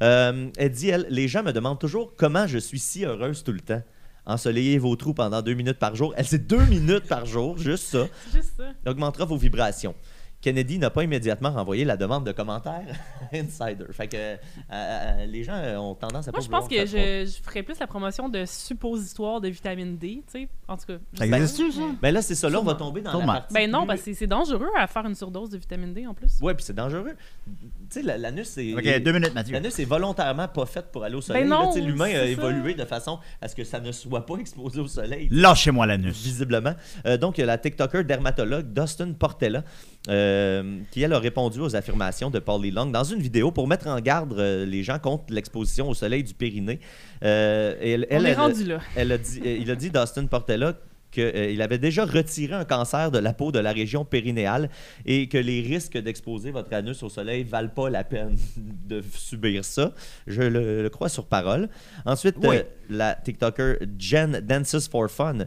Speaker 3: euh, elle dit, elle, les gens me demandent toujours comment je suis si heureuse tout le temps. Ensoleillez vos trous pendant deux minutes par jour. Elle, c'est deux minutes par jour, juste ça.
Speaker 4: C'est juste ça.
Speaker 3: Augmentera vos vibrations. Kennedy n'a pas immédiatement renvoyé la demande de commentaires à Insider. Fait que euh, euh, les gens euh, ont tendance à
Speaker 4: Moi,
Speaker 3: pas
Speaker 4: je pense
Speaker 3: vouloir
Speaker 4: que
Speaker 3: faire trop.
Speaker 4: je, je ferais plus la promotion de suppositoires de vitamine D, tu sais. En tout cas. je
Speaker 2: Ça
Speaker 4: sais pas.
Speaker 2: existe-tu, ça?
Speaker 3: Ben là, c'est ça. Là, on va
Speaker 4: Sûrement.
Speaker 3: tomber dans
Speaker 2: Sûrement.
Speaker 3: la partie...
Speaker 4: Ben non,
Speaker 3: plus-
Speaker 4: parce que c'est- c'est dangereux à faire une surdose de vitamine D en plus.
Speaker 3: Ouais, puis c'est dangereux. Tu sais, la- l'anus, c'est...
Speaker 2: Ok, deux minutes, Mathieu.
Speaker 3: L'anus est volontairement pas faite pour aller au soleil.
Speaker 4: Ben
Speaker 3: là.
Speaker 4: non,
Speaker 3: Tu sais, L'humain a
Speaker 4: c'est ça.
Speaker 3: évolué de façon à ce que ça ne soit pas exposé au soleil.
Speaker 2: Lâchez-moi l'anus.
Speaker 3: Visiblement. Euh, donc, il y a la TikToker dermatologue Dustin Portella, euh, qui, elle, a répondu aux affirmations de Paul Lee Long dans une vidéo pour mettre en garde euh, les gens contre l'exposition au soleil du Périnée. Euh, et elle,
Speaker 4: On
Speaker 3: elle,
Speaker 4: est
Speaker 3: elle-
Speaker 4: rendu là.
Speaker 3: elle a dit, euh, il a dit, Dustin Portella, qu'il avait déjà retiré un cancer de la peau de la région périnéale et que les risques d'exposer votre anus au soleil valent pas la peine de subir ça. Je le, le crois sur parole. Ensuite,
Speaker 2: Oui.
Speaker 3: euh, la TikToker Jen Dances for Fun,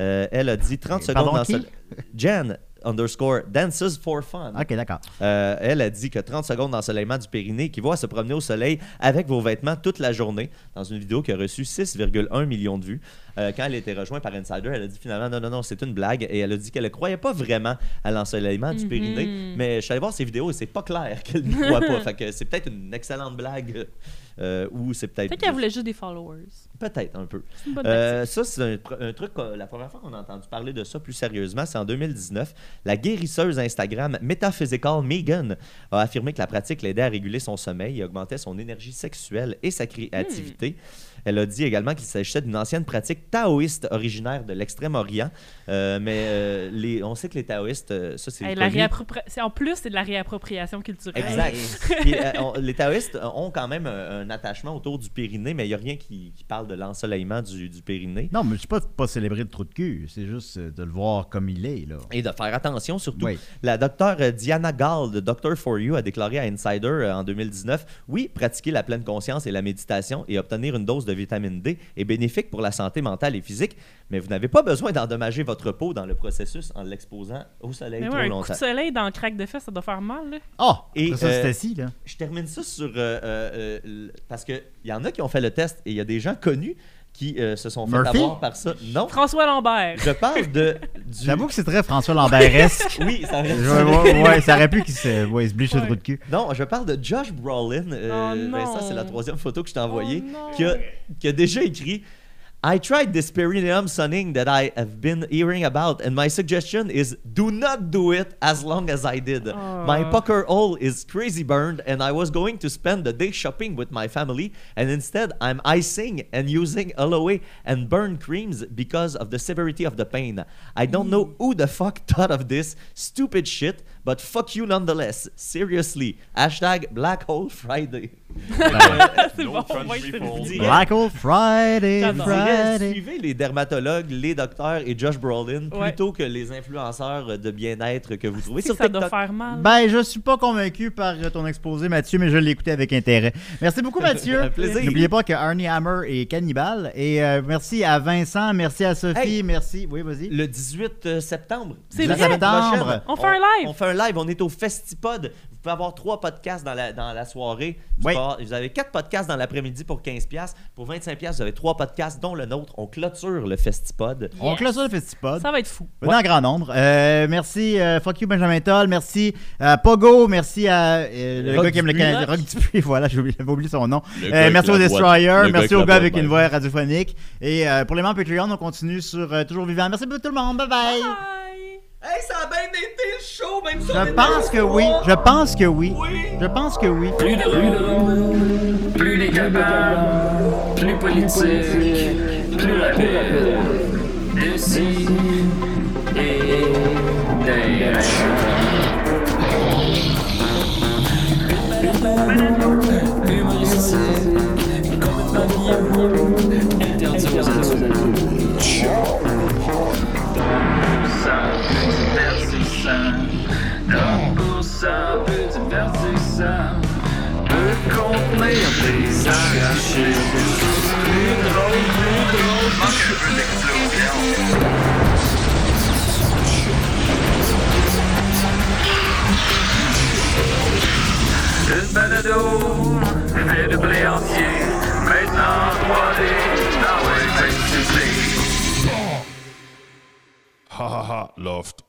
Speaker 3: euh, elle a dit 30 secondes
Speaker 2: Pardon,
Speaker 3: dans
Speaker 2: qui?
Speaker 3: ce- Jen underscore Dances for Fun.
Speaker 2: Ok, d'accord.
Speaker 3: Euh, elle a dit que 30 secondes d'ensoleillement du périnée équivaut à se promener au soleil avec vos vêtements toute la journée dans une vidéo qui a reçu 6,1 millions de vues. Euh, quand elle était rejointe par Insider, elle a dit finalement non, non, non, c'est une blague et elle a dit qu'elle ne croyait pas vraiment à l'ensoleillement du
Speaker 4: Mhm.
Speaker 3: périnée. Mais je suis allé voir ses vidéos et c'est pas clair qu'elle ne croit pas. Fait que c'est peut-être une excellente blague euh, ou c'est peut-être.
Speaker 4: Peut-être qu'elle voulait juste des followers.
Speaker 3: Peut-être un peu.
Speaker 4: C'est une bonne
Speaker 3: Euh, ça, c'est un, pr- un truc, qu'on- la première fois qu'on a entendu parler de ça plus sérieusement, c'est en 2019. La guérisseuse Instagram Metaphysical Megan a affirmé que la pratique l'aidait à réguler son sommeil et augmentait son énergie sexuelle et sa créativité. Elle a dit également qu'il s'agissait d'une ancienne pratique taoïste originaire de l'Extrême-Orient. Euh, mais euh, les, on sait que les taoïstes, euh, ça c'est...
Speaker 4: Hey, la
Speaker 3: connu.
Speaker 4: réappropri- c'est- En plus, c'est de la réappropriation culturelle.
Speaker 3: Exact. Puis, euh, on- les taoïstes ont quand même un, un attachement autour du périnée, mais il n'y a rien qui, qui parle de l'ensoleillement du, du périnée.
Speaker 2: Non, mais je suis pas, pas célébrer le trou de cul. C'est juste euh, de le voir comme il est, là.
Speaker 3: Et de faire attention surtout.
Speaker 2: Oui.
Speaker 3: La docteure euh, Diana Gall de Doctor for You a déclaré à Insider euh, en 2019 Oui, pratiquer la pleine conscience et la méditation et obtenir une dose de vitamine D est bénéfique pour la santé mentale et physique, mais vous n'avez pas besoin d'endommager votre peau dans le processus en l'exposant au soleil
Speaker 4: Mais
Speaker 3: trop
Speaker 4: ouais, un coup
Speaker 3: longtemps.
Speaker 4: de soleil dans le crack de fesses, ça doit faire mal. Là.
Speaker 2: Ah!
Speaker 3: Et,
Speaker 2: Et ça,
Speaker 3: euh,
Speaker 2: c'était ci, là.
Speaker 3: Je termine ça sur. euh, euh, euh, parce qu'il y en a qui ont fait le test et il y a des gens connus qui euh, se sont fait
Speaker 2: Murphy?
Speaker 3: avoir par ça. Non,
Speaker 4: François Lambert.
Speaker 3: je parle de. Du...
Speaker 2: J'avoue que c'est très François Lambertesque.
Speaker 3: Oui, ça
Speaker 2: Je-
Speaker 3: reste.
Speaker 2: ouais, ouais, ça aurait pu qu'il se, ouais, il se bleache le trou de cul.
Speaker 3: Non, je parle de Josh Brolin. Euh,
Speaker 4: Oh non. Oh
Speaker 3: Vincent, c'est la troisième photo que je t'ai envoyée.
Speaker 4: non.
Speaker 3: qui, a, qui a déjà écrit I tried this perineum sunning that I have been hearing about, and my suggestion is do not do it as long as I did.
Speaker 4: Oh.
Speaker 3: My pucker hole is crazy burned, and I was going to spend the day shopping with my family, and instead I'm icing and using aloe and burn creams because of the severity of the pain. I don't know who the fuck thought of this stupid shit, but fuck you nonetheless. Seriously. Hashtag Black Hole Friday. Ben,
Speaker 4: c'est
Speaker 5: No
Speaker 4: bon,
Speaker 5: country
Speaker 4: ouais, c'est
Speaker 5: for
Speaker 4: bon.
Speaker 5: old
Speaker 3: Dis-
Speaker 2: Black Old Friday,
Speaker 4: J'adore.
Speaker 3: Je dirais,
Speaker 2: Friday.
Speaker 3: Suivez les dermatologues, les docteurs et Josh Brolin
Speaker 4: Ouais.
Speaker 3: plutôt que les influenceurs de bien-être que vous trouvez
Speaker 4: Tu sais
Speaker 3: sur
Speaker 4: que ça doit
Speaker 3: TikTok.
Speaker 4: faire mal.
Speaker 2: Ben, je suis pas convaincu par euh, ton exposé, Mathieu, mais je l'ai écouté avec intérêt. Merci beaucoup, Mathieu.
Speaker 3: Un plaisir.
Speaker 2: N'oubliez pas que Arnie Hammer est cannibale. Et euh, merci à Vincent, merci à Sophie,
Speaker 3: Hey.
Speaker 2: merci. Oui, vas-y.
Speaker 3: Le 18 septembre.
Speaker 4: C'est
Speaker 3: la
Speaker 4: vrai?
Speaker 3: semaine prochaine,
Speaker 2: Septembre.
Speaker 4: On fait un live.
Speaker 3: On fait un live. On est au Festipod. Vous pouvez avoir trois podcasts dans la, dans la soirée. Vous
Speaker 2: Oui.
Speaker 3: pouvez avoir- vous avez quatre podcasts dans l'après-midi pour 15$. Pour 25$, vous avez trois podcasts, dont le nôtre. On clôture le Festipod.
Speaker 2: On clôture le Festipod.
Speaker 4: Ça va être fou.
Speaker 2: Venez en grand nombre. Euh, merci, euh, fuck you Benjamin Toll. Merci à Pogo. Merci à euh, le
Speaker 3: Rock
Speaker 2: gars qui aime le
Speaker 3: Dupuis,
Speaker 2: Canadien.
Speaker 3: Rock.
Speaker 2: Rock Dupuis, voilà, j'ai oublié, j'avais oublié son nom.
Speaker 8: Le
Speaker 2: Euh,
Speaker 8: gars avec
Speaker 2: merci
Speaker 8: la
Speaker 2: au
Speaker 8: voix-
Speaker 2: Destroyer.
Speaker 8: le
Speaker 2: merci
Speaker 8: avec
Speaker 2: au
Speaker 8: la
Speaker 2: gars avec
Speaker 8: bonne
Speaker 2: une
Speaker 8: main.
Speaker 2: voix radiophonique. Et euh, pour les membres Patreon, on continue sur euh, Toujours Vivant. Merci beaucoup tout le monde. Bye bye.
Speaker 4: Bye!
Speaker 6: Hey, ça a bien été le show, même si on
Speaker 2: Je
Speaker 6: est
Speaker 2: pense que oui. Je pense que oui.
Speaker 6: Oui.
Speaker 2: Je pense que oui.
Speaker 6: Plus de rue, plus les cabanes, plus politique, plus rapide. De ci et d'ailleurs. Humoristique, complètement interdit aux adultes. divertissant. Donc pour ça, peu divertissant. Peut contenir des archives. Plus drôle, plus drôle. Manque un peu d'explosion. Une balado fait de blé entier. Maintenant Ah 3D dans l'électricité.
Speaker 8: Ha ha ha, loft.